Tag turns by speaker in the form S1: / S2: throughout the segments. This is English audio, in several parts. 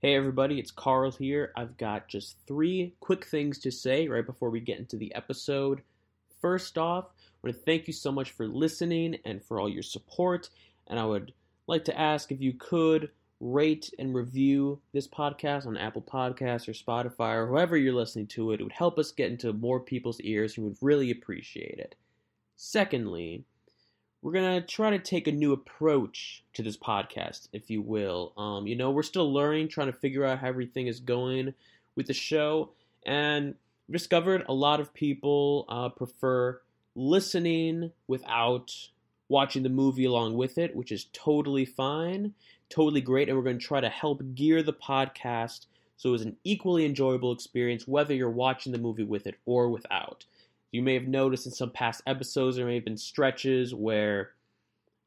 S1: Hey everybody, it's Carl here. I've got just three quick things to say right before we get into the episode. First off, I want to thank you so much for listening and for all your support. And I would like to ask if you could rate and review this podcast on Apple Podcasts or Spotify or whoever you're listening to it. It would help us get into more people's ears who would really appreciate it. Secondly, we're gonna try to take a new approach to this podcast, if you will. Um, you know, we're still learning, trying to figure out how everything is going with the show, and we discovered a lot of people uh, prefer listening without watching the movie along with it, which is totally fine, totally great, and we're gonna try to help gear the podcast so it's an equally enjoyable experience whether you're watching the movie with it or without you may have noticed in some past episodes there may have been stretches where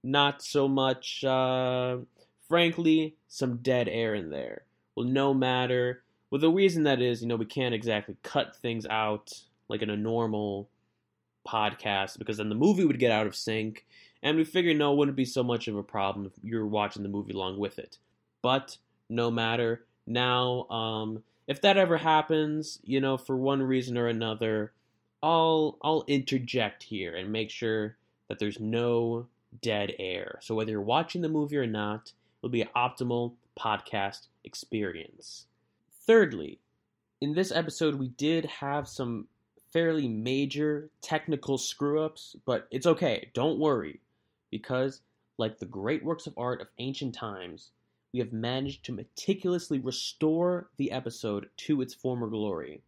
S1: not so much uh, frankly some dead air in there well no matter well the reason that is you know we can't exactly cut things out like in a normal podcast because then the movie would get out of sync and we figured no it wouldn't be so much of a problem if you're watching the movie along with it but no matter now um if that ever happens you know for one reason or another I'll I'll interject here and make sure that there's no dead air. So whether you're watching the movie or not, it'll be an optimal podcast experience. Thirdly, in this episode we did have some fairly major technical screw-ups, but it's okay. Don't worry because like the great works of art of ancient times, we have managed to meticulously restore the episode to its former glory.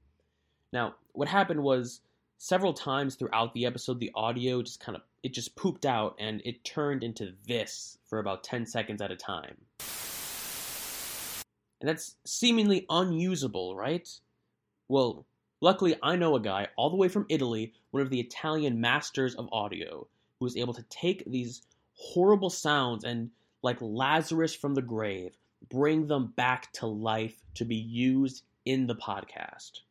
S1: Now, what happened was several times throughout the episode the audio just kind of it just pooped out and it turned into this for about 10 seconds at a time and that's seemingly unusable right well luckily i know a guy all the way from italy one of the italian masters of audio who is able to take these horrible sounds and like lazarus from the grave bring them back to life to be used in the podcast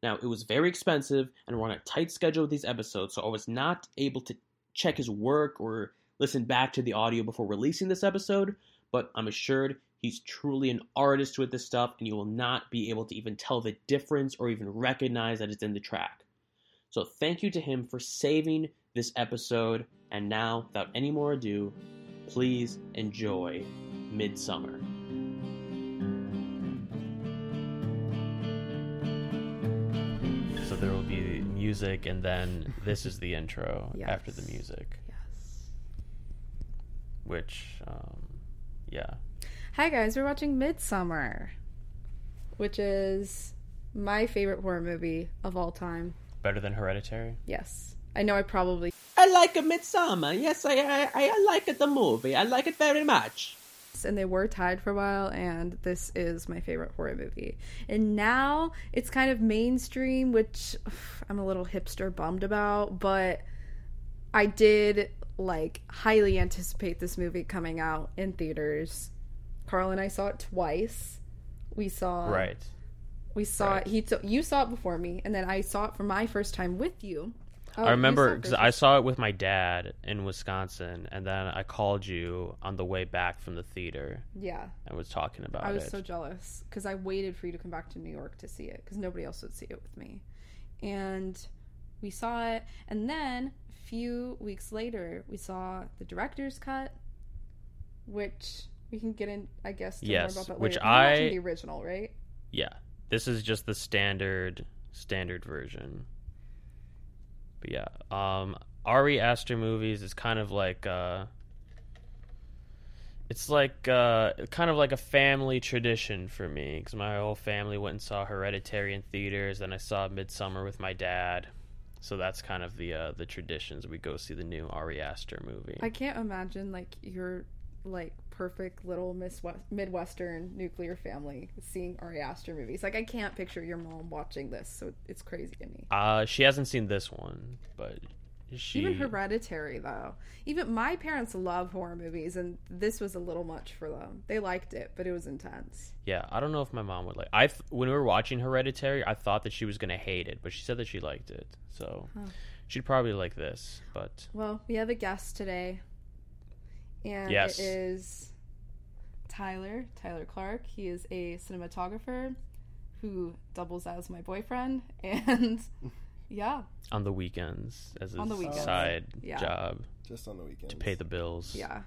S1: now, it was very expensive, and we're on a tight schedule with these episodes, so I was not able to check his work or listen back to the audio before releasing this episode, but I'm assured he's truly an artist with this stuff, and you will not be able to even tell the difference or even recognize that it's in the track. So, thank you to him for saving this episode, and now, without any more ado, please enjoy Midsummer. So there will be music, and then this is the intro
S2: Yes.
S1: after the music,
S2: Yes.
S1: which, um, yeah,
S2: Hi guys, we're watching Midsummer, which is my favorite horror movie of all time.
S1: better than Hereditary.
S2: Yes. I know I probably
S1: I like a Midsummer. Yes, I, I, I like it, the movie. I like it very much.
S2: and they were tied for a while and this is my favorite horror movie. And now it's kind of mainstream, which ugh, I'm a little hipster bummed about, but I did like highly anticipate this movie coming out in theaters. Carl and I saw it twice. We saw
S1: Right.
S2: We saw
S1: Right.
S2: it. He t- you saw it before me, and then I saw it for my first time with you. Oh,
S1: I
S2: you
S1: remember
S2: saw it
S1: because
S2: first.
S1: I saw it with my dad in Wisconsin, and then I called you on the way back from the theater
S2: yeah,
S1: and was talking about
S2: I was
S1: it.
S2: so jealous because I waited for you to come back to New York to see it because nobody else would see it with me, and we saw it. And then a few weeks later, we saw the director's cut, which we can get in. I guess to
S1: Yes,
S2: more about that
S1: which
S2: later. You're watching
S1: I-
S2: the original, right?
S1: yeah, this is just the standard standard version. But yeah, um, Ari Aster movies is kind of like uh, it's like uh, kind of like a family tradition for me because my whole family went and saw Hereditary in theaters, then I saw Midsummer with my dad. So that's kind of the uh, the traditions we go see the new Ari Aster movie.
S2: I can't imagine like your like perfect little Miss West- Midwestern nuclear family seeing Ari Aster movies. Like I can't picture your mom watching this, so it's crazy to me.
S1: uh, she hasn't seen this one, but she
S2: Even Hereditary though. Even my parents love horror movies and this was a little much for them. They liked it, but it was intense.
S1: Yeah, I don't know if my mom would like. I th- when we were watching Hereditary, I thought that she was gonna hate it, but she said that she liked it, so
S2: Huh.
S1: she'd probably like this. But
S2: Well, we have a guest today. And
S1: Yes.
S2: it is Tyler, Tyler Clark. He is a cinematographer who doubles as my boyfriend and yeah,
S3: on the weekends as a
S2: On the weekends.
S3: side
S2: Yeah.
S3: job
S4: Just on the weekends.
S3: to pay the bills.
S2: yeah,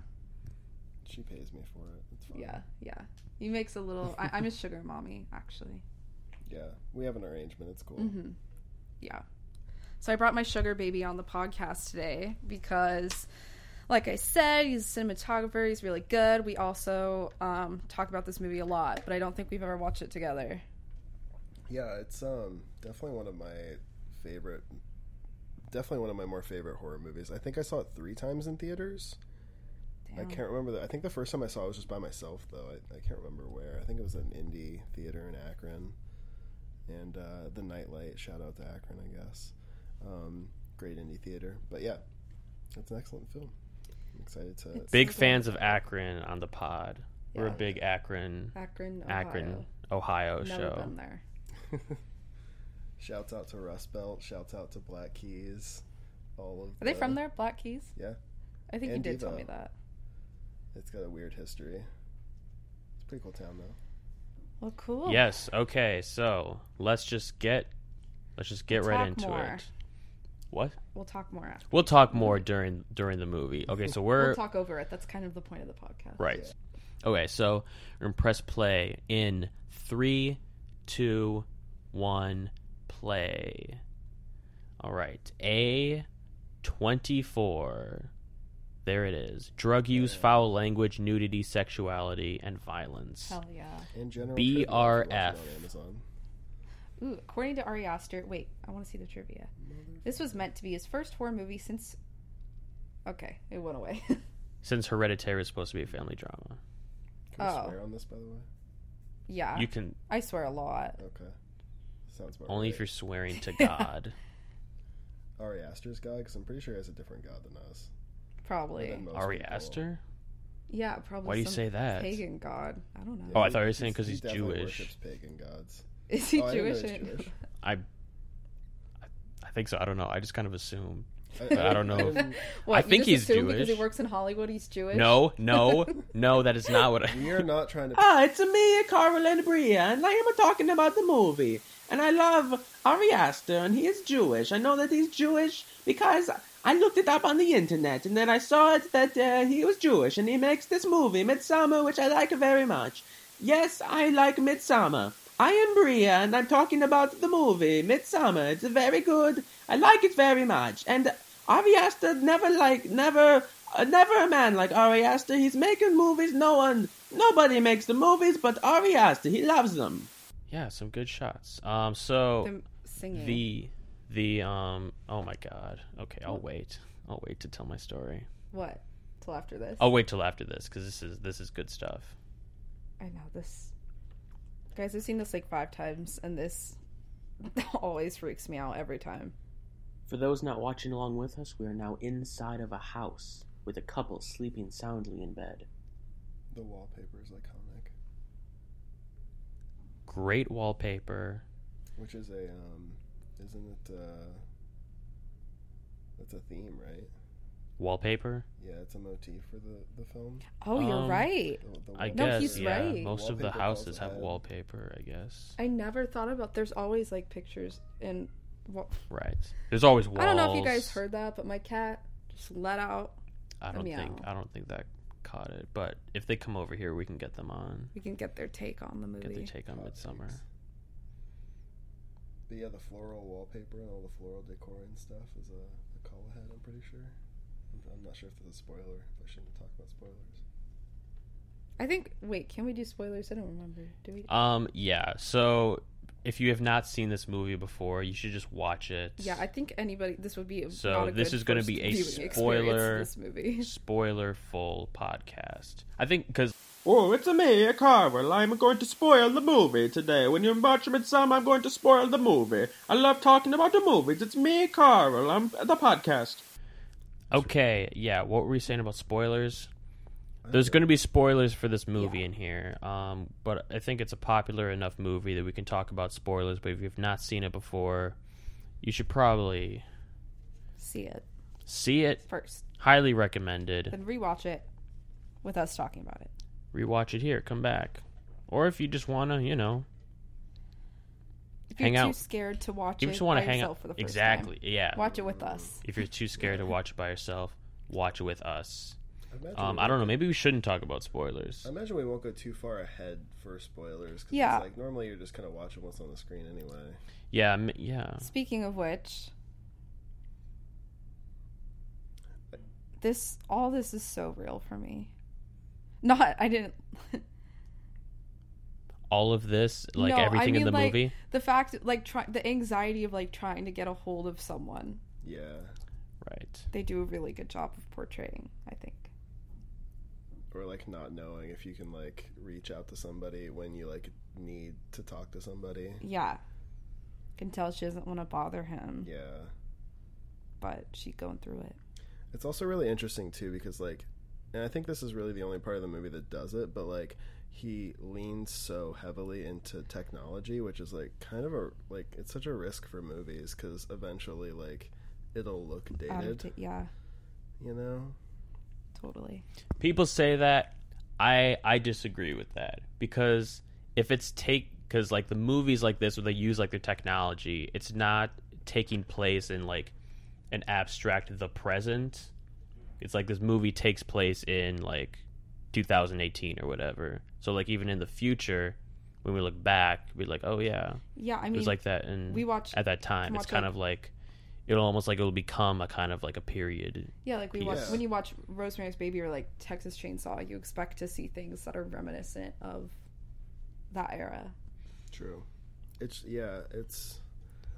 S4: She pays me for it. It's fine.
S2: yeah, yeah. He makes a little I, I'm a sugar mommy, actually.
S4: Yeah. We have an arrangement. It's cool.
S2: hmm Yeah. So I brought my sugar baby on the podcast today because, like I said, he's a cinematographer. He's really good. We also um, talk about this movie a lot, but I don't think we've ever watched it together.
S4: Yeah, it's um definitely one of my favorite definitely one of my more favorite horror movies. I think I saw it 3 times in theaters. I
S2: Damn.
S4: can't remember that. I think the first time I saw it was just by myself though. I, I can't remember where. I think it was at an indie theater in Akron. And uh the Nightlight, shout out to Akron, I guess. Um great indie theater. But yeah. It's an excellent film. I'm excited to
S2: It's-
S3: Big
S2: Okay.
S3: fans of Akron on the pod. We're a
S2: Yeah.
S3: big Akron,
S2: Akron, Ohio.
S3: Akron, Ohio,
S2: Never
S3: show.
S2: been there.
S4: Shouts out to Rust Belt. Shouts out to Black Keys. All of
S2: Are they
S4: the-
S2: from there? Black Keys.
S4: Yeah.
S2: I think
S4: And
S2: you did tell me
S4: Diva.
S2: that.
S4: It's got a weird history. It's a pretty cool town though.
S2: Well, cool.
S3: Yes. Okay. So let's just get let's just get
S2: We'll
S3: right
S2: talk
S3: into
S2: more.
S3: it. What?
S2: We'll talk more after.
S3: We'll talk more during during the movie. Okay. So we're
S2: We'll talk over it. That's kind of the point of the podcast.
S3: right. Okay. So we're gonna press play in three, two, one, play. All right. A twenty four. There it is. Drug use, foul language, nudity, sexuality, and violence.
S2: Hell yeah.
S4: In general,
S3: BRF.
S4: Trivia, if you want it on Amazon.
S2: Ooh, according to Ari Aster, wait, I want to see the trivia. This was meant to be his first horror movie since. Okay, it went away.
S3: Since Hereditary is supposed to be a family drama,
S4: Can we
S2: Oh.
S4: swear on this, by the way?
S2: yeah,
S3: you can
S2: I swear a lot.
S4: Okay. Sounds about
S3: Only
S4: right.
S3: if you're swearing to God.
S4: Ari Aster's god, because I'm pretty sure he has a different god than us. or
S2: Probably.
S4: than most
S3: Ari
S4: people.
S3: Aster?
S2: Yeah, probably.
S3: Why do you
S2: some
S3: say that?
S2: Pagan god. I don't know.
S3: Oh, I
S4: he-
S3: thought you were saying 'cause he's
S4: definitely
S3: Jewish.
S4: worships pagan gods.
S2: Is he
S4: Oh, I didn't know
S2: Jewish?
S4: he was Jewish.
S3: I think so. I don't know. I just kind of assume.
S4: I,
S3: I don't know if-
S4: didn't-
S2: What,
S3: I
S2: you
S3: think
S2: just
S3: he's
S2: assume because he
S3: Jewish.
S2: works in Hollywood. He's Jewish.
S3: No, no, no. That is not what I.
S4: we are not trying to.
S3: Ah, it's me, Carl and Bria, and I am talking about the movie. And I love Ari Aster, and he is Jewish. I know that he's Jewish because I looked it up on the internet, and then I saw it that uh, he was Jewish, and he makes this movie, Midsummer, which I like very much. Yes, I like Midsummer. I am Bria, and I'm talking about the movie Midsummer. It's very good. I like it very much. And Ari Aster never like never uh, never a man like Ari Aster. He's making movies. No one, nobody makes the movies, but Ari Aster. He loves them. Yeah, some good shots. Um, so
S2: Them singing.
S3: the the um oh my god. Okay, I'll wait. I'll wait to tell my story.
S2: What? Till after this.
S3: I'll wait till after this because this is this is good stuff.
S2: I know this. Guys, I've seen this like five times, and this always freaks me out every time.
S3: For those not watching along with us, we are now inside of a house with a couple sleeping soundly in bed.
S4: The wallpaper is iconic,
S3: Great wallpaper.
S4: which is a um, isn't it? Uh, that's a theme, right?
S3: Wallpaper.
S4: Yeah, it's a motif for the the film.
S2: Oh, you're
S3: Um,
S2: right.
S4: The, the
S3: I
S2: No,
S3: guess
S2: he's
S3: yeah.
S2: right.
S3: Most of the
S4: Wallpaper calls
S3: houses
S4: it
S3: have
S4: that.
S3: wallpaper. I guess.
S2: I never thought about. There's always like pictures and. Well,
S3: Right. There's always walls.
S2: I don't know if you guys heard that, but my cat just let out.
S3: I don't
S2: meow.
S3: think I don't think that caught it. But if they come over here, we can get them on.
S2: We can get their take on the
S3: Get their
S2: movie.
S3: take on
S4: Hot
S3: Midsummer.
S4: takes. But yeah, the floral wallpaper and all the floral decor and stuff is a, a call ahead, I'm pretty sure. I'm, I'm not sure if there's a spoiler. If I shouldn't talk about spoilers.
S2: I think. Wait, can we do spoilers? I don't remember. Do we?
S3: Um. Yeah. So if you have not seen this movie before, you should just watch it.
S2: Yeah, I think anybody. This would be.
S3: So
S2: not a
S3: this
S2: good
S3: is gonna
S2: first
S3: be a
S2: viewing experience
S3: spoiler-
S2: of This movie.
S3: Spoiler full podcast. I think because
S1: Oh, it's a me, Carvel. I'm going to spoil the movie today. When you watch Midsummer, I'm going to spoil the movie. I love talking about the movies. It's me, Carvel. I'm the podcast.
S3: okay, yeah. What were we saying about spoilers?
S4: I
S3: There's
S4: don't
S3: going to be spoilers for this movie in here, um, but I think it's a popular enough movie that we can talk about spoilers. But if you've not seen it before, you should probably
S2: See it
S3: see it.
S2: first,
S3: Highly recommended.
S2: then rewatch it with us talking about it.
S3: rewatch it here, come back. Or if you just want to, you know,
S2: If you're
S3: Hang
S2: too
S3: out.
S2: scared to watch
S3: you
S2: it
S3: just want
S2: by
S3: to hang
S2: yourself
S3: out.
S2: for the first
S3: Exactly. Yeah.
S2: time. Watch it with us.
S3: If you're too scared to watch it by yourself, watch it with us.
S4: I imagine
S3: Um,
S4: we
S3: I don't know.
S4: won't
S3: Maybe we shouldn't talk about spoilers.
S4: go- I imagine we won't go too far ahead for spoilers. 'cause it's
S2: Yeah.
S4: Like normally, you're just kind of watching what's on the screen anyway.
S3: Yeah. m- Yeah.
S2: Speaking of which, this all this is so real for me. Not I didn't
S3: All of this, like
S2: No, I
S3: everything in
S2: mean,
S3: the
S2: like-
S3: movie.
S2: the fact like try, the anxiety of like trying to get a hold of someone.
S4: Yeah.
S3: Right.
S2: They do a really good job of portraying, I think.
S4: Or like not knowing if you can like reach out to somebody when you like need to talk to somebody.
S2: Yeah. Can tell she doesn't want to bother him,
S4: Yeah.
S2: but she going through it.
S4: It's also really interesting too because like and I think this is really the only part of the movie that does it, but like he leans so heavily into technology, which is like kind of a like it's such a risk for movies cuz eventually like it'll look
S2: Out of
S4: dated,
S2: t- yeah,
S4: you know?
S2: totally.
S3: people say that i i disagree with that because if it's take because like the movies like this where they use like their technology it's not taking place in like an abstract the present it's like this movie takes place in like 2018 or whatever so like even in the future when we look back we're like oh yeah
S2: Yeah, I
S3: it
S2: mean,
S3: was like that and
S2: we watched-
S3: at that time
S2: we
S3: it's
S2: watched,
S3: kind
S2: like-
S3: of like it'll almost like it'll become a kind of like a period
S2: yeah, like we
S3: Yeah.
S2: watch when you watch Rosemary's Baby or like Texas Chainsaw, you expect to see things that are reminiscent of that era.
S4: True. It's yeah, it's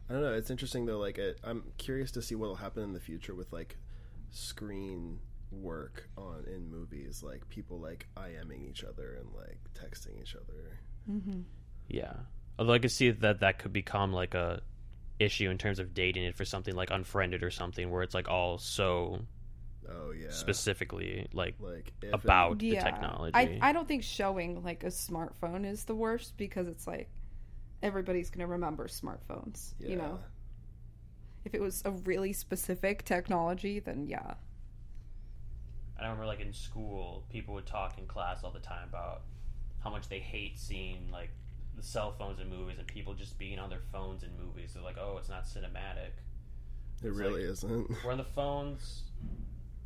S4: I don't know, it's interesting though like it, I'm curious to see what'll happen in the future with like screen work on in movies like people like IMing each other and like texting each other.
S3: Yeah. Although I could see that that could become like a issue in terms of dating it for something like unfriended or something where it's like all so
S4: Oh yeah.
S3: specifically like
S4: like if it-
S3: about the technology.
S2: I, I don't think showing like a smartphone is the worst because it's like everybody's gonna remember smartphones. You know, if it was a really specific technology, then yeah,
S3: I remember like in school people would talk in class all the time about how much they hate seeing like the cell phones in movies and people just being on their phones in movies. They're like, Oh, it's not cinematic.
S4: it
S3: It's
S4: really isn't
S3: We're on the phones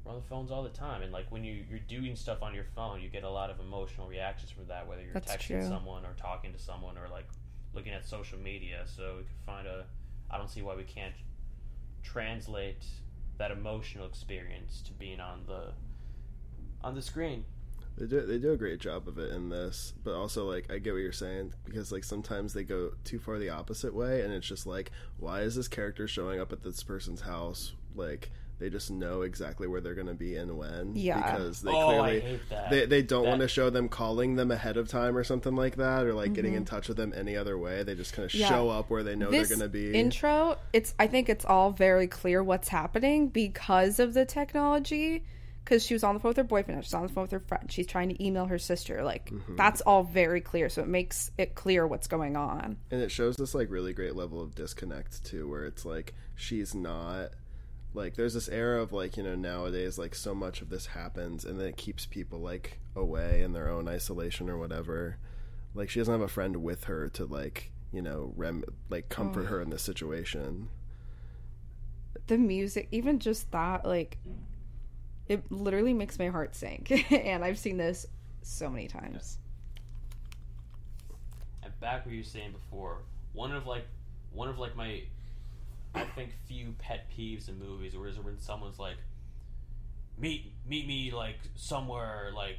S3: we're on the phones all the time and like when you, you're doing stuff on your phone you get a lot of emotional reactions from that whether you're
S2: That's
S3: texting
S2: true.
S3: someone or talking to someone or like looking at social media so we can find a i don't see why we can't translate that emotional experience to being on the on the screen
S4: they do they do a great job of it in this but also like i get what you're saying because like sometimes they go too far the opposite way and it's just like why is this character showing up at this person's house like they just know exactly where they're going to be and when
S2: Yeah.
S4: because they
S3: oh i
S4: clearly
S3: hate that
S4: they, they don't
S3: That-
S4: want to show them calling them ahead of time or something like that or like getting in touch with them any other way they just kind of
S2: Mm-hmm. Yeah.
S4: show up where they know
S2: this
S4: they're going to be
S2: intro it's i think it's all very clear what's happening because of the technology because she was on the phone with her boyfriend she's on the phone with her friend she's trying to email her sister like
S4: Mm-hmm.
S2: that's all very clear so it makes it clear what's going on
S4: and it shows this like really great level of disconnect too where it's like she's not like there's this era of like you know nowadays like so much of this happens and then it keeps people like away in their own isolation or whatever like she doesn't have a friend with her to like you know rem like comfort her in this situation
S2: the music even just that like it literally makes my heart sink and i've seen this so many times
S3: and back what you were saying before one of like one of like my i think few pet peeves in movies or is when someone's like meet meet me like somewhere like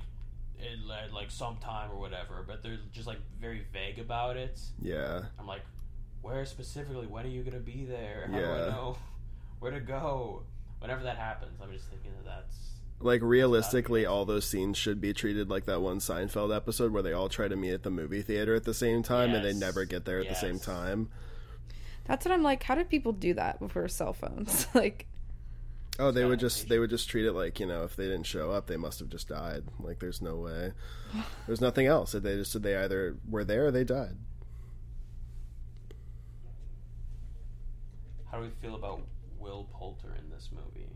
S3: in, like- like sometime or whatever but they're just like very vague about it
S4: yeah
S3: i'm like where specifically when are you gonna be there how do
S4: Yeah.
S3: i know where to go whenever that happens i'm just thinking that that's
S4: like realistically all those scenes should be treated like that one seinfeld episode where they all try to meet at the movie theater at the same time and they
S3: Yes.
S4: never get there at the same
S3: Yes.
S4: time
S2: that's what i'm like how did people do that before cell phones like
S4: Oh, they
S3: got
S4: would
S3: an
S4: just they would just treat it like you know if they didn't show up, they must have just died. Like there's no way, there's nothing else. They just said they either were there or they died.
S3: how do we feel about will poulter in this movie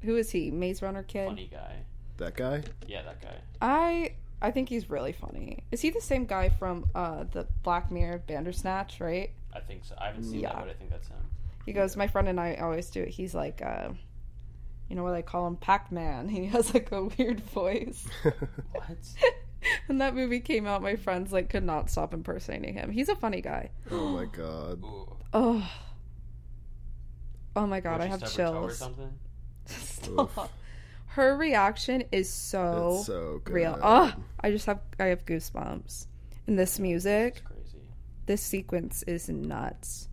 S2: who is he maze runner kid
S3: funny guy
S4: That guy,
S3: yeah that guy
S2: I I think he's really funny. Is he the same guy from uh, the Black Mirror Bandersnatch, right?
S3: I think so. I haven't seen that,
S2: Yeah.
S3: but I think that's him.
S2: He goes, My friend and I always do it. He's like, uh, you know what I call him? Pac Man. He has like a weird voice.
S3: What?
S2: when that movie came out, my friends like could not stop impersonating him. He's a funny guy.
S4: oh my god.
S3: Ooh.
S2: Oh, oh my god,
S3: Would
S2: I
S3: you
S2: have
S3: stub her toe Or
S2: chills.
S3: something?
S2: Stop.
S4: Oof.
S2: Her reaction is so,
S4: It's so good.
S2: real. Oh, I just have I have goosebumps. And this music,
S3: It's crazy.
S2: this sequence is nuts.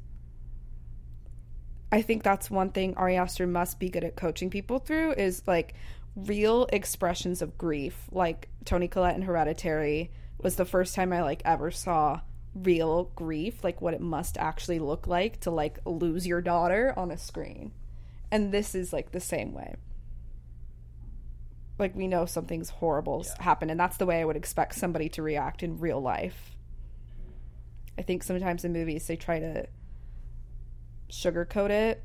S2: I think that's one thing Ari Aster must be good at coaching people through is like real expressions of grief. Like Tony Collette in Hereditary was the first time I like ever saw real grief, like what it must actually look like to like lose your daughter on a screen. And this is like the same way. Like we know something's horrible's happened and that's the way I would expect somebody to react in real life. I think sometimes in movies they try to sugarcoat it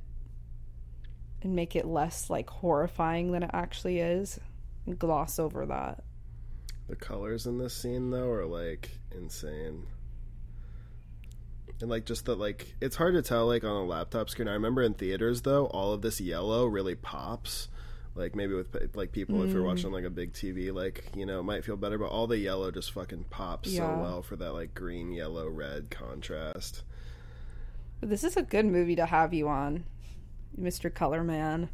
S2: and make it less like horrifying than it actually is and gloss over that.
S4: The colors in this scene though are like insane. And like just the like it's hard to tell like on a laptop screen. I remember in theaters though, all of this yellow really pops. Like maybe with like people if
S2: Mm.
S4: you're watching like a big TV, like you know, it might feel better, but all the yellow just fucking pops so
S2: Yeah.
S4: well for that like green, yellow, red contrast.
S2: But this is a good movie to have you on, Mr. Color Man,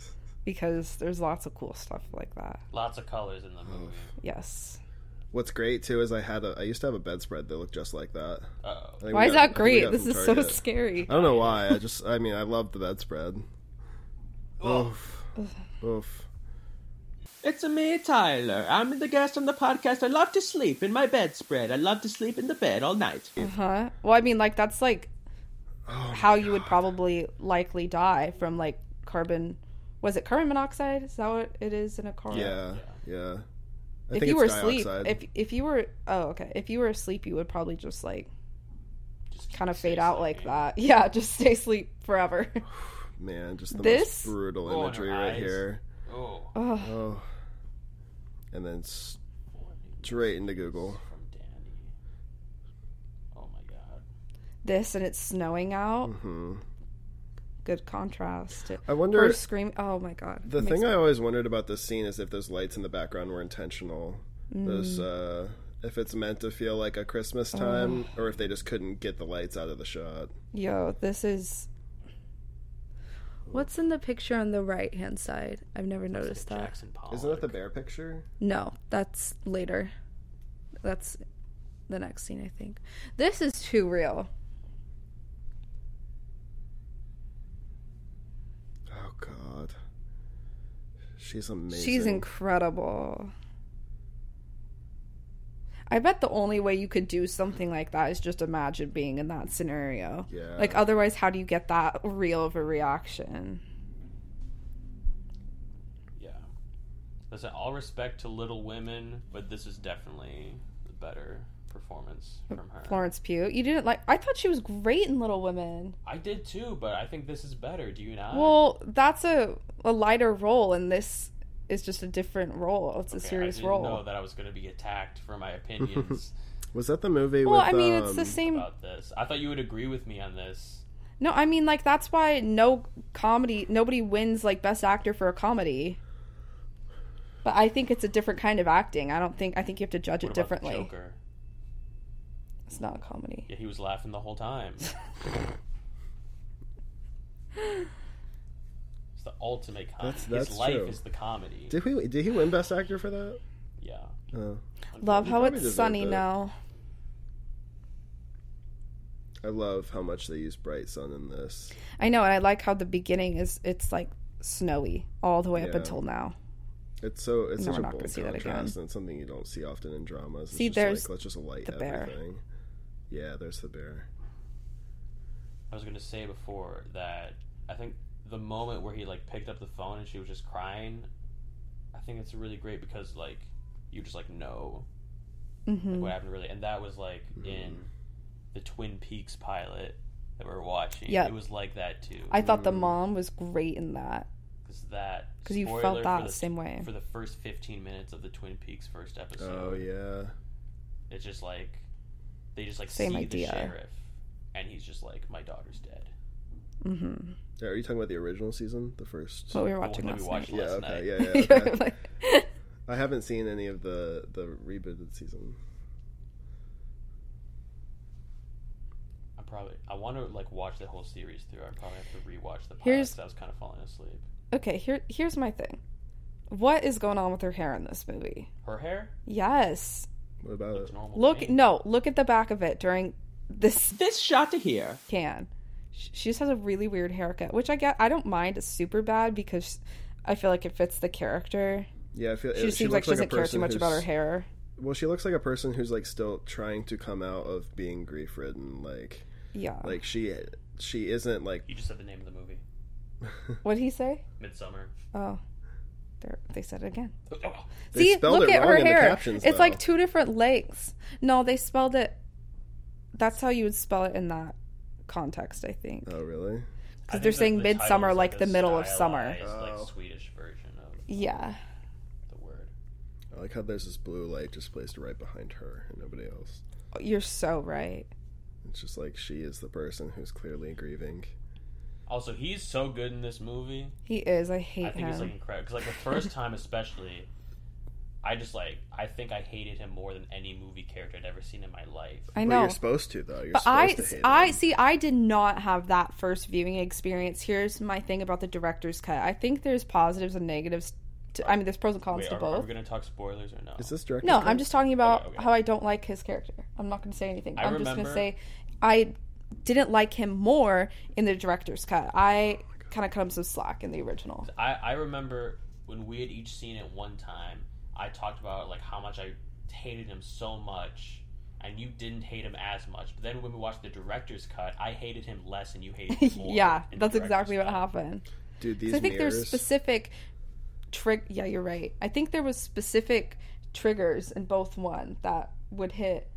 S2: because there's lots of cool stuff like that.
S3: Lots of colors in the movie.
S2: Yes.
S4: What's great too is I had a I used to have a bedspread that looked just like that.
S3: Uh
S4: I think we
S2: Why is
S4: got- I
S2: that
S4: think we
S2: great?
S4: got
S2: This
S4: from
S2: is so
S4: Target.
S2: scary.
S4: I don't know why. I just I mean I love the bedspread.
S3: oh.
S4: Oof. Oof.
S1: It's me, Tyler. I'm the guest on the podcast. I love to sleep in my bedspread. I love to sleep in the bed all night.
S2: Huh? Well, I mean, like that's like
S4: Oh
S2: how you would probably likely die from like carbon. Was it carbon monoxide? Is that what it is in a car?
S4: Yeah, yeah. I
S2: if
S4: think
S2: you were
S4: it's
S2: asleep,
S4: dioxide.
S2: if if you were oh okay, if you were asleep, you would probably just like
S3: Just
S2: kind of
S3: stay
S2: fade out like
S3: sleepy.
S2: that. Yeah, just stay asleep forever.
S4: Man, just the
S2: This-
S4: most brutal
S3: Oh, in
S4: imagery
S3: her
S4: right
S3: eyes.
S4: here.
S3: Oh.
S2: Ugh.
S4: Oh. And then straight into Google.
S3: From Danny. Oh my god.
S2: This and it's snowing out.
S4: hmm
S2: Good contrast.
S4: I wonder.
S2: Her scream. Oh my god.
S4: the
S2: Makes-
S4: thing I always wondered about this scene is if those lights in the background were intentional. Those,
S2: Mm.
S4: uh, if it's meant to feel like a Christmas time, or if they just couldn't get the lights out of the shot.
S2: Yo, this is. What's in the picture on the right hand side? I've never noticed that.
S3: Jackson Pollock.
S4: Isn't that the bear picture?
S2: No, that's later. That's the next scene, I think. This is too real.
S4: Oh God, she's amazing.
S2: She's incredible. I bet the only way you could do something like that is just imagine being in that scenario.
S4: Yeah.
S2: Like otherwise how do you get that real of a reaction?
S3: Yeah. Listen, all respect to Little Women, but this is definitely the better performance from her.
S2: Florence Pugh. You didn't like I thought she was great in Little Women.
S3: I did too, but I think this is better. Do you not?
S2: Well, that's a a lighter role and this is just a different role. It's a
S3: Okay,
S2: serious
S3: I didn't
S2: role.
S3: know that I was going to be attacked for my opinions
S4: Was that the movie?
S2: Well,
S4: with,
S2: I mean, it's the
S4: um,
S2: same
S3: about this. I thought you would agree with me on this.
S2: No, I mean like that's why no comedy nobody wins like best actor for a comedy. But I think it's a different kind of acting. I don't think I think you have to judge it
S3: What about the
S2: differently.
S3: Joker.
S2: It's not a comedy.
S3: Yeah, he was laughing the whole time. it's the ultimate comedy.
S4: That's-
S3: His
S4: that's
S3: life
S4: true.
S3: is the comedy.
S4: Did we? Did he win Best Actor for that?
S3: yeah.
S4: Oh.
S2: Love how
S4: probably
S2: it's
S4: deserved
S2: sunny
S4: it.
S2: now.
S4: I love how much they use bright sun in this.
S2: I know, and I like how the beginning is it's like snowy all the way up
S4: Yeah.
S2: until now.
S4: It's so it's
S2: No,
S4: such
S2: we're
S4: a
S2: not gonna
S4: bold contrast,
S2: see that again.
S4: and it's something you don't see often in dramas. It's
S2: See,
S4: just
S2: there's
S4: like, let's just light
S2: the bear.
S4: everything. Yeah, there's the bear.
S3: I was going to say before that I think the moment where he like picked up the phone and she was just crying, I think it's really great because like you just like know like,
S2: hmm
S3: what happened really, and that was like
S4: Mm-hmm.
S3: in the Twin Peaks pilot that we are watching.
S2: Yeah.
S3: it was like that too.
S2: I thought the mom was great in that.
S3: is that
S2: Because you
S3: spoiler
S2: felt that
S3: for the,
S2: same way.
S3: for the first 15 minutes of the Twin Peaks first episode.
S4: Oh yeah.
S3: It's just like they just like
S2: Same
S3: see
S2: idea.
S3: the sheriff, and he's just like, "My daughter's dead."
S2: Mm-hmm.
S4: Are you talking about the original season, the first?
S2: What we were
S3: The
S2: watching
S3: one that
S2: last
S3: we
S2: night.
S3: watched
S4: yeah.
S3: last
S4: Okay.
S3: night.
S4: Yeah. Yeah. Okay.
S2: Like-
S4: I haven't seen any of the the rebooted season.
S3: I probably I want to like watch the whole series through. I probably have to rewatch the pilot
S2: Here's-
S3: because I was kind of falling asleep.
S2: okay, here here's my thing. What is going on with her hair in this movie?
S3: Her hair
S2: Yes.
S4: What about
S3: looks
S4: it?
S3: normal. to
S2: Look,
S3: me.
S2: no, look at the back of it during this
S1: This shot to here.
S2: can. Sh- She just has a really weird haircut, which I get. I don't mind. It's super bad because I feel like it fits the character.
S4: Yeah, I feel
S2: She
S4: it,
S2: just seems like she
S4: looks
S2: doesn't
S4: a
S2: care too
S4: person
S2: much about her
S4: who's-
S2: hair.
S4: Well, she looks like a person who's like still trying to come out of being grief ridden. Like,
S2: Yeah.
S4: like she she isn't like
S3: You just said the name of the movie,
S2: What did he say?
S3: Midsummer.
S2: Oh, there they said it again.
S3: Oh,
S4: They
S2: See,
S4: spelled
S2: look
S4: it
S2: at her
S4: wrong in the
S2: hair.
S4: captions,
S2: it's like
S4: though.
S2: two different lengths. No, they spelled it. That's how you would spell it in that context, I think.
S4: oh really?
S3: I think
S2: they're
S3: the-
S2: saying
S3: the title
S2: midsummer,
S3: is
S2: like
S3: a
S2: the middle of summer.
S3: stylized, like,
S4: Oh.
S3: Swedish version of
S2: Yeah.
S3: the word.
S4: I like how there's this blue light just placed right behind her and nobody else.
S2: You're so right.
S4: It's just like she is the person who's clearly grieving.
S3: Also, he's so good in this movie.
S2: He is. I hate
S3: I think
S2: him.
S3: it's like incredible because like the first time especially, I just like I think I hated him more than any movie character I'd ever seen in my life.
S2: I
S4: Well,
S2: know.
S4: you're supposed to though. You're
S2: But
S4: supposed
S2: I,
S4: to hate
S2: I
S4: him.
S2: see. I did not have that first viewing experience. Here's my thing about the director's cut. I think there's positives and negatives. To, I mean, there's pros and cons
S3: Wait,
S2: to
S3: are, are
S2: both.
S3: we gonna talk spoilers or no?
S4: Is this directed?
S2: No, I'm just talking about
S3: Okay, okay.
S2: how I don't like his character. I'm not going to say anything.
S3: I
S2: I am just going to
S3: remember-
S2: say I didn't like him more in the director's cut.
S3: Oh
S2: I kind of cut him some slack in the original.
S3: I, I remember when we had each seen it one time, I talked about like how much I hated him so much, and you didn't hate him as much. But then when we watched the director's cut, I hated him less, and you hated him more.
S2: yeah,
S3: in the
S2: that's
S3: director's
S2: exactly what
S3: cut.
S2: happened.
S4: dude. These
S2: So I think there's
S4: mirrors.
S2: specific trig. Yeah, you're right. I think there was specific triggers in both one that would hit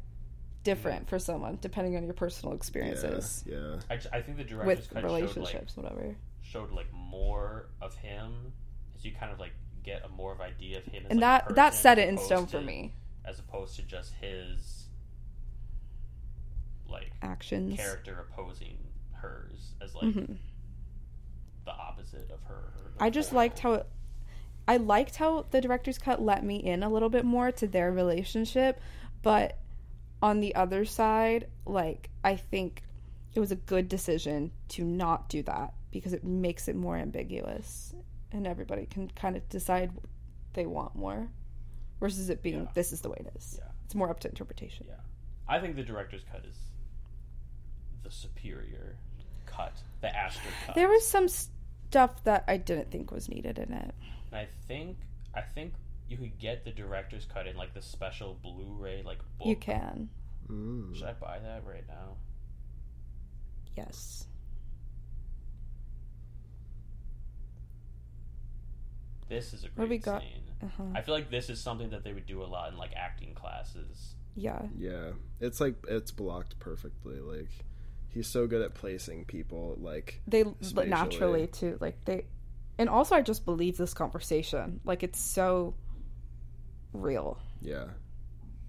S2: different for someone depending on your personal experiences
S4: yeah, yeah.
S3: I, ju- I think the director's
S2: with
S3: cut showed like
S2: relationships, whatever.
S3: showed like more of him, so you kind of like get a more of idea of him. As,
S2: And
S3: like, a
S2: that that
S3: person
S2: set
S3: as
S2: it in stone
S3: opposed
S2: for
S3: to-
S2: me.
S3: as opposed to just his like
S2: Actions.
S3: character opposing hers as like
S2: Mhm.
S3: the opposite of her. her
S2: I just liked how it, I liked how the director's cut let me in a little bit more to their relationship, but on the other side, like I think it was a good decision to not do that because it makes it more ambiguous and everybody can kind of decide what they want more versus it being
S3: Yeah.
S2: this is the way it is.
S3: Yeah.
S2: It's more up to interpretation.
S3: Yeah. I think the director's cut is the superior cut, the Aster cut.
S2: There was some stuff that I didn't think was needed in it.
S3: and I think I think you could get the director's cut in like the special Blu-ray like book.
S2: You can.
S4: Mm.
S3: Should I buy that right now?
S2: Yes.
S3: This is a
S2: What
S3: great
S2: we got?
S3: scene.
S2: Uh-huh.
S3: I feel like this is something that they would do a lot in like acting classes.
S2: Yeah.
S4: Yeah, it's like it's blocked perfectly. Like he's so good at placing people. Like
S2: they l-
S4: Spatially.
S2: naturally too like they and also i just believe this conversation like it's so real
S4: yeah,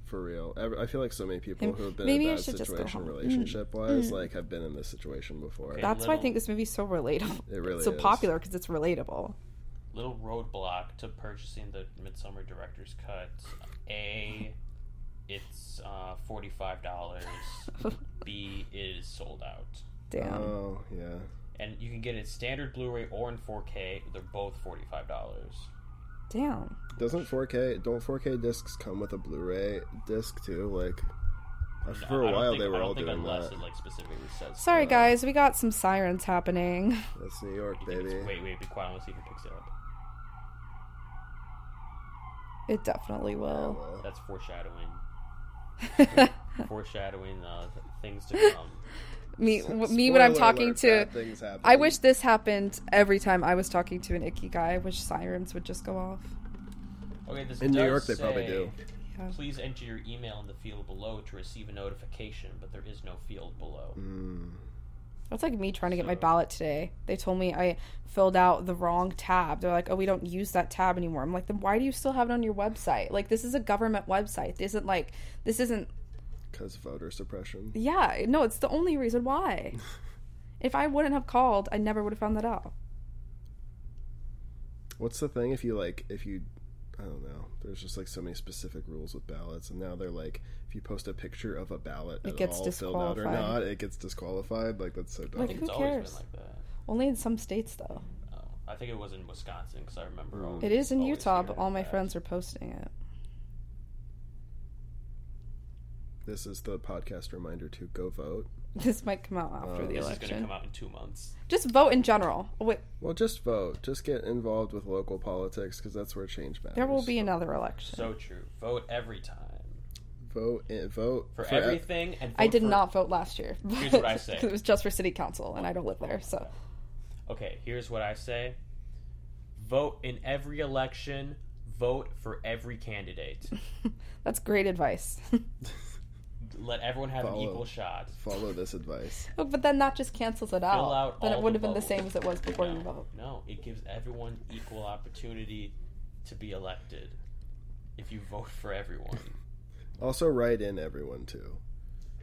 S4: for real. Ev- I feel like so many people
S2: And
S4: who have been
S2: maybe
S4: in
S2: I
S4: a bad
S2: should just go
S4: situation
S2: home. Mm.
S4: relationship wise, like have been in this situation before.
S3: Okay.
S2: that's why i
S3: little-
S2: think this movie's so relatable
S4: It really
S2: so
S4: is.
S2: popular because it's relatable
S3: little roadblock to purchasing the Midsummer Director's Cut. A, it's uh, forty-five dollars. B, it is sold out,
S2: damn
S4: Oh yeah,
S3: and you can get it standard Blu-ray or in four K. They're both forty-five dollars.
S2: damn
S4: doesn't 4K don't 4K discs come with a Blu-ray disc too? Like I- for a while they were
S3: I don't
S4: all
S3: think
S4: doing
S3: unless
S4: that.
S3: it like specifically says.
S2: sorry
S4: Uh,
S2: guys we got some sirens happening
S4: That's New York,
S3: You think
S4: baby.
S3: it's- Wait, wait, be quiet. I want to see if it picks it up.
S2: it definitely will
S4: Oh, Well,
S3: That's foreshadowing. foreshadowing uh, things to come.
S2: me w- me when i'm
S4: spoiler
S2: talking
S4: alert,
S2: to
S4: bad things happen.
S2: i wish this happened every time i was talking to an icky guy i wish sirens would just go off
S3: Okay, this
S4: in New
S3: does
S4: York they probably
S3: say-
S4: do.
S2: yeah.
S3: Please enter your email in the field below to receive a notification, but there is no field below.
S4: Mm.
S2: That's like me trying to get my
S3: So-
S2: ballot today. They told me I filled out the wrong tab. They're like, "Oh, we don't use that tab anymore." I'm like, "Then why do you still have it on your website? Like, this is a government website. This isn't like this isn't
S4: because voter suppression.
S2: yeah, no, it's the only reason why. if I wouldn't have called, I never would have found that out.
S4: What's the thing if you like if you I don't know. There's just like so many specific rules with ballots, and now they're like if you post a picture of a ballot
S2: It
S4: at
S2: gets
S4: all, filled out or
S2: disqualified.
S4: not, it gets disqualified. Like that's so dumb.
S2: Like,
S3: I think
S2: who
S3: it's always
S2: cares?
S3: been like that.
S2: Only in some states though.
S3: Oh, I think it was in Wisconsin because I remember.
S4: Mm.
S3: always-
S2: It is in
S3: always
S2: Utah,
S3: hearing
S2: but all my
S3: that.
S2: friends are posting it.
S4: This is the podcast reminder to go vote.
S2: This might come out after
S4: Oh.
S2: the
S3: This is going
S4: This
S3: to
S2: election.
S3: come out in two months.
S2: Just vote in general. Wait,
S4: Well, just vote. Just get involved with local politics because that's where change matters.
S2: there will be another election.
S3: So true. Vote every time
S4: vote. In, vote
S3: for
S4: for- e-
S3: everything. And
S2: I
S3: vote
S2: did
S3: for-
S2: not vote last year.
S3: Here's what I say.
S2: 'Cause it was just for city council, and I don't live there, so
S3: Okay, here's what I say. Vote in every election. Vote for every candidate.
S2: that's great advice.
S3: Let everyone have
S4: Follow.
S3: an equal shot.
S4: Follow this advice.
S2: Oh, but then that just cancels it out.
S3: Fill out
S2: then
S3: all
S2: it would
S3: the
S2: have been the
S3: bubbles.
S2: same as it was before you
S3: No,
S2: vote.
S3: no, it gives everyone equal opportunity to be elected. If you vote for everyone,
S4: Also, write in everyone too.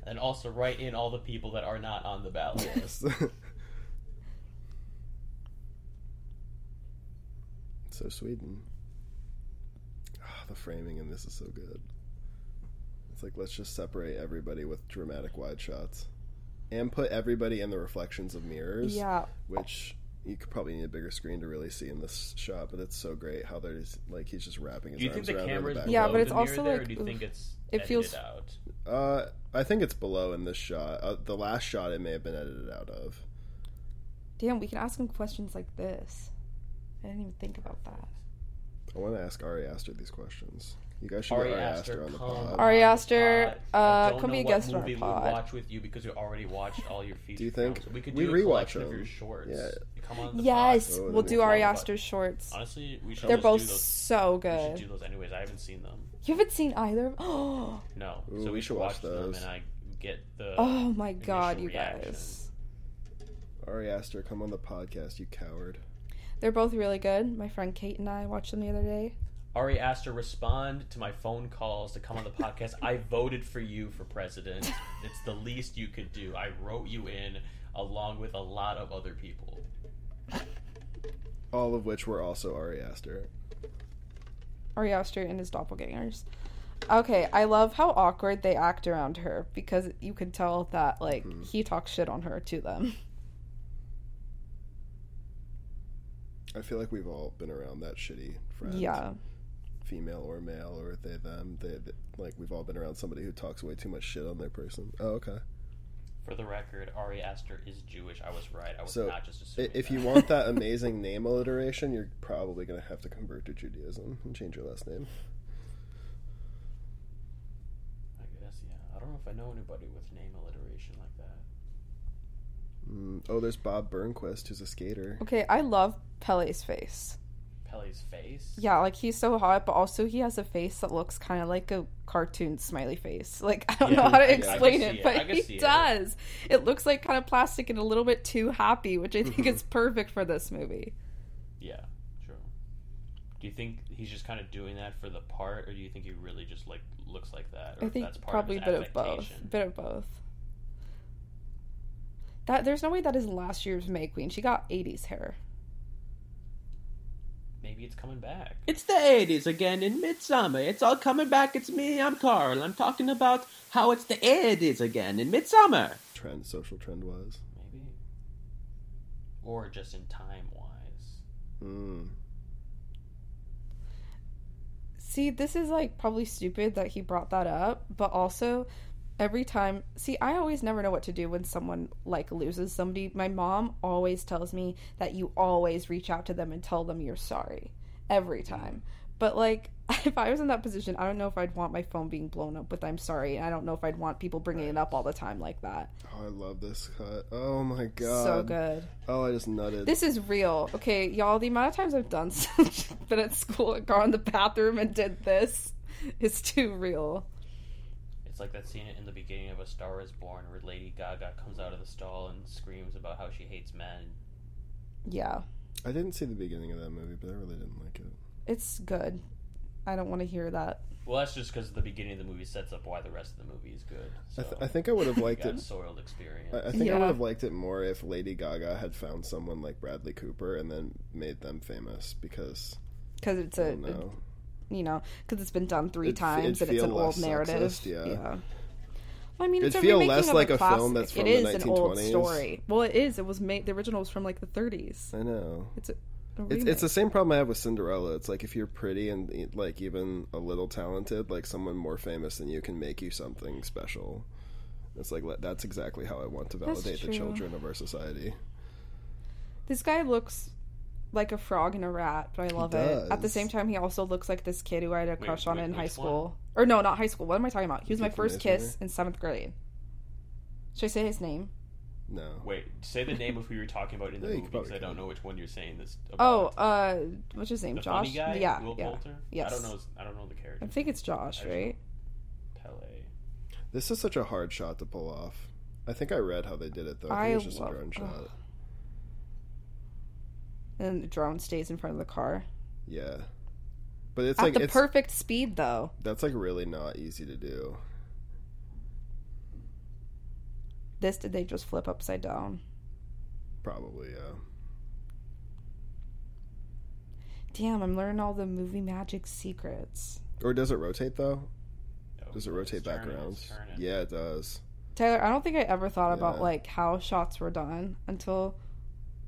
S3: and also write in all the people that are not on the ballot.
S4: Yes. so Sweden. Ah, the framing in this is so good. It's like let's just separate everybody with dramatic wide shots, and put everybody in the reflections of mirrors.
S2: Yeah,
S4: Which you could probably need a bigger screen to really see in this shot, but it's so great how there's like he's just wrapping his
S3: Do you think
S4: arms
S3: the
S4: around her in
S3: camera's
S4: the
S2: Yeah,
S3: below
S2: but
S4: background.
S2: it's also,
S3: the mirror there, or
S2: like,
S3: do you think it's
S2: it
S3: edited
S2: feels-
S3: out?
S4: Uh, I think it's below in this shot. Uh, the last shot it may have been edited out of.
S2: damn, we can ask him questions like this. I didn't even think about that.
S4: I want to ask Ari Aster these questions. You guys should
S3: Ari
S4: get Ari
S3: Aster,
S4: Aster, on the
S3: come
S4: pod.
S2: Ari
S3: on
S2: Aster,
S3: the pod.
S2: uh,
S3: I don't
S2: come
S3: know
S2: be a
S3: what
S2: guest on our
S3: movie
S2: pod.
S3: We'd watch with you because we already watched all your features.
S4: you think?
S3: films. we could
S4: We
S3: do
S4: rewatch
S3: a collection of
S4: them.
S3: your shorts?
S4: Yeah.
S3: You Come on the
S2: yes,
S4: Oh, that'd
S2: we'll
S4: be
S2: do
S4: cool.
S2: Ari
S3: But-
S2: Aster's shorts.
S3: pod. Honestly, we should.
S2: They're
S3: just
S2: both
S3: do those.
S2: so
S3: We should
S2: good.
S3: do those anyways. I haven't seen them.
S2: you haven't seen either. Oh,
S3: No,
S4: Ooh,
S3: so
S4: we
S3: we
S4: should
S3: should
S4: watch
S3: watch them,
S4: those.
S3: and I get the.
S2: oh my god, you
S3: reaction.
S2: guys.
S4: Ari Aster, come on the podcast, you coward.
S2: They're both really good. My friend Kate and I watched them the other day.
S3: Ari Aster respond to my phone calls to come on the podcast. I voted for you for president. It's the least you could do. I wrote you in along with a lot of other people.
S4: All of which were also Ari Aster.
S2: Ari Aster and his doppelgangers. Okay, I love how awkward they act around her because you could tell that like he talks shit on her to them.
S4: I feel like we've all been around that shitty friend.
S2: Yeah.
S4: Female or male or they, them. They, they- like, we've all been around somebody who talks way too much shit on their person. Oh, okay.
S3: For the record, Ari Aster is Jewish. I was right. I was
S4: So,
S3: not just
S4: I-
S3: assuming.
S4: If
S3: that.
S4: you want that amazing name alliteration, you're probably going to have to convert to Judaism and change your last name.
S3: I guess yeah. I don't know if I know anybody with name alliteration like that.
S4: Mm. Oh, there's Bob Burnquist, who's a skater.
S2: Okay, I love Pele's face.
S3: Pele's face.
S2: Yeah, like he's so hot, but also he has a face that looks kind of like a cartoon smiley face. Like I don't
S3: Yeah,
S2: know how
S3: I- I
S2: to
S3: can
S2: explain
S3: see
S2: it,
S3: it. I
S2: but
S3: can see
S2: he
S3: it.
S2: does. It. looks like kind of plastic and a little bit too happy, which I think is perfect for this movie.
S3: Yeah. True. Do you think he's just kind of doing that for the part, or do you think he really just like looks like that?
S2: I
S3: Or if
S2: think
S3: that's part
S2: probably a
S3: of
S2: bit
S3: his
S2: of both.
S3: affectation?
S2: Bit of both. That there's no way that is last year's May Queen. She got 80s hair.
S3: Maybe it's coming back.
S1: It's the 80s again in Midsummer. It's all coming back. It's me, I'm Carl. I'm talking about how it's the 80s again in Midsummer.
S4: Trend, social trend wise.
S3: Maybe. Or just in time wise.
S4: Mm.
S2: See, this is like probably stupid that he brought that up, but also every time, see, I always never know what to do when someone like loses somebody. My mom always tells me that you always reach out to them and tell them you're sorry every time. But like, if I was in that position, I don't know if I'd want my phone being blown up with "I'm sorry," and I don't know if I'd want people bringing it up all the time like that.
S4: Oh, I love this cut. Oh my god.
S2: So good.
S4: Oh, I just nutted.
S2: This is real. Okay, y'all, the amount of times I've done such, been at school and gone in the bathroom and did this is too real.
S3: It's like that scene in the beginning of A Star Is Born where Lady Gaga comes out of the stall and screams about how she hates men.
S2: Yeah,
S4: I didn't see the beginning of that movie, but I really didn't like it.
S2: it's good. I don't want to hear that.
S3: Well, that's just because the beginning of the movie sets up why the rest of the movie is good. So
S4: I, th- I think I would have
S3: Oh, you
S4: liked
S3: got
S4: it.
S3: soiled experience.
S4: I, I think I
S2: Yeah.
S4: would have liked it more if Lady Gaga had found someone like Bradley Cooper and then made them famous because
S2: Because it's
S4: I
S2: a,
S4: don't know.
S2: you know, because it's been done three
S4: It'd f-
S2: times and
S4: it'd
S2: it's an
S4: feel
S2: old
S4: less
S2: narrative.
S4: sexist, yeah.
S2: Well, I mean, it's
S4: It'd
S2: a
S4: feel
S2: remaking
S4: less
S2: of
S4: like
S2: a
S4: a film
S2: classic.
S4: that's from
S2: It
S4: the
S2: is an old
S4: 1920s.
S2: story. Well, it is. It was made. The original was from like the 30s.
S4: I know.
S2: It's a, a
S4: It's,
S2: remake.
S4: it's the same problem I have with Cinderella. It's like if you're pretty and e, like even a little talented, like someone more famous than you can make you something special. It's like le- that's exactly how I want to
S2: That's
S4: validate the
S2: true.
S4: children of our society.
S2: This guy looks like a frog and a rat, but I love it. At the
S4: does.
S2: same time, he also looks like this kid who I had a crush on
S3: wait,
S2: in high
S3: which
S2: school. Or no, not high school. What am I talking about? He was my
S4: Kid from
S2: first
S4: Masonry?
S2: kiss in seventh grade. Should I say his name?
S4: No,
S3: Wait, say the name of who you're talking about in the
S4: Yeah, you
S3: movie
S4: could
S3: because I
S4: probably
S3: don't know which one you're saying this.
S2: Oh,
S3: About.
S2: uh, what's his name?
S3: the
S2: Josh.
S3: funny guy,
S2: yeah,
S3: Will
S2: yeah.
S3: Poulter. I
S2: Yes.
S3: don't know. his- I don't know the
S2: I
S3: character.
S2: think it's Josh, right?
S3: Pele.
S4: this is such a hard shot to pull off. I think I read how they did it though. I think
S2: I
S4: it was just
S2: love-
S4: a drone
S2: ugh.
S4: shot.
S2: And the drone stays in front of the car
S4: Yeah, but it's
S2: at
S4: like
S2: the
S4: it's
S2: perfect speed, though.
S4: that's like really not easy to do.
S2: This did they just flip upside down?
S4: Probably, yeah.
S2: Damn, I'm learning all the movie magic secrets.
S4: Or does it rotate though?
S3: No,
S4: Does it
S3: let's
S4: rotate
S3: turn
S4: back
S3: it,
S4: around?
S3: let's turn it.
S4: Yeah, it does.
S2: Tyler, I don't think I ever thought about
S4: Yeah.
S2: like how shots were done until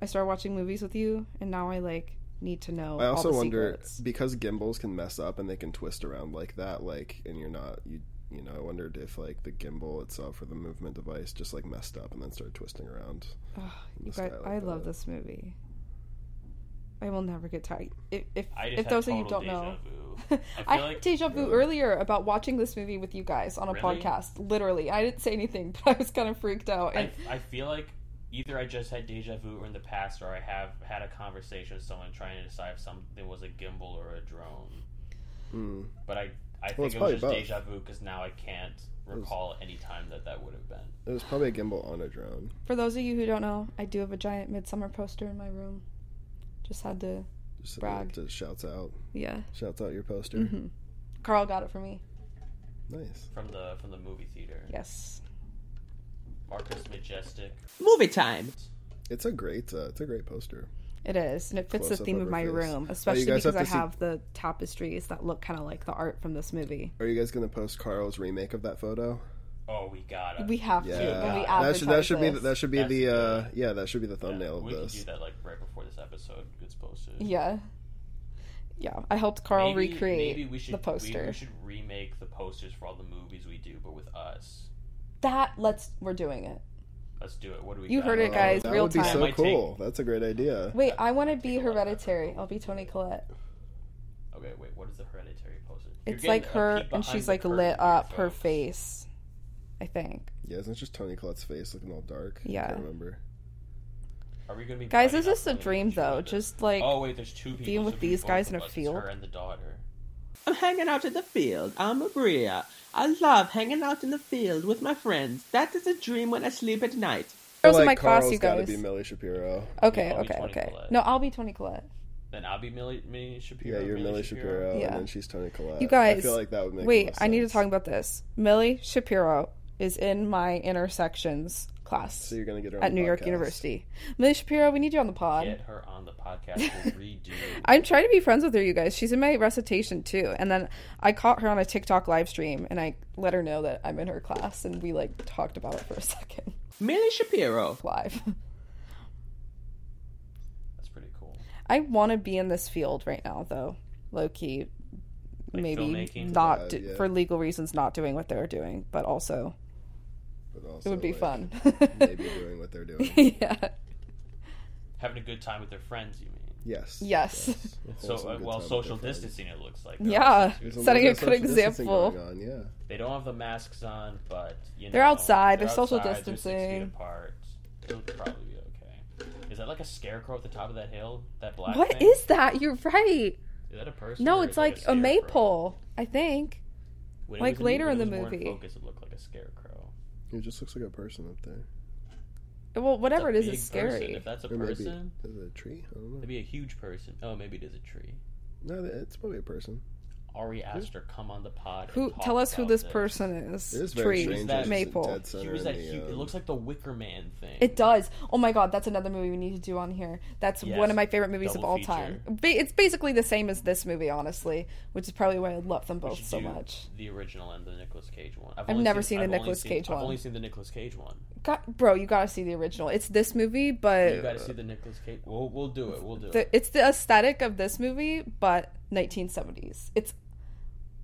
S2: I started watching movies with you, and now I like need to know.
S4: I also
S2: all the
S4: wonder
S2: secrets.
S4: because gimbals can mess up and they can twist around like that, like and you're not you you know, I wondered if like the gimbal itself or the movement device just like messed up and then started twisting around.
S2: Ugh,
S4: in
S2: you
S4: the
S2: guys,
S4: sky like
S2: I love
S4: that.
S2: this movie. I will never get tired. If if,
S3: I just
S2: if
S3: had
S2: those of you
S3: total
S2: don't
S3: déjà
S2: know,
S3: vu.
S2: I,
S3: feel
S2: had
S3: like-
S2: deja vu earlier about watching this movie with you guys on a
S3: Really?
S2: podcast. Literally, I didn't say anything, but I was kind of freaked out. And
S3: I, I feel like either I just had deja vu or in the past, or I have had a conversation with someone trying to decide if something was a gimbal or a drone.
S4: Hmm.
S3: But I, I think
S4: Well, it's
S3: it was
S4: probably
S3: just
S4: both.
S3: deja vu because now I can't recall any time that that would have been.
S4: It was probably a gimbal on a drone.
S2: for those of you who don't know, I do have a giant midsummer poster in my room. Just had to,
S4: Just,
S2: Brag.
S4: just shouts out.
S2: yeah.
S4: Shouts out your poster.
S2: hmm Carl got it for me.
S4: Nice.
S3: From the from the movie theater,
S2: Yes.
S3: Marcus Majestic.
S1: Movie time.
S4: It's a great uh, it's a great poster.
S2: It is, and it fits the
S4: Close-up
S2: theme
S4: of
S2: of
S4: her
S2: my
S4: face. Oh,
S2: room, especially
S4: guys
S2: because
S4: have
S2: I
S4: to see-
S2: have the tapestries that look kind of like the art from this movie.
S4: Are you guys gonna post Carl's remake of that photo?
S3: Oh, we got it.
S2: We have
S4: Yeah.
S2: to when we
S4: that
S2: advertise
S4: should that should
S2: this.
S4: be that should be
S3: That's
S4: the uh,
S3: good.
S4: yeah, that should be the
S3: Yeah,
S4: thumbnail
S3: we
S4: of
S3: can
S4: this.
S3: do that like right before this episode gets posted.
S2: Yeah, yeah. I helped Carl
S3: Maybe-
S2: recreate
S3: maybe we should,
S2: the
S3: we-
S2: poster.
S3: We, should remake the posters for all the movies we do, but with us.
S2: That let's we're doing it.
S3: Let's do it. What do we?
S2: You
S3: got?
S2: heard it, guys.
S4: that
S2: real
S4: would be
S2: time.
S4: so
S3: Might take-
S4: cool. That's a great idea.
S2: Wait, I want to
S3: might take
S2: be
S3: a lot of effort.
S2: hereditary. I'll be Tony Collette.
S3: Okay, wait. What is the hereditary poster? You're
S2: It's
S3: getting
S2: like
S3: a
S2: her,
S3: peek
S2: and
S3: behind
S2: she's
S3: the
S2: like
S3: curtain
S2: lit
S3: here,
S2: up her
S3: folks.
S2: face. I think,
S4: Yeah, isn't it just Tony Collette's face looking all dark?
S2: Yeah.
S4: I can't remember.
S3: Are we gonna be
S2: guys.
S3: fighting
S2: This is
S3: on
S2: a
S3: Tony
S2: dream,
S3: Collette?
S2: though. Just like
S3: oh wait, there's two people.
S2: being with
S3: so
S2: these
S3: both
S2: guys
S3: of
S2: in a
S3: us, it's
S2: field.
S3: Her and the daughter.
S1: I'm hanging out in the field. I'm Maria. I love hanging out in the field with my friends. That is a dream when I sleep at night.
S2: girls in
S4: Like,
S2: my class,
S4: Carl's
S2: you
S4: gotta
S2: guys.
S4: be Millie Shapiro.
S2: Okay,
S3: I'll be
S2: okay,
S3: Toni
S2: okay.
S3: Collette.
S2: No, I'll be Tony Collette.
S3: Then I'll be Millie, Millie Shapiro.
S4: Yeah, you're Millie Shapiro,
S2: Yeah.
S4: and then she's Tony Collette.
S2: You guys,
S4: I feel like that would make.
S2: Wait,
S4: less
S2: I need to
S4: sense.
S2: talk about this. Millie Shapiro is in my intersections class
S4: So you're gonna get her on
S2: at
S4: the
S2: New York
S4: podcast.
S2: University. Millie Shapiro, we need you on the pod.
S3: Get her on the podcast. We'll redo.
S2: I'm trying to be friends with her, you guys. She's in my recitation too. And then I caught her on a TikTok live stream and I let her know that I'm in her class and we like talked about it for a second
S1: Millie Shapiro.
S2: live.
S3: That's pretty cool.
S2: I want to be in this field right now though, low key.
S3: Like
S2: Maybe
S3: filmmaking?
S2: not
S4: Yeah,
S2: do-
S4: yeah.
S2: for legal reasons, not doing what they're doing, but also
S4: But
S2: it
S4: also,
S2: would be
S4: like,
S2: fun.
S4: Maybe doing what they're doing.
S2: yeah.
S3: Having a good time with their friends. You mean?
S4: Yes.
S2: Yes.
S3: So
S4: Wholesome
S3: uh,
S4: good
S3: well,
S4: time with
S3: social
S4: their friends.
S3: distancing. It looks like.
S2: Yeah.
S4: There's a
S2: Setting
S4: lot
S2: a
S4: of
S2: good
S4: social distancing
S2: example.
S4: going on, yeah.
S3: They don't have the masks on, but you know
S2: They're outside,
S3: they're
S2: they're social
S3: outside, they're Six feet
S2: distancing.
S3: apart. It'll probably be okay. Is that like a scarecrow at the top of that hill? That black.
S2: What
S3: thing?
S2: is that? You're right.
S3: Is that a person?
S2: No,
S3: or
S2: it's
S3: is it
S2: like a
S3: scarecrow?
S2: maypole, I think.
S3: When it
S2: Like,
S3: was in-
S2: later
S3: when
S2: in
S3: it
S2: the
S3: was more in
S2: movie.
S3: focus, it looked like a scarecrow.
S4: It just looks like a person up there.
S2: Well, whatever it
S3: It's
S2: is,
S3: a
S2: it's
S3: big person.
S2: scary.
S3: If that's a
S4: Or maybe
S3: person,
S4: is it a tree? I don't know.
S3: it'd be a huge person. Oh, maybe it is a tree.
S4: No, th- it's probably a person.
S3: Ari Aster, come on the pod. and
S2: Who
S3: talk
S2: tell us who
S3: about
S2: this person is?
S4: It is very
S2: Tree,
S4: strange.
S3: She's that-
S4: it's
S2: maple.
S4: dead center
S3: She was
S4: in
S3: that
S4: the,
S3: huge. It
S4: um,
S3: looks like the Wicker Man thing.
S2: It does. Oh my god, that's another movie we need to do on here. That's
S3: Yes.
S2: one of my favorite movies
S3: Double
S2: of all
S3: feature.
S2: time. Ba- It's basically the same as this movie, honestly, which is probably why I love them
S3: We
S2: both
S3: should
S2: so
S3: do
S2: much.
S3: The original and the Nicolas Cage one.
S2: I've never seen the
S3: only
S2: Nicolas Cage
S3: I've
S2: one.
S3: only seen the Nicolas Cage one.
S2: God, bro, you gotta see the original. It's this movie,
S3: You got to
S2: but
S3: see the Nicolas Cage. We'll, we'll do it. We'll do
S2: the,
S3: it.
S2: it's the aesthetic of this movie, but 1970s. It's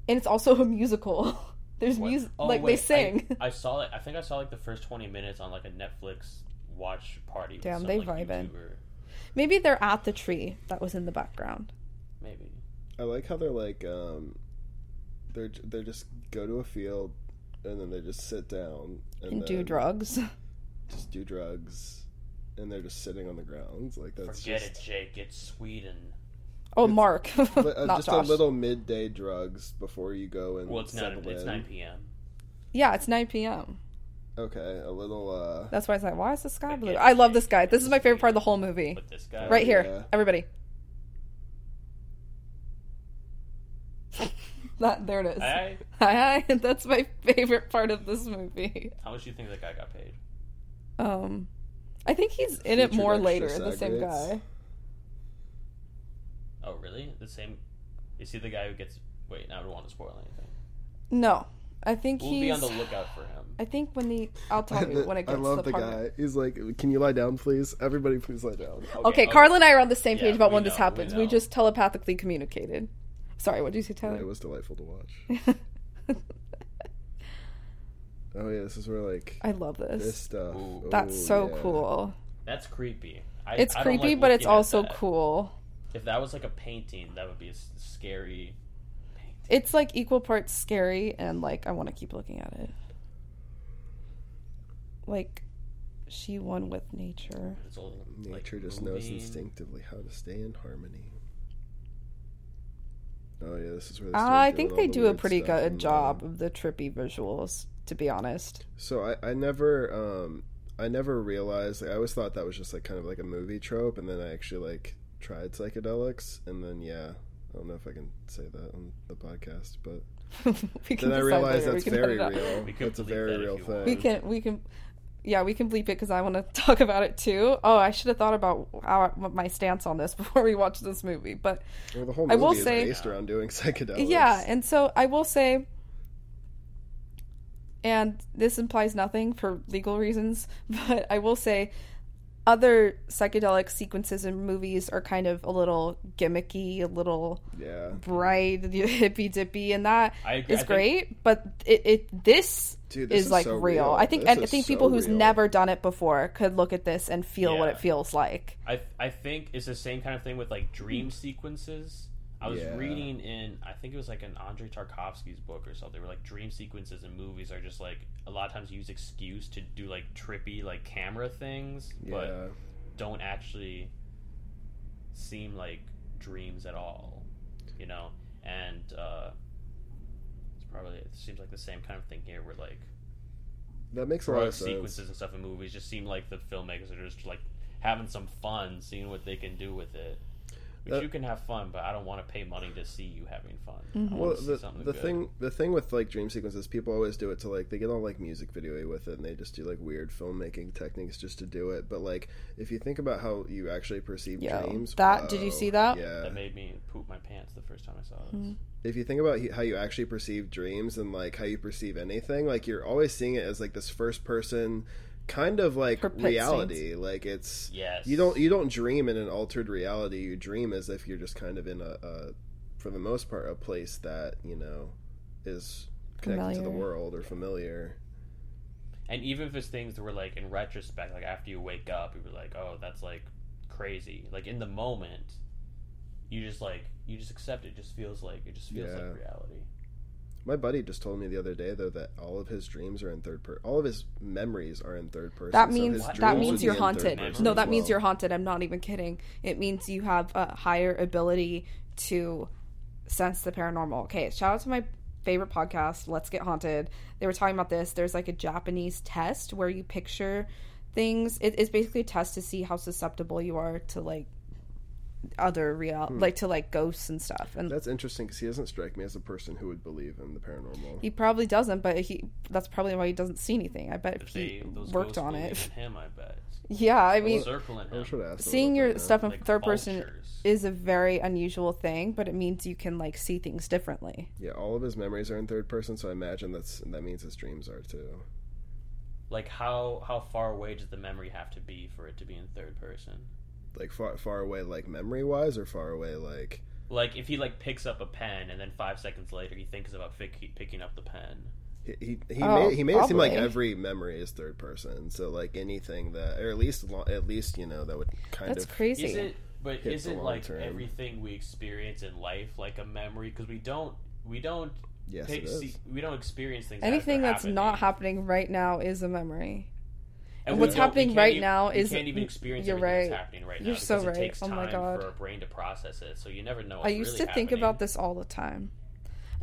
S2: and it's also a musical. There's
S3: What?
S2: music,
S3: Oh,
S2: like
S3: wait, I-
S2: they sing.
S3: I saw it. I think I saw like the first twenty minutes on like a Netflix watch party. with
S2: Damn,
S3: some,
S2: they
S3: like,
S2: vibing.
S3: YouTuber.
S2: Maybe they're at the tree that was in the background.
S3: Maybe.
S4: I like how they're like, um, they're j- they just go to a field and then they just sit down and,
S2: And do
S4: then
S2: drugs.
S4: Just do drugs, and they're just sitting on the ground. Like that's
S3: Forget
S4: just,
S3: it, Jake. It's Sweden.
S2: Oh,
S4: It's-
S2: Mark,
S4: But, uh,
S2: not
S4: just
S2: Josh.
S4: a little midday drugs before you go and
S3: Well, it's not.
S4: settle
S3: It's
S4: in.
S3: nine p.m.
S2: Yeah, it's 9 p.m.
S4: Okay, a little. uh
S2: That's why I was like, why is the sky blue?
S3: Again,
S2: I love this
S3: Jake,
S2: guy. This is my favorite part of the
S3: Jake.
S2: whole movie.
S3: But this guy,
S2: Right here,
S4: Yeah.
S2: everybody. that there it is. Hi,
S3: I,
S2: hi. That's my favorite part of this movie.
S3: how much do you think that guy got paid?
S2: Um, I think he's in it
S4: Featured
S2: more
S4: extra
S2: later. The same
S4: segments.
S2: guy.
S3: Oh, really? The same? Is he the guy who gets? Wait, I don't want to spoil anything.
S2: No, I think
S3: We'll
S2: he's.
S3: be on the lookout for him.
S2: I think when the I'll tell you when it
S4: I
S2: gets to
S4: love
S2: the,
S4: the,
S2: part.
S4: guy. He's like, "Can you lie down, please? Everybody, please lie down."
S2: Okay, Carl and I are on the same
S3: oh, Yeah,
S2: page about
S3: we
S2: when
S3: know,
S2: this
S3: we
S2: happens. We,
S3: know.
S2: just telepathically communicated. Sorry, what did you say,
S4: It
S2: Tyler?
S4: was delightful to watch. Oh yeah, this is where like
S2: I love this.
S4: this stuff.
S3: Ooh.
S2: That's
S4: Ooh,
S2: so
S4: yeah.
S2: cool.
S3: oh, That's creepy. I,
S2: It's
S3: I don't
S2: creepy,
S3: like
S2: but it's
S3: looking at
S2: also
S3: that.
S2: cool.
S3: If that was like a painting, that would be a s- scary painting.
S2: It's like equal parts scary and like I want to keep looking at it. Like she won with nature.
S3: It's all, like,
S4: Nature just knows
S3: moving.
S4: instinctively how to stay in harmony. Oh yeah, this is where they start
S2: Ah, I
S4: doing
S2: think
S4: all
S2: they
S4: the
S2: do a
S4: weird
S2: pretty
S4: stuff
S2: good
S4: and,
S2: job
S4: um,
S2: of the trippy visuals, to be honest.
S4: So I, I never um I never realized I always thought that was just like kind of like a movie trope, and then I actually like tried psychedelics, and then yeah, I don't know if I can say that on the podcast, but
S2: we can
S4: then I
S2: decide
S4: realized
S2: later. We
S4: that's
S2: can cut
S4: very
S2: it out.
S4: real.
S3: We could
S4: That's a
S3: bleep
S4: very
S3: that if
S4: real
S3: you
S4: thing.
S3: want.
S2: We can we can yeah, we can bleep it because I want to talk about it too. Oh, I should have thought about how, what my stance on this before we watched this movie, but
S4: Well, the whole
S2: I
S4: movie
S2: will
S4: is
S2: say-
S4: based around doing psychedelics.
S2: yeah and so i will say and this implies nothing for legal reasons but i will say other psychedelic sequences in movies are kind of a little gimmicky a little
S4: yeah,
S2: bright hippy dippy and that
S3: I agree. I
S2: is
S3: think-
S2: great but it, it this
S4: dude, this
S2: is like
S4: so
S2: real. I think
S4: This
S2: and I
S4: is
S2: think
S4: so
S2: people who's
S4: real.
S2: never done it before could look at this and feel what
S3: Yeah.
S2: it feels like.
S3: I I think it's the same kind of thing with like dream sequences. I was
S4: Yeah.
S3: reading in I think it was like an Andre Tarkovsky's book or something where like dream sequences in movies are just like a lot of times used excuse to do like trippy like camera things, but
S4: yeah.
S3: don't actually seem like dreams at all, you know. And uh, it's probably it seems like the same kind of thing here where like
S4: That makes a lot
S3: drug
S4: of sense.
S3: sequences and stuff in movies just seem like the filmmakers are just like having some fun, seeing what they can do with it. Which
S4: That-
S3: you can have fun, but I don't want to pay money to see you having fun.
S2: Mm-hmm.
S3: I want
S4: Well,
S3: to see
S4: the,
S3: something
S4: the
S3: good.
S4: thing the thing with like dream sequences, people always do it to like they get all like music video with it, and they just do like weird filmmaking techniques just to do it. But like if you think about how you actually perceive
S2: Yo,
S4: dreams,
S2: that- did you
S4: whoa,
S2: see that?
S4: Yeah.
S3: that made me poop my pants the first time I saw this.
S2: Mm-hmm.
S4: If you think about he- how you actually perceive dreams and like how you perceive anything, like you're always seeing it as like this first person kind of like
S2: Perpet
S4: reality. Like it's
S3: Yes,
S4: you don't you don't dream in an altered reality. You dream as if you're just kind of in a, a for the most part, a place that you know is connected to the
S2: Familiar.
S4: world or familiar.
S3: and even if it's things that were like in retrospect, like after you wake up, you were like, "Oh, that's like crazy." Like in the moment, you just like you just accept it. It Just feels like it just feels
S4: Yeah.
S3: like reality.
S4: My buddy just told me the other day though that all of his dreams are in third person. All of his memories are in third person.
S2: That
S4: so
S2: means
S4: his
S2: that
S4: dreams would
S2: means
S4: be
S2: you're
S4: in third
S2: haunted.
S4: person
S2: No,
S4: as
S2: that means
S4: well.
S2: you're haunted. I'm not even kidding. It means you have a higher ability to sense the paranormal. Okay, shout out to my favorite podcast, Let's Get Haunted, they were talking about this. There's like a Japanese test where you picture things. It, it's basically a test to see how susceptible you are to like other real, like to like ghosts and stuff. And
S4: Hmm. That's interesting because he doesn't strike me as a person who would believe in the paranormal.
S2: he probably doesn't, but he that's probably why he doesn't see anything. I bet if
S3: If
S2: he
S3: they, those
S2: worked
S3: ghosts
S2: on
S3: believe
S2: it.
S3: in him, I bet.
S2: Yeah, I mean,
S3: Circling
S4: I
S3: him.
S4: should ask.
S2: seeing your stuff in
S3: Like
S2: third person
S3: vultures.
S2: is a very unusual thing, but it means you can like see things differently.
S4: Yeah, all of his memories are in third person, so I imagine that's that means his dreams are too.
S3: Like how how far away does the memory have to be for it to be in third person?
S4: Like far far away, like memory wise, or far away, like
S3: Like if he like picks up a pen and then five seconds later he thinks about fic- picking up the pen.
S4: he he, he
S2: Oh,
S4: made he made it seem like
S2: probably.
S4: every memory is third person. So like anything that, or at least lo- at least you know that would kind
S2: That's
S4: of
S2: crazy.
S3: Isn't but
S4: Hit the
S3: isn't
S4: long
S3: like
S4: term.
S3: everything we experience in life like a memory? Because we don't we don't
S4: yes,
S3: pick,
S4: it is.
S3: see, we don't experience things. as
S2: Anything
S3: they're
S2: that's not
S3: happening.
S2: happening right now is a memory.
S3: And
S2: what's
S3: we don't- we
S2: happening
S3: can't
S2: right
S3: even-
S2: now is-
S3: we can't even experience
S2: you're
S3: everything
S2: right.
S3: that's happening right
S2: You're
S3: now.
S2: so
S3: because
S2: right.
S3: It takes
S2: Oh
S3: time
S2: my God.
S3: for our brain to process it, so you never know.
S2: I
S3: What's
S2: used
S3: really
S2: to think
S3: happening.
S2: about this all the time.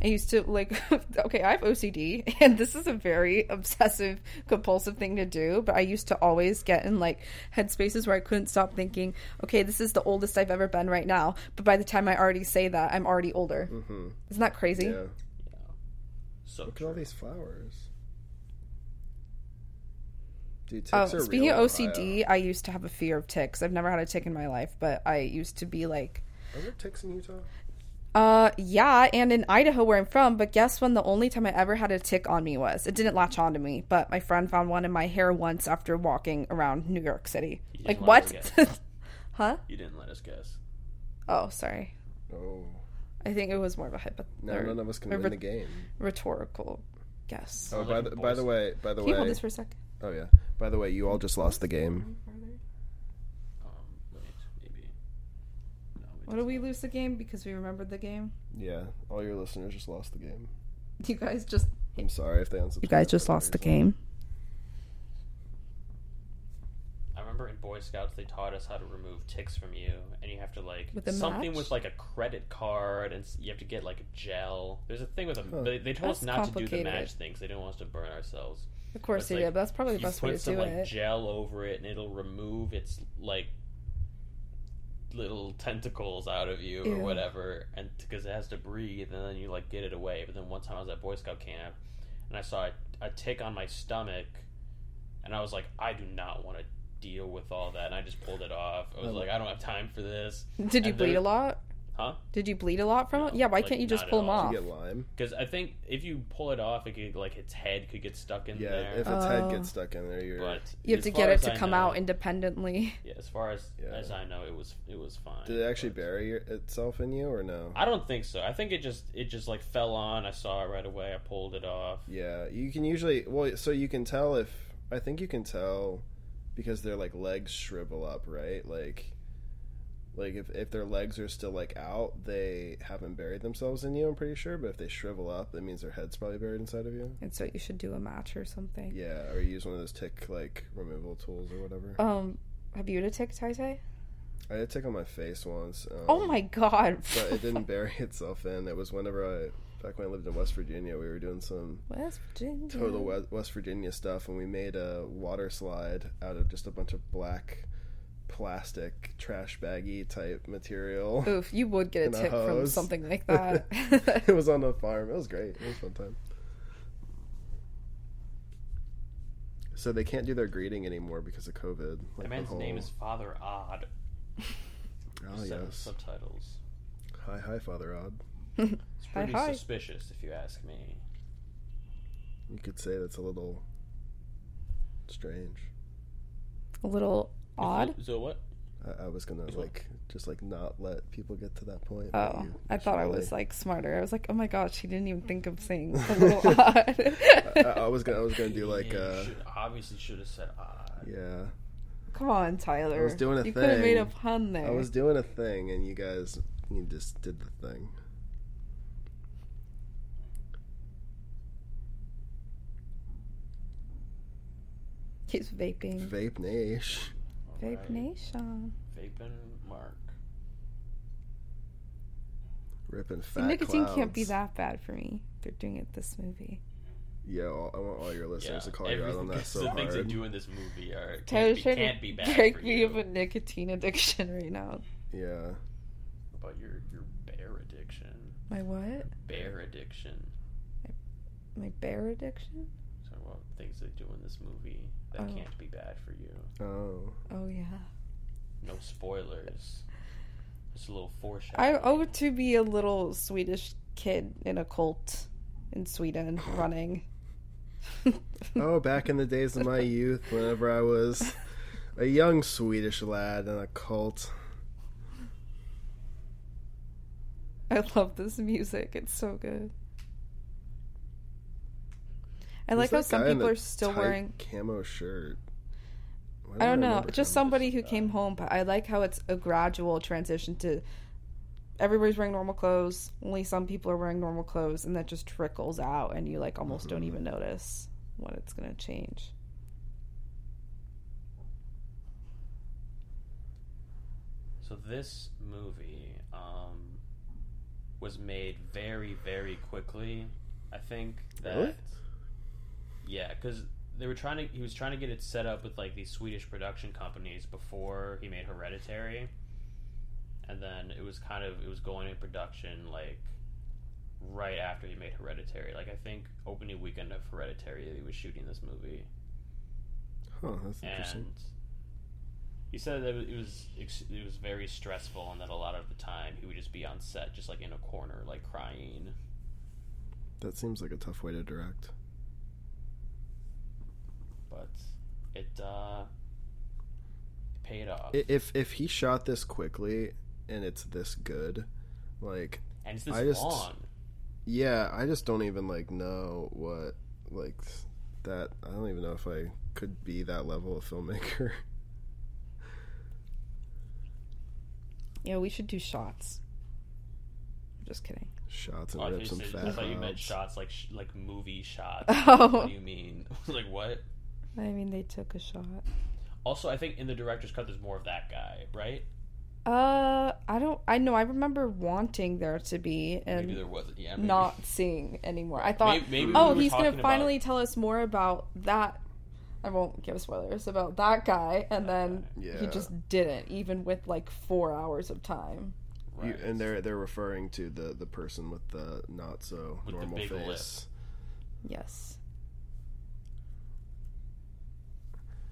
S2: I used to like okay, I have OCD and this is a very obsessive compulsive thing to do, but I used to always get in like headspaces where I couldn't stop thinking, okay, this is the oldest I've ever been right now, but by the time I already say that, I'm already older.
S4: Mm-hmm.
S2: Isn't that crazy?
S4: Yeah,
S3: So
S4: look at
S3: true.
S4: all these flowers. Dude, ticks
S2: Oh,
S4: are
S2: speaking
S4: real
S2: of
S4: in
S2: OCD, I used to have a fear of ticks. I've never had a tick in my life, but I used to be like,
S4: Ohio. Are there ticks in Utah?
S2: uh, yeah, and in Idaho where I'm from, but guess when the only time I ever had a tick on me was? It didn't latch on to me, but my friend found one in my hair once after walking around New York City.
S3: You
S2: Like,
S3: didn't let
S2: what?
S3: us
S2: huh?
S3: You didn't let us guess.
S2: Oh, sorry.
S4: Oh,
S2: I think it was more of a hypothetical,
S4: now none of us can
S2: or
S4: win
S2: re-
S4: the game.
S2: rhetorical guess.
S4: Oh,
S3: Sounds
S4: by
S3: like
S4: the,
S3: a
S4: by the
S3: voice.
S4: way, by the
S2: Can you hold
S4: way,
S2: this for a sec?
S4: oh yeah, by the way, you all just lost the game.
S3: Um, wait, maybe. No,
S2: What did we lose the game because we remembered the game?
S4: Yeah, all your listeners just lost the game.
S2: You guys just
S4: I'm sorry if they unsubscribe.
S2: you guys
S4: for
S2: just
S4: that
S2: lost the
S4: reason.
S2: game.
S3: I remember in Boy Scouts they taught us how to remove ticks from you, and you have to like
S2: With a
S3: something
S2: match?
S3: with like a credit card, and s- you have to get like a gel. There's a thing with a.
S4: Huh.
S3: They, they told us
S2: That's
S3: not to do the
S2: complicated.
S3: match thing 'cause they didn't want us to burn ourselves.
S2: Of course
S3: It's
S2: they
S3: like,
S2: did, but that's probably the
S3: you
S2: best way
S3: put
S2: to
S3: some
S2: do
S3: like
S2: it.
S3: gel over it, and it'll remove its like little tentacles out of you or
S2: Ew.
S3: whatever, and because it has to breathe, and then you like get it away. But then one time I was at Boy Scout camp, and I saw a, a tick on my stomach, and I was like, I do not want to deal with all that, and I just pulled it off. I was
S4: Oh.
S3: like, I don't have time for this.
S2: Did you
S3: And
S2: bleed
S3: there-
S2: a lot?
S3: Huh?
S2: Did you bleed a lot from it?
S3: No,
S2: Yeah, why
S3: like,
S2: can't you just
S3: not at
S2: pull them
S3: all.
S2: off?
S4: Did you get lime?
S3: Because I think if you pull it off, it could like its head could get stuck in
S4: Yeah,
S3: there.
S4: if its head
S2: Oh.
S4: gets stuck in there, you're.
S3: but
S2: You have
S3: as
S2: to
S3: far
S2: get it
S3: as
S2: to
S3: I
S2: come
S3: know-
S2: out independently.
S3: Yeah, as far as
S4: Yeah.
S3: as I know, it was it was fine.
S4: Did it actually
S3: but-
S4: bury your, itself in you or no?
S3: I don't think so. I think it just it just like fell on. I saw it right away. I pulled it off.
S4: Yeah, you can usually well, so you can tell if I think you can tell because their like legs shrivel up, right? Like, like if if their legs are still like out, they haven't buried themselves in you. I'm pretty sure, but if they shrivel up, that means their head's probably buried inside of you.
S2: And so you should do a match or something.
S4: Yeah, or use one of those tick like removal tools or whatever.
S2: Um, have you had a tick, Tai Tai?
S4: I had a tick on my face once. Um,
S2: Oh my god.
S4: But it didn't bury itself in. It was whenever I back when I lived in West Virginia, we were doing some
S2: West Virginia.
S3: Mm-hmm.
S4: total West, West Virginia stuff, and we made a water slide out of just a bunch of black plastic trash baggy type material.
S2: Oof, you would get
S4: And
S2: a
S4: a
S2: tick from
S4: hose.
S2: something like that.
S4: it was on a farm. It was great. It was a fun time. So they can't do their greeting anymore because of COVID. Like
S3: The man's name is Father Odd.
S4: oh
S3: Sub-
S4: yes.
S3: Subtitles.
S4: Hi, hi, Father Odd.
S3: It's
S2: Hi,
S3: pretty
S2: hi.
S3: suspicious, if you ask me.
S4: You could say that's a little strange.
S2: a little odd.
S3: So what?
S4: I, I was gonna like just like not let people get to that point. but
S2: Oh,
S4: you-
S2: I thought I
S4: surely-
S2: was like smarter. I was like, oh my gosh, she didn't even think of saying a little odd.
S4: I, I was gonna I was gonna do like
S3: Yeah, you
S4: uh
S3: should- obviously should have said odd.
S4: yeah
S2: Come on, Tyler.
S4: doing a
S2: you could have made a
S4: thing.
S2: pun there.
S4: I was doing a thing and you guys you just did the thing.
S2: He's vaping.
S4: Vape Nash.
S3: All
S2: Vape
S3: right.
S2: Nation.
S3: Vaping Mark.
S4: Ripping
S2: See,
S4: fat.
S2: nicotine can't be
S4: clouds.
S2: that bad for me. They're doing it this movie.
S4: Yo, I want all your listeners to call you out
S3: everything-
S4: on that so
S3: the
S4: hard.
S3: things they do in this movie are can't,
S2: Tyler's
S3: be,
S2: trying
S3: can't
S2: to
S3: be bad
S2: break
S3: for
S2: me
S3: you.
S2: of a nicotine addiction right now.
S4: Yeah.
S3: About your your bear addiction,
S2: My what?
S3: bear addiction.
S2: My bear addiction?
S3: So what things they do in this movie that
S2: Oh.
S3: can't be bad for you.
S4: Oh.
S2: Oh yeah.
S3: No spoilers. Just a little
S2: I
S3: foreshadowing.
S2: owe to be a little Swedish kid in a cult in Sweden running.
S4: Oh, back in the days of my youth, whenever I was a young Swedish lad in a cult.
S2: I love this music. It's so good. I like
S4: Who's
S2: how some
S4: that guy in
S2: people
S4: the
S2: are still
S4: tight
S2: wearing.
S4: camo shirt. Why
S2: I
S4: don't
S2: don't know,
S4: remember
S2: just
S4: him?
S2: somebody who came home. But I like how it's a gradual transition to everybody's wearing normal clothes. Only some people are wearing normal clothes, and that just trickles out, and you like almost don't even notice when it's gonna change.
S3: So this movie um, was made very, very quickly. I think that.
S4: Really?
S3: Yeah, because they were trying to. He was trying to get it set up with like these Swedish production companies before he made Hereditary, and then it was kind of it was going in production like right after he made Hereditary. Like I think opening weekend of Hereditary, he was shooting this movie
S4: Huh, that's interesting.
S3: and he said that it was ex- it was very stressful and that a lot of the time he would just be on set just like in a corner like crying
S4: That seems like a tough way to direct.
S3: but it uh it paid off
S4: I- If if he shot this quickly and it's this good, like
S3: and it's this
S4: I just-
S3: long
S4: yeah, I just don't even like know what like that. I don't even know if I could be that level of filmmaker.
S2: Yeah, we should do shots. Just kidding.
S4: Shots
S3: Oh, I
S4: and
S3: thought you
S4: rips and
S3: said-
S4: fat.
S3: I thought you meant
S4: abs.
S3: shots like sh- like movie shots what
S2: Oh,
S3: do you mean like what
S2: I mean, they took a shot.
S3: also I think in the director's cut there's more of that guy right
S2: Uh, I don't. I know. I remember wanting there to be
S3: maybe
S2: and
S3: there wasn't yeah maybe.
S2: not seeing anymore. I thought,
S3: May- maybe we
S2: oh,
S3: were
S2: he's gonna
S3: talking about-
S2: finally tell us more about that. I won't give spoilers about that guy, and then
S4: Yeah.
S2: he just didn't, even with like four hours of time.
S4: You-
S3: Right.
S4: and they're they're referring to the the person with the not so
S3: With the
S4: normal
S3: big lip.
S4: face.
S2: Yes.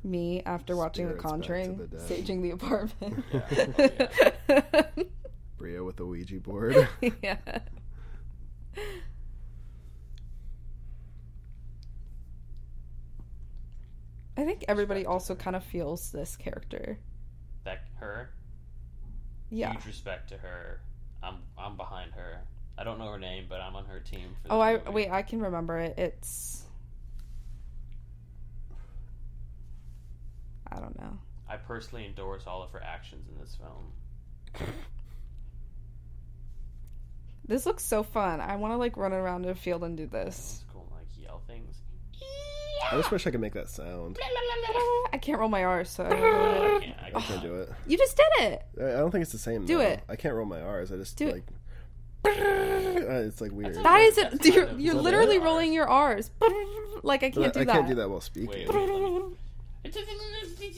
S2: Me after watching The
S4: Spirits back to
S2: Conjuring,
S4: the dead.
S2: staging the apartment.
S4: Bria with the Ouija board.
S2: yeah. I think everybody also kind of feels this character.
S3: that her
S2: Yeah.
S3: huge respect to her. I'm I'm behind her. I don't know her name, but I'm on her team. For
S2: Oh,
S3: this
S2: I
S3: movie.
S2: wait. I can remember it. It's. I don't know.
S3: I personally endorse all of her actions in this film.
S2: This looks so fun. I want to like run around in a field and do
S3: It's
S2: this.
S3: cool, and, like yell things.
S4: I just wish I could make that sound.
S2: I can't roll my R, so I don't know.
S3: I can't. I
S4: I
S3: can't
S4: can't do it.
S2: you just did it.
S4: I I don't think it's the same.
S2: Do
S4: though.
S2: it.
S4: I can't roll my R's. I just
S2: Do it.
S4: like. Uh, it's like weird.
S2: That
S3: That's
S2: isn't.
S3: kind
S2: You're,
S3: of-
S2: you're
S3: Is that
S2: literally
S3: it?
S2: rolling your R's. Like I can't do
S4: I
S2: that.
S4: can't do that while speaking.
S3: Wait, wait, let me-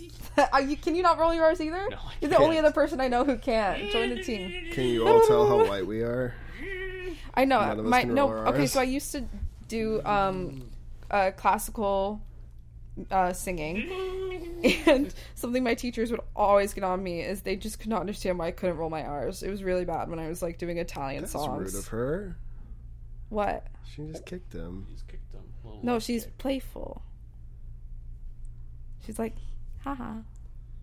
S2: Are you? Can you not roll your R's either?
S3: No, I
S2: You're the only
S3: can't.
S2: other person I know who can. Join the team.
S4: Can you all tell how white we are?
S2: I know.
S4: None of us
S2: my
S4: can
S2: no.
S4: roll our
S2: Okay,
S4: Rs.
S2: so I used to do um, uh, classical uh, singing, and something my teachers would always get on me is they just could not understand why I couldn't roll my R's. It was really bad when I was like doing Italian
S4: That's
S2: songs.
S4: rude of her.
S2: What?
S4: She just kicked him.
S3: She's kicked him. Little
S2: No,
S3: left
S2: she's
S3: kick.
S2: playful. She's like, haha,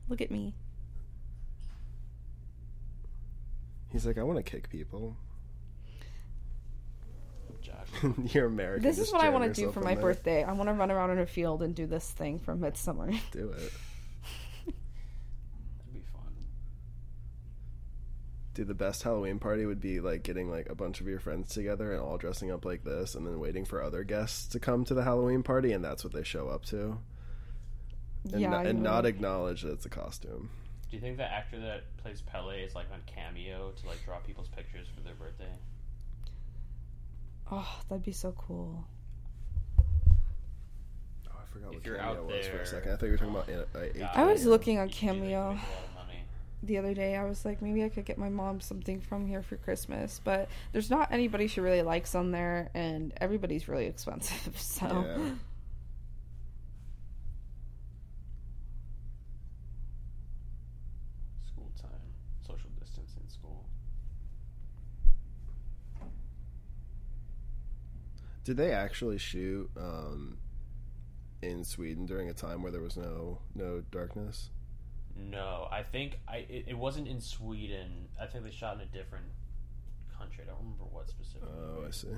S2: look at me.
S4: He's like, I want to kick people.
S3: Josh.
S4: You're American.
S2: This is
S4: just
S2: what I
S4: jam
S2: want to do
S4: yourself
S2: for
S4: in
S2: my
S4: there.
S2: birthday. I want to run around in a field and do this thing from Midsummer.
S4: Do it.
S3: That'd be fun.
S4: Dude, the best Halloween party would be like getting like a bunch of your friends together and all dressing up like this, and then waiting for other guests to come to the Halloween party, and that's what they show up to, and,
S2: yeah,
S4: no-
S2: you
S4: and
S2: know.
S4: not acknowledge that it's a costume.
S3: Do you think the actor that plays Pele is like on Cameo to like draw people's pictures for their birthday?
S2: Oh, that'd be so cool.
S4: Oh, I forgot
S3: If
S4: what
S3: you're
S4: cameo
S3: out
S4: was for
S3: there-
S4: a second. I thought you were talking about. uh, uh,
S3: God,
S2: I was
S4: Cameo.
S2: looking on
S3: You can make a
S2: Cameo
S3: lot of money.
S2: the other day. I was like, maybe I could get my mom something from here for Christmas, but there's not anybody she really likes on there, and everybody's really expensive. So
S4: Yeah.
S3: School time, social distancing, school.
S4: Did they actually shoot um, in Sweden during a time where there was no no darkness?
S3: No, I think I it, it wasn't in Sweden. I think they shot in a different country. I don't remember what specifically.
S4: Oh, I see.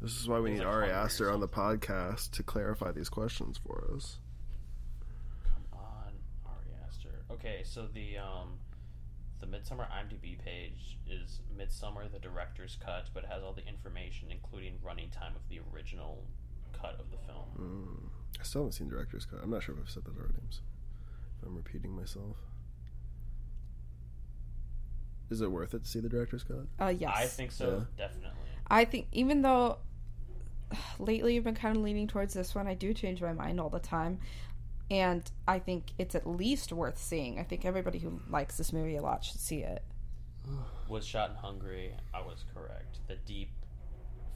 S4: This is why we
S3: It was
S4: need
S3: like
S4: Ari
S3: Hungary or
S4: Aster on the podcast to clarify these questions for us.
S3: Come on, Ari Aster. Okay, so the um, the Midsummer IMDb page is Midsummer the director's cut, but it has all the information, including running time of the original cut of the film.
S4: Mm. I still haven't seen director's cut. I'm not sure if I've said that already. I'm s- If I'm repeating myself, is it worth it to see the director's cut?
S2: uh, yes,
S3: I think so, definitely.
S2: I think even though lately I've been kind of leaning towards this one, I do change my mind all the time. And I think it's at least worth seeing. I think everybody who likes this movie a lot should see it.
S3: Was shot in Hungary. I was correct. The deep,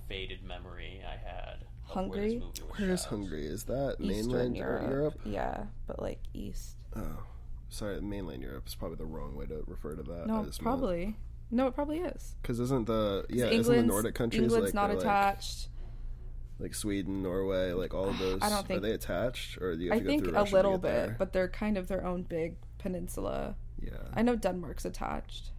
S3: faded memory I had. Of Where
S2: Hungary?
S3: this movie was
S4: Where is
S3: shot.
S4: Hungary? Is that
S2: Eastern
S4: mainland
S2: Europe.
S4: Europe? Europe?
S2: Yeah, but like East.
S4: Oh, sorry, mainland Europe is probably the wrong way to refer to that.
S2: no, probably. No, it probably is.
S4: because isn't the yeah isn't the
S2: England's,
S4: Nordic countries
S2: England's
S4: like,
S2: not
S4: they're, like-
S2: attached.
S4: like Sweden, Norway, like all of those.
S2: I don't
S4: are
S2: think-
S4: they attached, or do you have
S2: I
S4: to go
S2: think
S4: through
S2: a
S4: Russia to
S2: little
S4: get
S2: bit,
S4: there?
S2: but they're kind of their own big peninsula.
S4: yeah,
S2: I know Denmark's attached.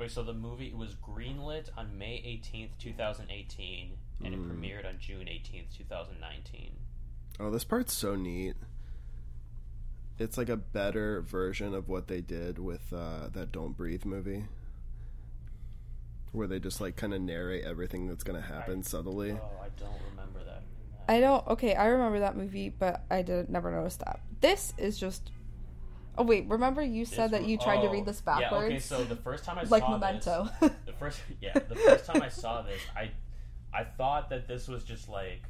S3: Okay, so the movie was greenlit on May 18th, 2018, and
S4: Hmm.
S3: it premiered on June 18th, 2019.
S4: oh, this part's so neat. It's like a better version of what they did with uh, that "Don't Breathe" movie, where they just like kind of narrate everything that's going to happen subtly.
S3: Oh, I don't remember that.
S2: I don't. Okay, I remember that movie, but I didn't never noticed that. This is just. Oh wait, remember you said
S3: This
S2: that
S3: one-
S2: you tried
S3: oh,
S2: to read this backwards,
S3: Yeah, okay, so the first time I
S2: like
S3: saw
S2: Memento.
S3: this, the first yeah, the first time I saw this, I I thought that this was just like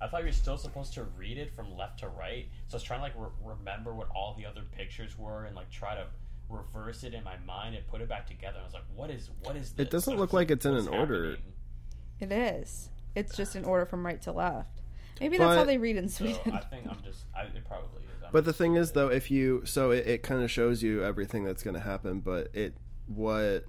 S3: I thought you're still supposed to read it from left to right. So I was trying to like re- remember what all the other pictures were and like try to reverse it in my mind and put it back together. I was like, what is what is this?
S4: It doesn't
S3: I was
S4: look like it's in
S3: what's
S4: an order.
S3: happening?
S2: it is. It's just in order from right to left. Maybe that's how
S4: But-
S2: they read in
S3: So
S2: Sweden.
S3: I think I'm just. I, it probably is. I'm
S4: But the
S3: just
S4: thing is,
S3: stupid.
S4: though, if you so it, it kind of shows you everything that's going to happen, but it what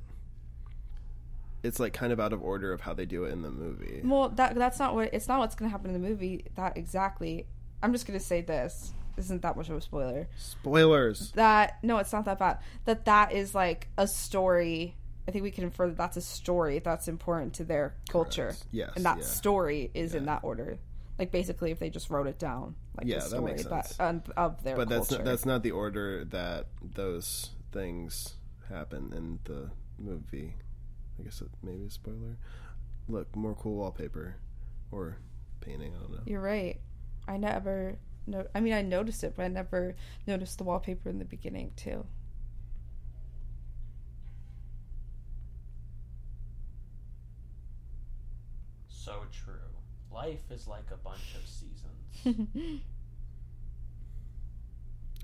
S4: it's like kind of out of order of how they do it in the movie.
S2: well, that that's not what it's not what's going to happen in the movie. That exactly. I'm just going to say this isn't that much of a spoiler.
S4: Spoilers.
S2: that no it's not that bad that that is like a story i think we can infer that that's a story that's important to their culture
S4: Correct. Yes,
S2: and that
S4: yeah.
S2: story is in that order like basically if they just wrote it down like
S4: Yeah,
S2: the
S4: that
S2: story
S4: makes sense.
S2: um, of their
S4: But that's
S2: culture
S4: not, that's not the order that those things happen in the movie. I guess it maybe a spoiler. Look, more cool wallpaper or painting. I don't know.
S2: you're right i never no i mean i noticed it but i never noticed the wallpaper in the beginning too
S3: So true. Life is like a bunch of seasons.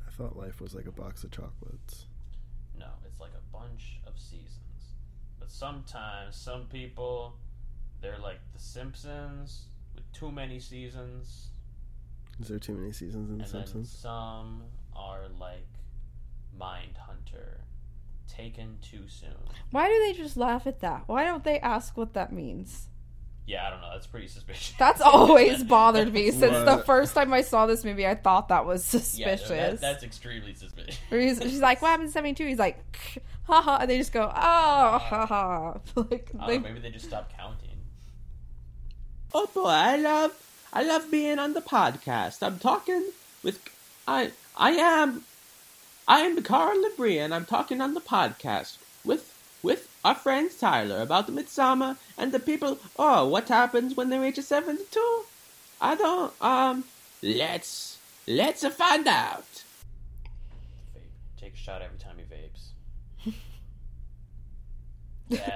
S4: I thought life was like a box of chocolates.
S3: no, it's like a bunch of seasons. But sometimes some people, they're like The Simpsons with too many seasons,
S4: Is there too many seasons in The
S3: and then
S4: Simpsons?
S3: some are like Mind Hunter, taken too soon.
S2: why do they just laugh at that why don't they ask what that means
S3: Yeah, I don't know. That's pretty suspicious.
S2: that's always bothered me since the
S4: What?
S2: first time I saw this movie. I thought that was
S3: Yeah,
S2: suspicious.
S3: no, that, that's extremely suspicious.
S2: Or he's, she's like, "What happened to seventy two? He's like, haha, and they just go, "Oh, haha." Like,
S3: I
S2: they,
S3: don't know, Oh, maybe they just stopped counting.
S1: Oh boy, I love I love being on the podcast. I'm talking with I I am I am Carl Labria and I'm talking on the podcast with with our friend Tyler about the midsummer and the people oh what happens when they reach a seventy two? I don't um let's let's find out.
S3: Fade Take a shot every time he vapes.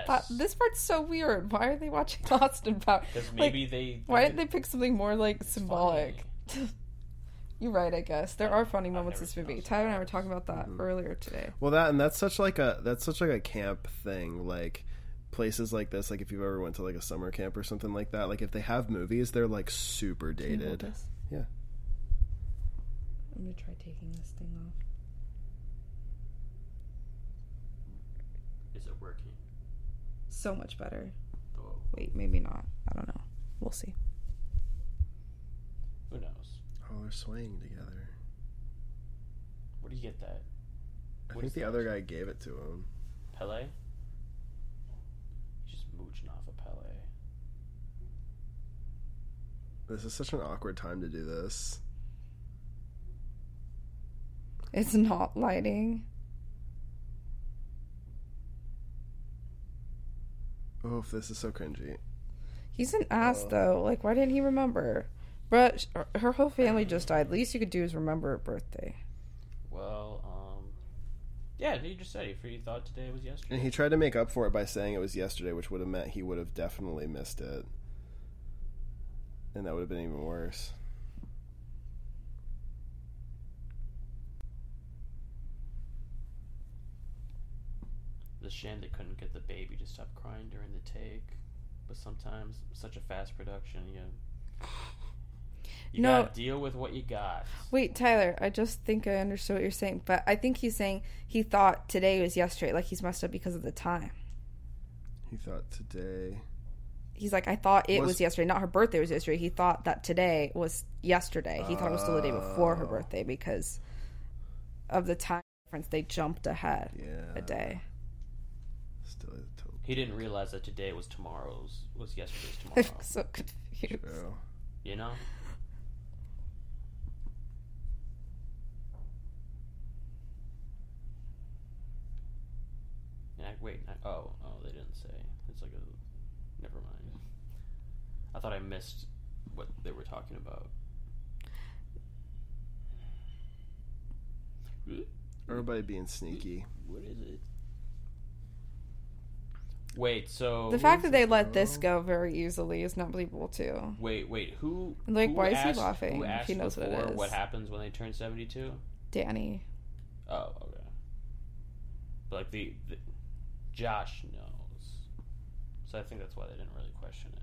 S2: Pa-
S3: Yes.
S2: this part's so weird. Why are they watching Austin Power?
S3: Because
S2: Like,
S3: maybe they.
S2: Why didn't they pick something more like
S3: funny.
S2: symbolic? You're right, I guess. There are funny
S3: I've
S2: moments in
S3: never
S2: this
S3: seen
S2: movie.
S3: Austin
S2: Tyler and I were
S3: Powers.
S2: talking about that
S3: Mm-hmm.
S4: Mhm.
S2: earlier today.
S4: Well, that and that's such like a that's such like a camp thing. Like places like this, like if you've ever went to like a summer camp or something like that, like if they have movies, they're like super
S2: Can you hold
S4: dated.
S2: this?
S4: Yeah.
S2: I'm gonna try taking this thing off.
S3: Is it working?
S2: So much better.
S3: Whoa.
S2: Wait, maybe not. I don't know. We'll see.
S3: Who knows?
S4: Oh, they're swaying together.
S3: Where do you get that?
S4: I
S3: What
S4: think
S3: is
S4: the
S3: that?
S4: other guy gave it to him.
S3: Pele? He's just mooching off of Pele.
S4: This is such an awkward time to do this.
S2: It's not lighting.
S4: Oh, this is so cringy.
S2: He's an ass though. Like, why didn't he remember? But sh- uh, her whole family just died. Least you could do is remember her birthday.
S3: Well, um. Yeah, you just said it. For you thought today was yesterday.
S4: And he tried to make up for it by saying it was yesterday, which would have meant he would have definitely missed it. And that would have been even worse.
S3: It's a shame they couldn't get the baby to stop crying during the take. But sometimes, such a fast production, you. You
S2: No.
S3: gotta deal with what you got.
S2: Wait, Tyler, I just think I understood what you're saying, but I think he's saying he thought today was yesterday. Like he's messed up because of the time.
S4: He thought today.
S2: He's like, I thought it was,
S4: Was-
S2: yesterday, not her birthday was yesterday. He thought that today was yesterday. He thought it was still the day before her
S4: Oh.
S2: birthday because of the time difference. They jumped ahead
S4: Yeah.
S2: a day.
S4: Still a total
S3: He didn't realize that today was tomorrow's, was yesterday's tomorrow.
S2: I'm so confused.
S4: show.
S3: you know? And I, wait, I, oh, oh, they didn't say. It's like a. Never mind. I thought I missed what they were talking about.
S4: Everybody being sneaky.
S3: What is it? Wait, so
S2: The fact that they
S4: Oh,
S2: let this go very easily is not believable too.
S3: wait, wait, who?
S2: And, like,
S3: who
S2: why is he
S3: asked-
S2: laughing
S3: Who
S2: if
S3: asked
S2: he knows what it
S3: before
S2: is?
S3: What happens when they turn seventy-two?
S2: Danny,
S3: Oh, okay. But like the, the Josh knows, so I think that's why they didn't really question it.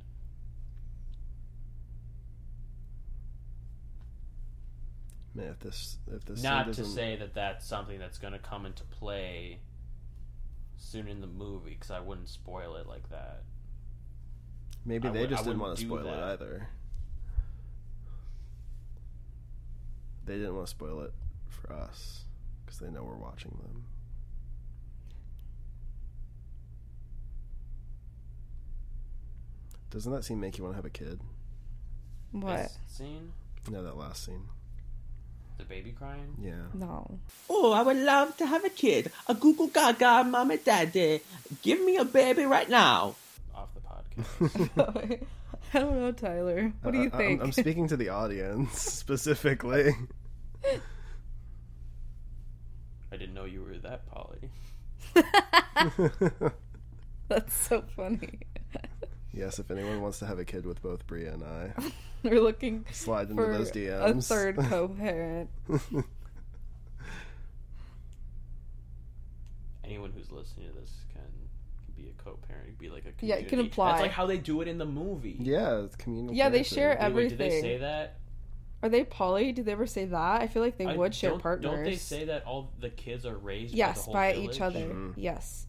S4: Man, if this if this scene
S3: Not to
S4: doesn't-
S3: say that that's something that's going to come into play soon in the movie, because I wouldn't spoil it like that.
S4: maybe
S3: I
S4: they
S3: would- I
S4: just didn't
S3: wouldn't
S4: want to
S3: do
S4: spoil
S3: that.
S4: it either. They didn't want to spoil it for us because they know we're watching them. Doesn't that scene make you want to have a kid?
S2: what?
S3: This scene?
S4: No, that last scene.
S3: The baby crying.
S4: Yeah.
S2: No.
S5: Oh, I would love to have a kid. A goo goo gaga, mama, daddy. Give me a baby right now.
S3: Off the podcast.
S2: I don't know, Tyler. What do you
S4: Uh, I- I- I'm-
S2: think?
S4: I'm speaking to the audience specifically.
S3: I didn't know you were that poly.
S2: That's so funny.
S4: yes, if anyone wants to have a kid with both Bria and I,
S2: We're looking
S4: slide into
S2: for
S4: those
S2: a
S4: DMs.
S2: third co-parent.
S3: Anyone who's listening to this can, can be a co-parent. Be like a
S2: Yeah, you
S3: community.
S2: can apply.
S3: That's like how they do it in the movie.
S4: yeah, it's communal.
S2: Yeah, they
S4: parenting.
S2: share
S3: Wait, wait,
S2: everything.
S3: did they say that?
S2: Are they poly? Did they ever say that? I feel like they
S3: I-
S2: would share
S3: don't-
S2: partners.
S3: Don't they say that all the kids are raised? by, the
S2: yes,
S3: whole
S2: by
S3: village?
S2: each other.
S4: Mhm.
S2: Yes,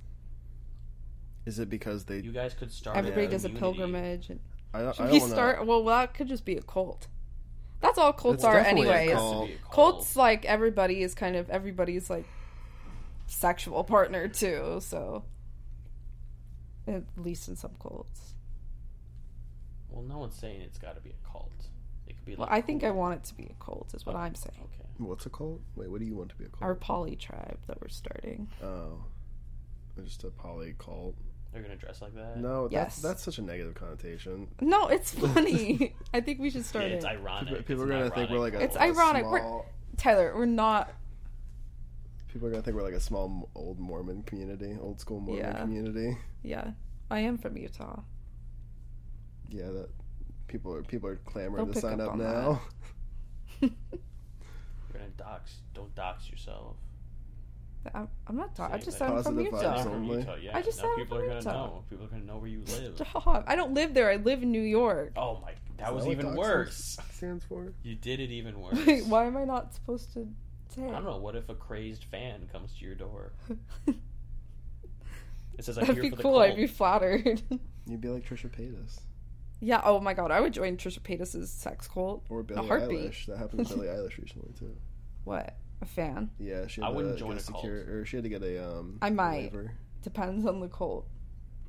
S4: Is it because they?
S3: You guys could start.
S2: everybody
S3: a
S2: does a
S3: community.
S2: pilgrimage. And
S4: I don't,
S2: Should
S4: I
S2: we
S4: don't wanna,
S2: start? Well, that could just be a cult. That's all cults
S4: It's
S2: are,
S4: definitely a
S3: It
S2: anyways.
S3: has to
S4: cult.
S3: be a cult.
S2: Cults like everybody is kind of everybody's like sexual partner too. So at least in some cults.
S3: Well, no one's saying it's got to be a cult. It could be.
S2: Well,
S3: Like,
S2: I think I want it to be a cult, is what I'm saying.
S3: Okay.
S4: What's a cult? Wait, what do you want to be a
S2: Our
S4: cult?
S2: poly tribe that we're starting.
S4: Oh, just a poly cult.
S3: They're gonna dress like that.
S4: No, that's
S2: Yes.
S4: that's such a negative connotation.
S2: No, it's funny. I think we should
S3: Yeah,
S2: start
S3: it's
S2: it.
S3: ironic.
S4: People, people
S3: It's
S4: are
S3: an
S4: gonna think we're
S3: ironic
S4: like a,
S2: It's
S4: a
S2: ironic, we're-
S4: Small,
S2: Tyler, we're not
S4: People are gonna think we're like a small m- old Mormon community, old school Mormon
S2: Yeah.
S4: community.
S2: Yeah, I am from Utah.
S4: Yeah, that people are people are clamoring
S2: They'll
S4: to
S2: pick
S4: sign
S2: up
S4: up,
S2: on
S4: now.
S3: You're gonna dox. Don't dox yourself.
S2: I'm, I'm not talking. I
S3: Same
S2: just
S3: thing.
S2: said I'm from
S4: Positive
S3: You're
S2: Utah.
S4: vibes
S3: not from
S4: only.
S3: Utah, yeah.
S2: I just
S3: now
S2: said I'm
S3: people
S2: from
S3: are gonna
S2: Utah.
S3: know. People are gonna know where you live.
S2: Stop. I don't live there. I live in New York.
S3: Oh my, that
S4: Is
S3: was
S4: what
S3: even
S4: doxing
S3: worse.
S4: Stands for.
S3: You did it even worse.
S2: Wait, why am I not supposed to say?
S3: I
S2: it?
S3: don't know. What if a crazed fan comes to your door? It says, "I'm
S2: That'd
S3: here
S2: be
S3: for the
S2: cool.
S3: cult."
S2: I'd be flattered.
S4: You'd be like Trisha Paytas
S2: yeah. Oh my god, I would join Trisha Paytas's sex cult.
S4: or Billie
S2: heartbeat.
S4: Eilish. That happened to Billie Eilish recently too.
S2: What? A fan?
S4: Yeah, she.
S3: I
S4: Had to
S3: wouldn't
S4: get
S3: join a
S4: secure,
S3: cult.
S4: Or she had to get a. Um,
S2: I might.
S4: waiver.
S2: Depends on the cult.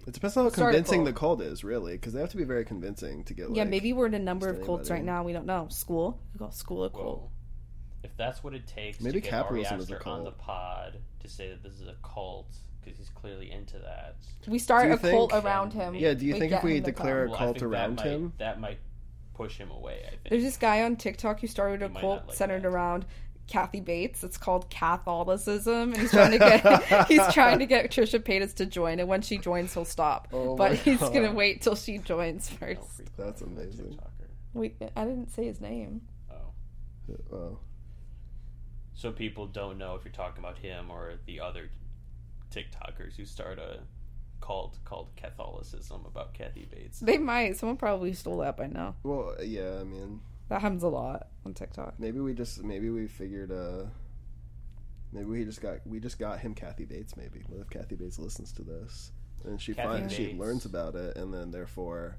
S4: It depends on how
S2: Start a
S4: convincing the
S2: cult.
S4: cult is, really, because they have to be very convincing to get. Like,
S2: yeah, maybe we're in a number of
S4: just
S2: cults right
S4: anybody.
S2: now. We don't know. School. We call school a
S3: Whoa.
S2: cult.
S3: If that's what it takes
S4: Maybe
S3: to get
S4: capitalism
S3: Ari
S4: is a
S3: Aster on the
S4: cult.
S3: pod to say that this is a cult because he's clearly into that.
S2: We start
S4: Do you
S2: a cult
S3: think-
S2: around him.
S4: Yeah, do you think
S2: get
S4: if we
S2: him to
S4: declare
S2: come.
S4: a
S3: I
S4: cult
S3: think that
S4: around
S3: might-
S4: him?
S3: that might push him away. I think.
S2: There's this guy on TikTok who started a
S3: You might
S2: cult
S3: not like
S2: centered
S3: that.
S2: around Kathy Bates. It's called Catholicism, and he's trying to get he's trying to get Trisha Paytas to join. And when she joins, he'll stop.
S4: Oh my
S2: but he's
S4: God.
S2: gonna wait till she joins
S3: Don't
S2: first.
S3: freak
S4: That's
S3: out,
S4: amazing.
S3: TikToker.
S2: Wait, I didn't say his name.
S3: Oh.
S4: Well,
S3: So people don't know if you're talking about him or the other TikTokers who start a cult called Catholicism about Kathy Bates.
S2: They might. Someone probably stole that by now.
S4: well, yeah. I mean,
S2: That happens a lot on TikTok.
S4: maybe we just maybe we figured. uh Maybe we just got we just got him Kathy Bates. Maybe what if Kathy Bates listens to this and she
S3: Kathy
S4: finds she
S3: Bates.
S4: learns about it and then therefore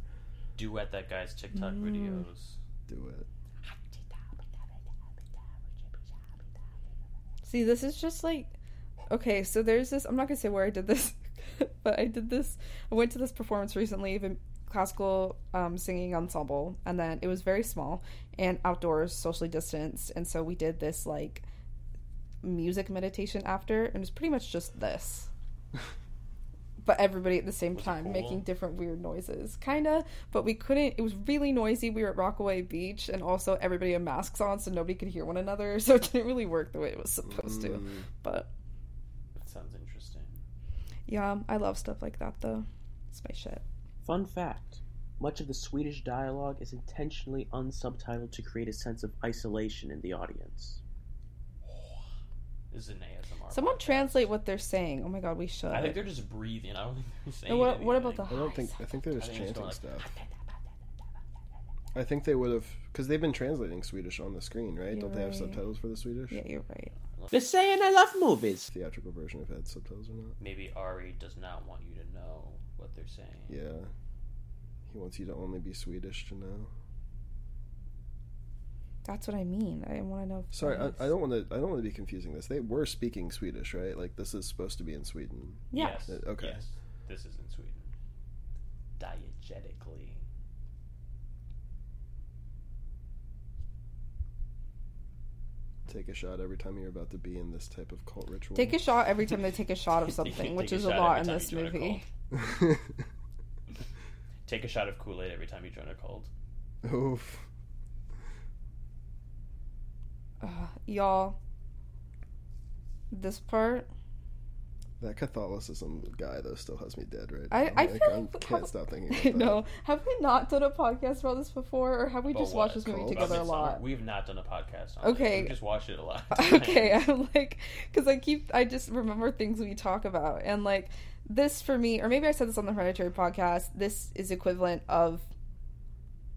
S3: Duet that guy's TikTok
S2: Mm.
S3: videos.
S4: do it.
S2: See, this is just like okay. So there's this. I'm not gonna say where I did this, but I did this. I went to this performance recently of a classical um, singing ensemble, and then it was very small and outdoors, socially distanced, and so we did this like music meditation after, and it was pretty much just this. But everybody at the same
S3: Was it
S2: time
S3: cool?
S2: making different weird noises, kinda. But we couldn't. It was really noisy. We were at Rockaway Beach, and also everybody had masks on, so nobody could hear one another. So it didn't really work the way it was supposed to.
S4: Mm,
S2: But
S3: That sounds interesting.
S2: yeah, I love stuff like that though. It's my shit.
S1: Fun fact much of the Swedish dialogue is intentionally unsubtitled to create a sense of isolation in the audience.
S3: This is an ASMR.
S2: Someone
S3: podcast.
S2: translate what they're saying. Oh my god, we should.
S3: I think they're just breathing. I don't think they're saying.
S2: And what, what about the
S3: anything.
S4: I don't think I think they're just
S3: I think it's
S4: chanting
S3: going
S4: stuff. I think they would have because they've been translating Swedish on the screen, right?
S2: You're
S4: Don't they have
S2: right.
S4: subtitles for the Swedish?
S2: Yeah, you're right.
S1: They're saying I love movies!
S4: Theatrical version if it had subtitles or not.
S3: Maybe Ari does not want you to know what they're saying.
S4: Yeah, he wants you to only be Swedish to know.
S2: That's what I mean. I want to know. If
S4: Sorry, I,
S2: that
S4: I
S2: is-
S4: don't want to. I don't want to be confusing this. They were speaking Swedish, right? Like this is supposed to be in Sweden.
S2: Yeah.
S3: Yes.
S4: Uh, okay.
S3: Yes. This is in Sweden. Diegetically.
S4: Take a shot every time you're about to be in this type of cult ritual.
S2: Take a shot every time they take a shot of
S3: You
S2: something,
S3: can
S2: which
S3: take
S2: is a
S3: shot
S2: lot
S3: every
S2: in
S3: time
S2: this
S3: you join a
S2: movie.
S3: cult. Take a shot of Kool Aid every time you join a cult.
S4: Oof.
S2: Ugh, y'all, this part,
S4: That Catholicism guy though still has me dead right
S2: I-
S4: now.
S2: I feel
S4: I'm-
S2: like-
S4: can't stop thinking. About that.
S2: no, have we not done a podcast about this before, or have we
S3: About
S2: just
S3: what?
S2: watched this movie
S4: Cult?
S2: together a
S3: About Midsummer?
S2: lot?
S3: We've not done a podcast on
S2: Okay.
S3: it. We've just watched it a lot.
S2: okay i'm like because i keep i just remember things we talk about and like this for me or maybe i said this on the hereditary podcast this is equivalent of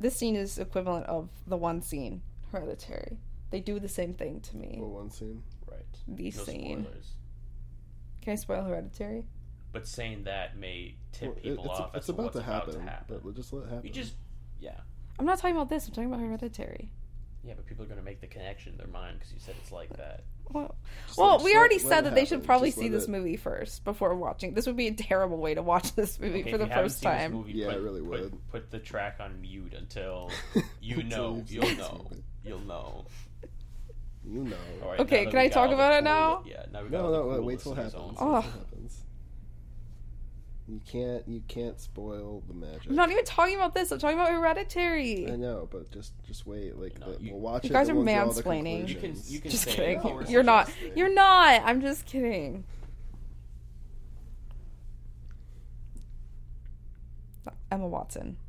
S2: this scene is equivalent of the one scene hereditary they do the same thing to me
S4: Well, one scene.
S3: Right.
S2: the
S3: No
S2: scene
S3: spoilers.
S2: can i spoil hereditary
S3: But saying that may tip
S4: Well, it-
S3: people
S4: it's
S3: off as
S4: it's
S3: to
S4: about,
S3: what's
S4: to, happen,
S3: about to happen.
S4: But just let it happen.
S3: You just, yeah.
S2: i'm not talking about this i'm talking about hereditary
S3: Yeah, but people are going to make the connection in their mind because you said it's like that.
S2: well,
S4: Just
S2: well
S4: let-
S2: we
S4: just
S2: already
S4: let- let
S2: said
S4: it
S2: that they
S4: happen.
S2: should probably
S4: Just
S2: see
S4: let
S2: this
S4: it-
S2: movie first before watching this would be a terrible way to watch this movie
S3: Okay,
S2: for
S3: if
S2: the
S3: you haven't
S2: first
S3: seen this
S2: time
S3: movie,
S4: Yeah,
S3: put,
S4: I really
S3: put-
S4: would.
S3: Put the track on mute until you
S4: Until
S3: know.
S4: you've seen
S3: You'll
S4: this
S3: know.
S4: movie.
S3: You'll know.
S4: You know.
S3: All right,
S2: Okay,
S3: now that
S2: can
S3: we
S2: I
S3: got
S2: talk
S3: all the
S2: about it
S3: cool-
S2: now? Oh,
S3: Yeah, now we got
S4: No,
S3: all the
S4: no, wait,
S3: cool
S4: wait till it
S3: listeners
S4: happens.
S3: on.
S4: Wait
S2: Ugh.
S4: till it happens. You can't you can't spoil the magic.
S2: I'm not even talking about this. I'm talking about Hereditary.
S4: I know, but just just wait. Like
S3: No,
S4: the,
S3: you-
S4: we'll watch
S2: You
S4: it.
S2: guys
S4: and
S2: are
S4: we'll draw the
S2: mansplaining.
S3: You can
S4: conclusions.
S3: you can
S2: Just
S3: say it.
S2: kidding.
S3: You were
S2: You're not.
S3: suggesting.
S2: You're not. I'm just kidding. Emma Watson.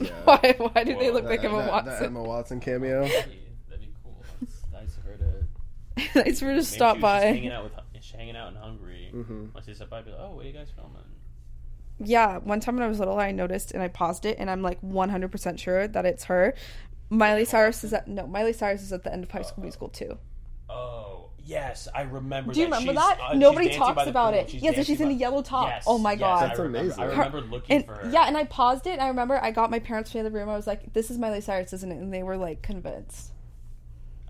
S4: Yeah.
S2: Why? Why do they
S3: Whoa.
S2: look like
S4: That-
S2: Emma
S4: that-
S2: Watson?
S4: That Emma Watson cameo.
S3: Hey, That'd be cool. It's nice of her to maybe
S2: it's for just
S3: she
S2: stop
S3: was just
S2: by.
S3: hanging out with she's hanging out in Hungary.
S4: hmm
S3: Once she stopped by, I'd be like, oh, what are you guys filming?
S2: Yeah, one time when I was little, I noticed and I paused it, and I'm like 100% sure that it's her. Miley Cyrus is at no. Miley Cyrus is at the end of High School Musical too.
S3: Oh yes, I remember.
S2: Do you
S3: that.
S2: remember
S3: She's-
S2: that?
S3: uh, she's
S2: Nobody
S3: dancing by
S2: talks
S3: the
S2: about
S3: pool.
S2: it. yes, and she's in
S3: dancing
S2: a yellow top.
S3: by- Yes,
S2: oh my
S3: yes,
S2: god.
S3: I remember,
S4: That's
S3: I
S4: amazing.
S3: remember looking
S2: and
S3: for her.
S2: yeah, and I paused it. And I remember I got my parents to the room. I was like, "This is Miley Cyrus, isn't it?" And they were like convinced.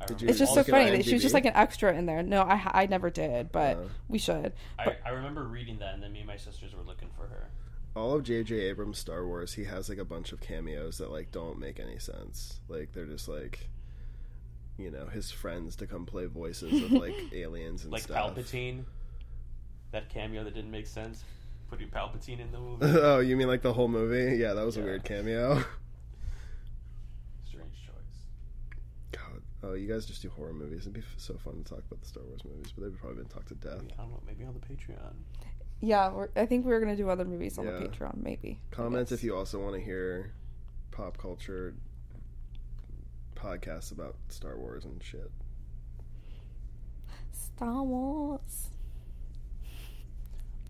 S3: I
S4: Did
S3: remember
S4: you
S2: It's just so
S4: look at
S2: funny that she was
S4: IMDb?
S2: just like an extra in there. No, I ha- I never did, but
S4: Uh.
S2: we should.
S3: I, I remember reading that, and then me and my sisters were looking for her.
S4: All of J.J. Abrams' Star Wars, he has like a bunch of cameos that like don't make any sense. Like they're just like, you know, his friends to come play voices of like aliens and
S3: Like
S4: stuff.
S3: Palpatine, that cameo that didn't make sense, putting Palpatine in the movie.
S4: oh, you mean like the whole movie? Yeah, that was a
S3: Yeah.
S4: weird cameo.
S3: Strange choice.
S4: God, oh, you guys just do horror movies. It'd be f- so fun to talk about the Star Wars movies, but they've probably been talked to death.
S3: Maybe, I don't know. Maybe on the Patreon.
S2: Yeah, we're, I think we were gonna do other movies on the
S4: Yeah.
S2: Patreon, maybe.
S4: Comment if you also want to hear pop culture podcasts about Star Wars and shit.
S2: Star Wars.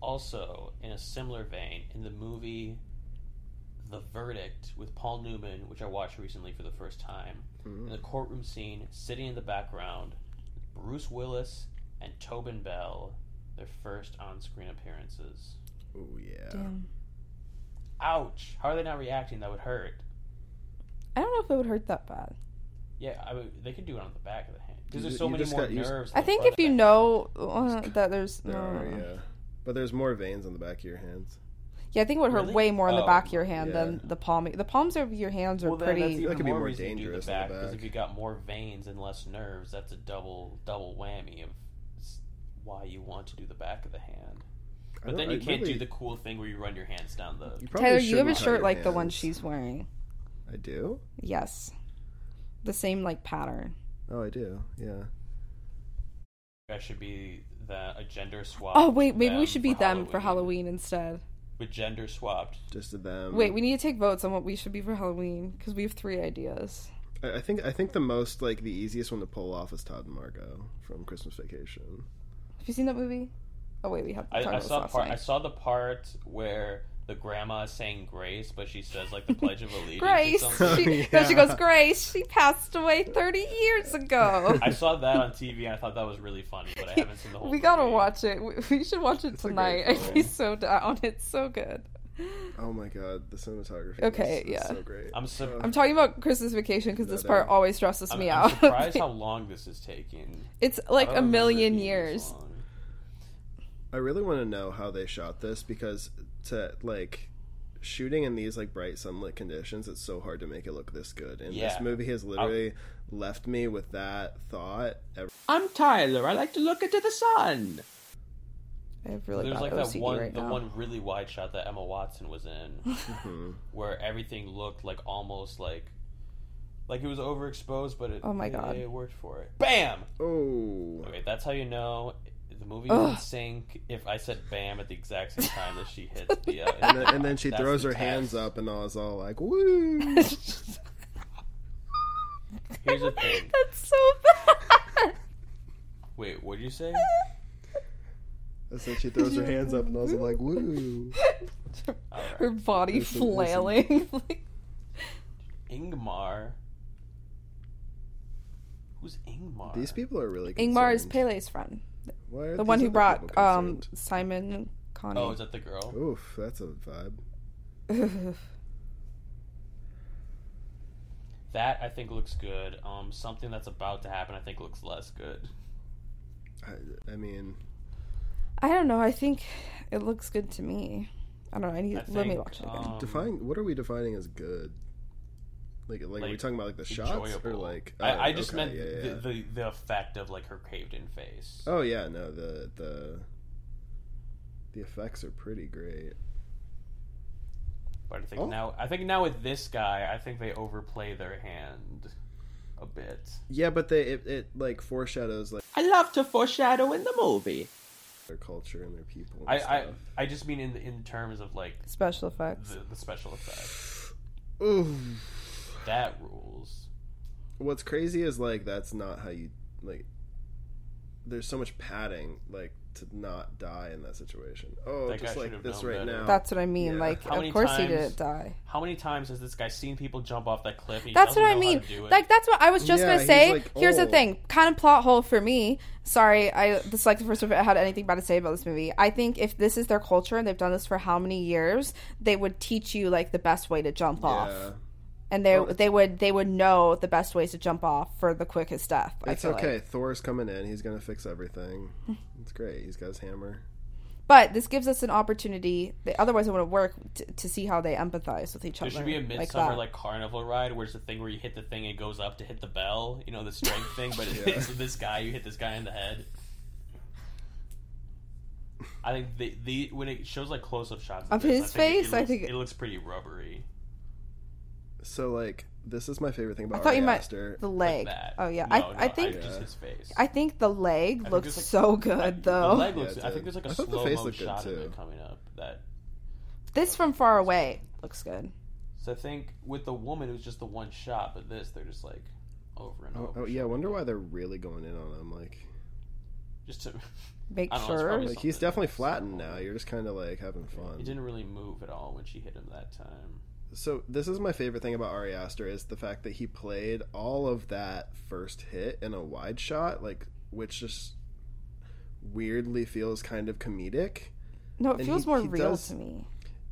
S3: Also, in a similar vein, in the movie The Verdict with Paul Newman, which I watched recently for the first time,
S4: Mm-hmm.
S3: in the courtroom scene, sitting in the background, Bruce Willis and Tobin Bell, their first on screen appearances.
S4: Oh yeah.
S2: Damn.
S3: Ouch! How are they not reacting? That would hurt.
S2: I don't know if it would hurt that bad.
S3: Yeah, I mean, they could do it on the back of the hand.
S4: You
S3: Because there's
S4: ju-
S3: so
S4: you
S3: many
S4: just
S3: more
S4: got- you just-
S3: nerves.
S2: I
S3: in the
S2: think if
S3: front of
S2: you
S3: that
S2: know uh, that there's no,
S4: There
S2: no,
S4: are,
S2: no, no. Yeah.
S4: yeah. But there's more veins on the back of your hands.
S2: I think it would hurt
S3: Really?
S2: way more on the
S3: Oh,
S2: back of your hand
S4: yeah.
S2: than the palm. The palms of your hands are
S3: Well, then that's
S2: pretty.
S3: even
S4: That could be
S3: more
S4: more
S3: reason to do
S4: dangerous
S3: the
S4: in the
S3: back because
S4: back.
S3: if you got more veins and less nerves, that's a double double whammy of s- why you want to do the back of the hand.
S4: I
S3: But
S4: don't-
S3: then you
S4: I
S3: can't
S4: really-
S3: do the cool thing where you run your hands down the.
S4: probably
S2: Tyler, you have a
S4: shouldn't cut
S2: shirt
S4: your
S2: like the one
S4: hands.
S2: she's wearing.
S4: I do.
S2: Yes, the same like pattern.
S4: Oh, I do. Yeah.
S3: That should be the a gender swap.
S2: Oh wait, maybe we
S3: them
S2: should be them for Halloween instead.
S3: But gender swapped.
S4: Just to them.
S2: Wait, we need to take votes on what we should be for Halloween because we have three ideas.
S4: I I think I think the most like the easiest one to pull off is Todd and Margot from Christmas Vacation.
S2: Have you seen that movie? Oh wait, we have.
S3: I,
S2: talked
S3: I
S2: about this
S3: saw
S2: last
S3: part. I
S2: night.
S3: saw the part where the grandma is saying grace, but she says like the pledge of allegiance. or
S2: Grace.
S3: something.
S2: She,
S4: Yeah.
S2: Then she goes, Grace. She passed away thirty years ago.
S3: I saw that on TV and I thought that was really funny, but I haven't seen the whole.
S2: we gotta
S3: movie.
S2: watch it. We, we should watch it
S4: It's a
S2: tonight.
S4: great
S2: I'd be
S4: film.
S2: so down. It's so good.
S4: Oh my god, the cinematography.
S2: Okay,
S4: is, is
S2: yeah.
S4: so great.
S3: I'm sur-
S2: I'm talking about Christmas vacation because this
S4: Another-
S2: part always stresses
S3: I'm,
S2: me
S3: I'm
S2: out.
S3: surprised how long this is taking.
S2: it's
S3: I
S2: like
S3: don't
S2: a
S3: remember it
S2: million
S3: being this
S2: years.
S3: long.
S4: I really want to know how they shot this because to like shooting in these like bright sunlit conditions, it's so hard to make it look this good. And
S3: Yeah. Um,
S4: this movie has literally left me with that thought. Every-
S5: I'm Tyler. I like to look into the sun.
S2: I have really
S3: There's
S2: bad
S3: like
S4: uh,
S2: OCD
S3: that
S4: E
S3: one,
S2: right
S3: the
S2: now.
S3: one really wide shot that Emma Watson was in,
S4: Mm-hmm.
S3: where everything looked like almost like, like it was overexposed, but it,
S2: Oh my
S3: it-
S2: God.
S3: it worked for it. Bam.
S4: oh,
S3: Okay, that's how you know the movie
S2: Ugh.
S3: was in sync. If I said bam at the exact same time that she hit the, uh,
S4: and then, and then she
S3: That's
S4: throws
S3: the
S4: her
S3: test.
S4: hands up, and I was all like, "Woo!"
S3: Here's the thing.
S2: That's so bad.
S3: Wait, what'd you say?
S4: And so she throws her hands up, and I was like, "Woo!"
S2: Her body
S4: Listen, listen.
S2: flailing. like,
S3: Ingmar. Who's Ingmar?
S4: These people are really. Concerned.
S2: Ingmar is Pele's friend,
S4: Why are
S2: the one
S4: these
S2: who
S4: other
S2: brought
S4: people
S2: um,
S4: concerned?
S2: Simon Connie.
S3: Oh, is that the girl?
S4: Oof, that's a vibe.
S3: That I think looks good. Um, something that's about to happen I think looks less good.
S4: I, I mean,
S2: I don't know. I think it looks good to me. I don't know. I need
S3: I think,
S2: let me watch it again.
S3: um,
S4: define what are we defining as good? Like, like, are we
S3: Like,
S4: talking about like the shots or
S3: enjoyable.
S4: like? oh,
S3: I, I just
S4: okay,
S3: meant
S4: yeah,
S3: the,
S4: yeah.
S3: the the effect of like her caved in face.
S4: Oh yeah, no the the the effects are pretty great.
S3: But I think
S4: Oh.
S3: now, I think now with this guy, I think they overplay their hand a bit.
S4: Yeah, but they it, it like foreshadows like
S5: I love to foreshadow in the movie.
S4: their culture and their people. And
S3: I, I,
S4: stuff.
S3: I just mean in in terms of like
S2: Special effects.
S3: the, the special effects.
S4: Oof.
S3: That rules.
S4: what's crazy is like that's not how you like there's so much padding like to not die in that situation oh
S3: That guy
S4: just
S3: should
S4: like
S3: have
S4: this
S3: known
S4: right
S3: better.
S4: now
S2: That's what I mean.
S4: Yeah.
S2: Like,
S3: How
S2: of
S3: many
S2: course he
S3: times-
S2: didn't die.
S3: How many times has this guy seen people jump off that cliff? And he
S2: That's
S3: doesn't
S2: what I
S3: know how
S2: mean.
S3: to do it?
S2: Like that's what I was just
S4: Yeah,
S2: gonna
S4: he's,
S2: say.
S4: like,
S2: Here's the
S4: old.
S2: thing, kind of plot hole for me. Sorry, I this is like the first time I had anything bad to say about this movie. I think if this is their culture and they've done this for how many years, they would teach you like the best way to jump
S4: yeah
S2: off, and they
S4: Oh.
S2: they would they would know the best ways to jump off for the quickest death. I
S4: it's
S2: feel
S4: okay
S2: Like.
S4: thor's coming in he's gonna fix everything it's great he's got his hammer
S2: But this gives us an opportunity. That otherwise, it wouldn't work to, to see how they empathize with each
S3: There
S2: other.
S3: should be a
S2: like
S3: midsummer
S2: that.
S3: like, carnival ride where it's the thing where you hit the thing and it goes up to hit the bell, you know, the strength thing, but it's this guy, you hit this guy in the head. I think the, the when it shows like close up shots
S2: Of
S3: this,
S2: his face? I
S3: I think
S2: think
S3: it,
S2: it-
S3: looks, it looks pretty rubbery.
S4: so like this is my favorite thing about
S2: I thought
S4: Ari
S2: you might-
S4: Aster.
S2: the
S3: like
S2: leg.
S3: that.
S2: oh yeah,
S3: No,
S2: I
S3: no,
S2: I think.
S3: just
S4: Yeah.
S3: his face.
S2: I think the leg
S3: think
S2: looks
S3: there's, like-
S2: so
S3: I-
S2: good,
S3: the
S2: though.
S3: leg
S4: Yeah,
S3: looks.
S4: it
S3: I
S4: did.
S3: think there's like
S4: I
S3: a
S4: thought the
S3: slow
S4: face
S3: mo
S4: looked good,
S3: shot of
S4: too.
S3: it coming up. That
S2: This from far away looks good.
S3: so I think with the woman it was just the one shot, but this they're just like over and
S4: oh,
S3: over.
S4: oh, yeah i wonder why they're really going in on him like
S3: Just to
S2: Make
S3: I don't know, it's
S2: sure.
S3: probably-
S4: like he's
S3: something
S4: definitely
S3: that's-
S4: flattened now you're just kind of like having fun
S3: he didn't really move at all when she hit him that time.
S4: So this is my favorite thing about Ari Aster is the fact that he played all of that first hit in a wide shot, like which just weirdly feels kind of comedic.
S2: no, it
S4: and
S2: feels
S4: he-
S2: more
S4: he
S2: real
S4: does-
S2: to me.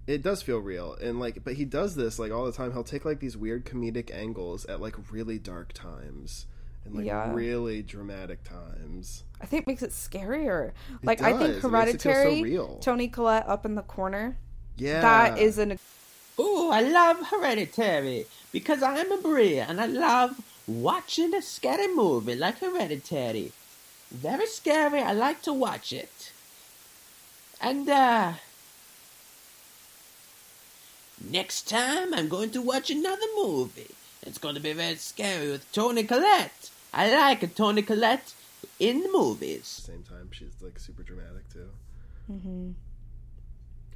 S4: It does feel real and like but he does this like all the time. He'll take like these weird comedic angles at like really dark times and like
S2: Yeah.
S4: really dramatic times.
S2: I think it makes it scarier.
S4: It
S2: Like I think
S4: does. It makes it feel so
S2: hereditary
S4: real.
S2: Tony Collette up in the corner.
S4: Yeah.
S2: That is an
S5: Ooh, I love Hereditary because I'm a Bria and I love watching a scary movie like Hereditary. Very scary, I like to watch it. And, uh. Next time I'm going to watch another movie. It's going to be very scary with Tony Collette. I like a Tony Collette in the movies.
S4: same time she's like super dramatic too.
S2: Mm-hmm.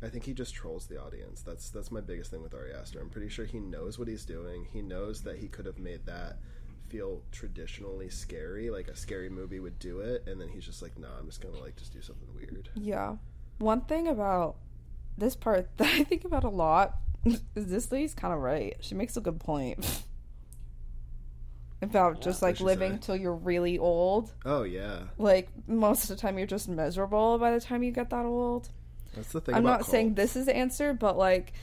S4: I think he just trolls the audience. That's that's my biggest thing with Ari Aster. I'm pretty sure he knows what he's doing. He knows that he could have made that feel traditionally scary, like a scary movie would do it, and then he's just like, "Nah, I'm just gonna like just do something weird."
S2: yeah. One thing about this part that I think about a lot is this lady's kind of right. She makes a good point about just like
S4: she
S2: living
S4: say?
S2: till you're really old.
S4: Oh yeah,
S2: Like most of the time, you're just miserable by the time you get that old.
S4: that's the thing.
S2: I'm
S4: about
S2: not saying
S4: cults.
S2: this is the answer, but like,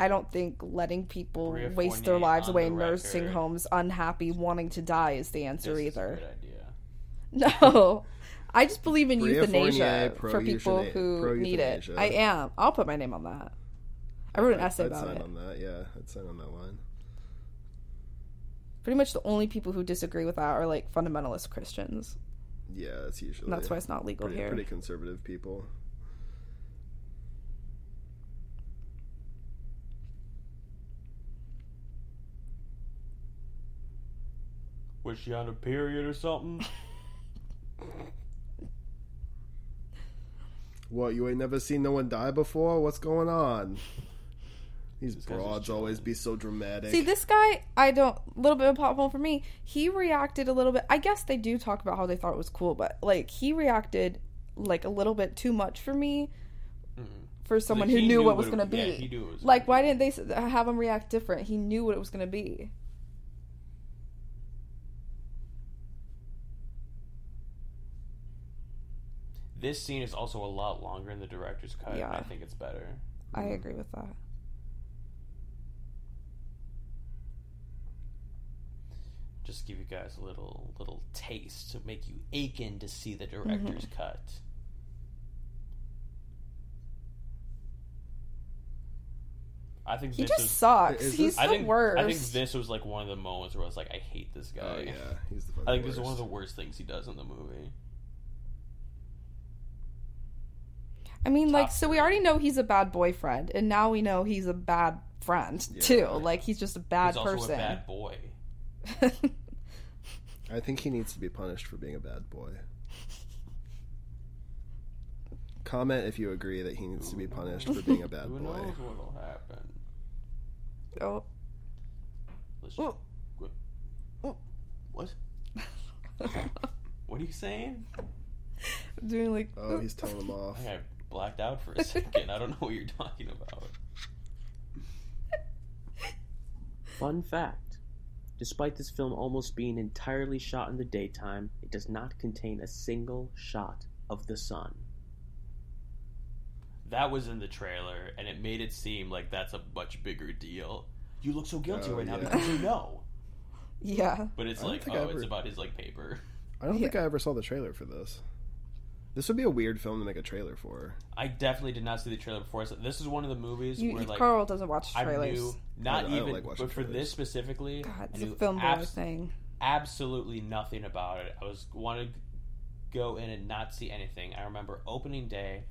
S2: I don't think letting people
S3: Maria
S2: waste their
S3: Fournier
S2: lives
S3: on
S2: away
S3: the
S2: in nursing
S3: record.
S2: homes, unhappy, wanting to die is the answer
S3: This is a
S2: either.
S3: good idea.
S2: No, I just believe in
S4: Maria Fournier,
S2: euthanasia for people
S4: pro-euthana-
S2: who need it.
S4: pro-euthanasia.
S2: I am. I'll put my name on that. I wrote an essay
S4: I'd
S2: about
S4: sign
S2: it.
S4: on that. Yeah, I'd sign on that line.
S2: Pretty much the only people who disagree with that are like fundamentalist Christians.
S4: Yeah, that's usually
S2: And that's why it's not legal
S4: pretty,
S2: here.
S4: pretty conservative people.
S3: Was she on a period or something?
S4: What you ain't never seen no one die before? What's going on? These
S3: guy's just
S4: broads always be so dramatic.
S2: See, this guy, I don't. Little bit of plot hole for me. He reacted a little bit. I guess they do talk about how they thought it was cool, but like he reacted like a little bit too much for me. For someone
S3: Mm-hmm. Like,
S2: who
S3: he
S2: knew, what was going to
S3: it-
S2: be.
S3: yeah, he knew it was
S2: like, why
S3: gonna
S2: didn't they s- have him react different? He knew what it was going to be.
S3: be. This scene is also a lot longer in the director's cut. and
S2: Yeah.
S3: I think it's better.
S2: I agree with that.
S3: Just to give you guys a little little taste to make you aching to see the director's
S2: Mm-hmm.
S3: cut. I think
S2: He
S3: this
S2: just
S3: is.
S2: sucks.
S4: is
S2: He's
S4: this-
S2: the
S3: I think
S2: worst.
S3: I think this was like one of the moments where I was like, I hate this guy.
S4: Oh yeah, he's the.
S3: I
S4: fucking
S3: think this is one of
S4: worst.
S3: the worst things he does in the movie.
S2: I mean, like,
S3: Top
S2: so we
S3: three.
S2: already know he's a bad boyfriend, and now we know he's a bad friend
S4: Yeah,
S2: too.
S4: right.
S2: Like, he's just a bad
S3: He's also
S2: person.
S3: a bad boy.
S4: I think he needs to be punished for being a bad boy. Comment if you agree that he needs to be punished for being a bad
S3: Who
S4: boy.
S3: knows what'll happen?
S2: oh,
S3: Let's
S2: oh.
S3: What? What are you saying?
S2: doing like.
S4: Oh, he's telling him
S3: I
S4: off.
S3: think I blacked out for a second. I don't know what you're talking about.
S1: Fun fact Despite this film almost being entirely shot in the daytime, it does not contain a single shot of the sun.
S3: That was in the trailer, and it made it seem like that's a much bigger deal. You look so guilty
S4: Oh,
S3: right now
S4: yeah.
S3: because you know.
S2: yeah.
S3: But it's
S4: I don't
S3: like, oh,
S4: think I
S3: it's
S4: ever-
S3: about his like paper.
S4: I don't think
S2: Yeah.
S4: I ever saw the trailer for this. This would be a weird film to make a trailer for.
S3: I definitely did not see the trailer before. So this is one of the movies
S2: You,
S3: where like
S2: Carl doesn't watch
S3: I
S2: trailers.
S3: knew not
S4: I don't
S3: even,
S4: like watching
S3: but for
S4: trailers.
S3: this specifically,
S2: God,
S3: I
S2: it's a
S3: knew
S2: film boy
S3: abs-
S2: thing.
S3: absolutely nothing about it. I was wanted to go in and not see anything. I remember opening day,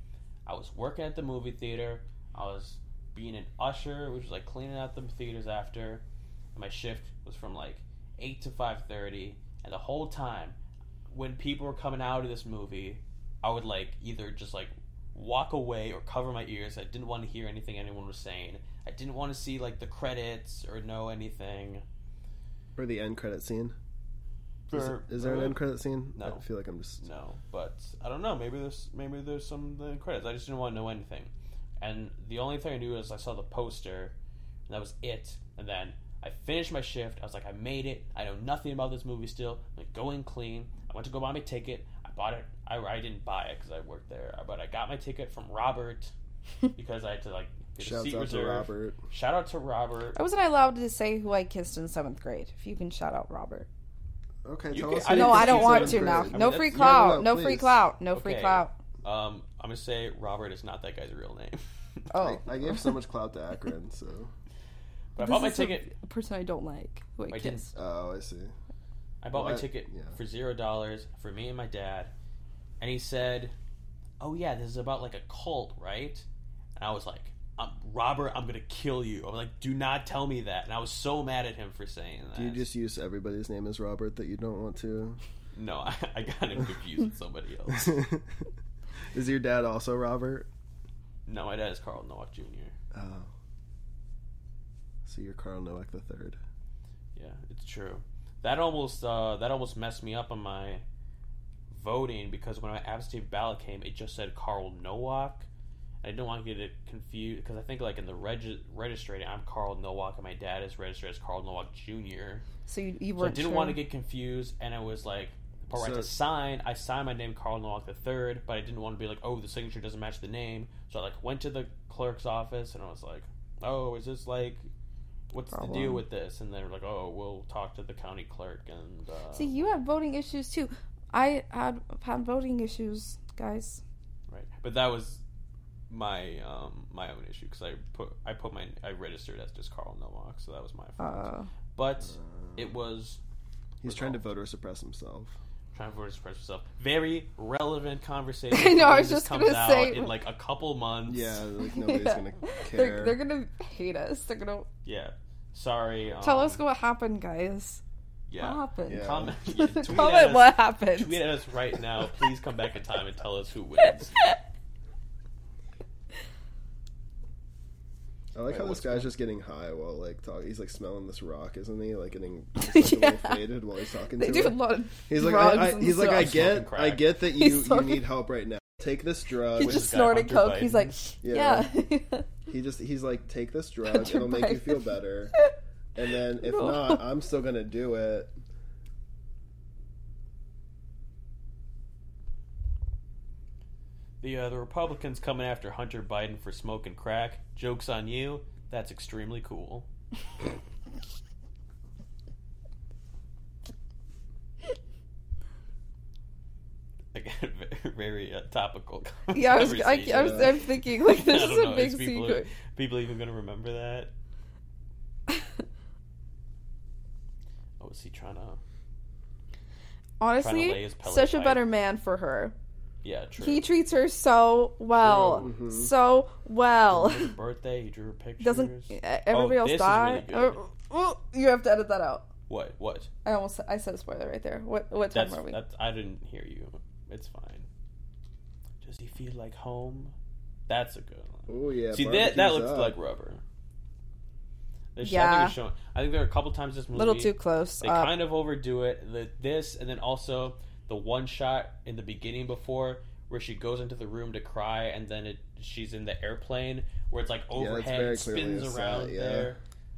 S3: I was working at the movie theater. I was being an usher, which was like cleaning out the theaters after. And my shift was from like eight to five thirty, and the whole time, when people were coming out of this movie, I would like either just like walk away or cover my ears. I didn't want to hear anything anyone was saying. I didn't want to see like the credits or know anything.
S4: Or the end credit scene. Is,
S3: For-
S4: is there an
S3: for-
S4: end credit scene?
S3: No.
S4: I feel like I'm just.
S3: No, but I don't know. Maybe there's maybe there's some uh, credits. I just didn't want to know anything, and the only thing I knew is I saw the poster, and that was it. And then I finished my shift. I was like, I made it. I know nothing about this movie still. I'm like going clean. I went to go buy my ticket. I bought it. I, I didn't buy it because I worked there, uh, but I got my ticket from Robert because I had to like get a
S4: Shouts
S3: seat
S4: out to
S3: reserved.
S4: Robert.
S3: Shout out to Robert.
S2: I wasn't allowed to say who I kissed in seventh grade. If you can shout out Robert.
S4: Okay,
S3: You
S4: tell
S3: can-
S4: us.
S3: I
S4: who
S3: didn't
S2: No,
S4: you
S2: I don't
S4: kissed
S3: choose
S2: want
S4: in
S2: to
S3: seventh
S2: now.
S4: grade.
S3: I
S2: No
S3: mean,
S2: free
S3: that's-
S2: clout.
S4: yeah,
S2: No
S4: no,
S2: free
S4: please.
S2: clout. No free
S3: Okay.
S2: clout.
S3: Um, I'm gonna say Robert is not that guy's real name.
S2: Oh,
S4: I, I gave so much clout to Akron, so.
S3: But I
S2: This
S3: bought my
S2: is a-
S3: ticket.
S2: A person I don't like who I,
S3: I didn't-
S2: kissed.
S4: Oh, I see.
S3: I bought
S4: Well,
S3: my
S4: I-
S3: ticket
S4: yeah.
S3: for zero dollars for me and my dad, and he said, "Oh yeah, this is about like a cult, right?" And I was like, i "Robert, I'm gonna kill you." I'm like, "Do not tell me that." And I was so mad at him for saying that.
S4: Do you just use everybody's name as Robert that you don't want to?
S3: no, I, I got him confused with somebody else.
S4: is your dad also Robert?
S3: No, my dad is Carl Nowak Jr.
S4: Oh. So you're Carl Nowak the third.
S3: Yeah, it's true. That almost uh, that almost messed me up on my voting because when my absentee ballot came, it just said Carl Nowak. I didn't want to get it confused because I think like in the reg- registering, I'm Carl Nowak and my dad is registered as Carl Nowak Jr.
S2: So you, you
S3: So I
S2: weren't
S3: didn't
S2: sure.
S3: want to get confused, and it was like the part where I had to
S4: So-
S3: sign. I signed my name Carl Nowak the third, but I didn't want to be like, oh, the signature doesn't match the name. So I like went to the clerk's office, and I was like, oh, is this like, what's the deal
S2: Problem.
S3: with this? And they were like, oh, we'll talk to the county clerk, and uh,
S2: See, you have voting issues too. I had had voting issues, guys.
S3: right. But that was my um my own issue because I put I put my I registered as just Carl Nowak, so that was my fault.
S2: Uh,
S3: but it was
S4: He's trying to voter suppress himself.
S3: trying to express yourself. Very relevant conversation.
S2: I know, I
S3: When
S2: was
S3: this
S2: just
S3: comes
S2: gonna
S3: out
S2: say-
S3: in like a couple months.
S4: Yeah, like nobody's
S2: Yeah.
S4: gonna
S2: they're,
S4: care.
S2: they're gonna hate us. They're gonna
S3: Yeah. Sorry. Um,
S2: tell us what happened, guys. What
S3: Yeah.
S2: happened?
S4: Yeah.
S3: Comment. yeah, tweet at
S2: Comment
S3: us,
S2: what happened.
S3: Tweet at us right now. Please come back in time and tell us who wins.
S4: I like
S3: Wait,
S4: how this
S3: what's
S4: guy's
S3: going-
S4: just getting high while like talking. He's like smelling this rock, isn't he? Like getting he's, like,
S2: Yeah.
S4: a little faded while he's talking
S2: They
S4: to
S2: do a
S4: her.
S2: lot of
S4: He's like,
S2: drugs
S4: I, I,
S2: and
S4: he's like,
S2: stuff.
S4: I
S3: Smoking
S4: get, I
S3: crack.
S4: get that
S2: He's
S4: you you
S2: smoking-
S4: need help right now. Take this drug.
S2: He's just
S3: guy,
S2: snorting
S3: Hunter
S2: coke. He's
S3: Biden.
S2: like, yeah.
S4: Yeah. he just he's like, take this drug.
S2: Hunter
S4: It'll make you
S2: Biden.
S4: feel better. And then if
S2: No.
S4: not, I'm still gonna do it.
S3: The uh, the Republicans coming after Hunter Biden for smoking crack. Jokes on you. That's extremely cool. Again, ve- very uh, topical.
S2: yeah, I was, I, I
S3: conversation.
S2: was, I'm thinking like this
S3: I
S2: is
S3: don't
S2: a
S3: know,
S2: big
S3: people,
S2: secret.
S3: people even going to remember that? Oh, is he trying to?
S2: Honestly,
S3: lay his pellet
S2: such a
S3: pipe.
S2: better man for her.
S3: Yeah, true.
S2: He treats her so well,
S4: True, mhm.
S2: so well.
S3: His birthday, he drew pictures.
S2: Doesn't e- everybody
S3: Oh, this
S2: else
S3: is
S2: die?
S3: really good.
S2: Oh, oh, you have to edit that out.
S3: What? What?
S2: I almost I said a spoiler right there. What what time
S3: That's,
S2: are we?
S3: that's. I didn't hear you. It's fine. Does he feel like home? That's a good one.
S4: Oh yeah.
S3: See that that
S4: barbecue's
S3: looks
S4: up.
S3: like rubber. They should- I
S2: Yeah.
S3: think, it's showing, I think there are a couple times this
S2: A
S3: movie
S2: little too close. Uh,
S3: they
S4: Uh,
S2: up.
S3: kind of overdo it. The, this and then also the one shot in the beginning before where she goes into the room to cry and then it, she's in the airplane where it's like
S4: that's
S3: overhead
S4: very clearly
S3: spins
S4: a shot,
S3: around
S4: yeah.
S3: there.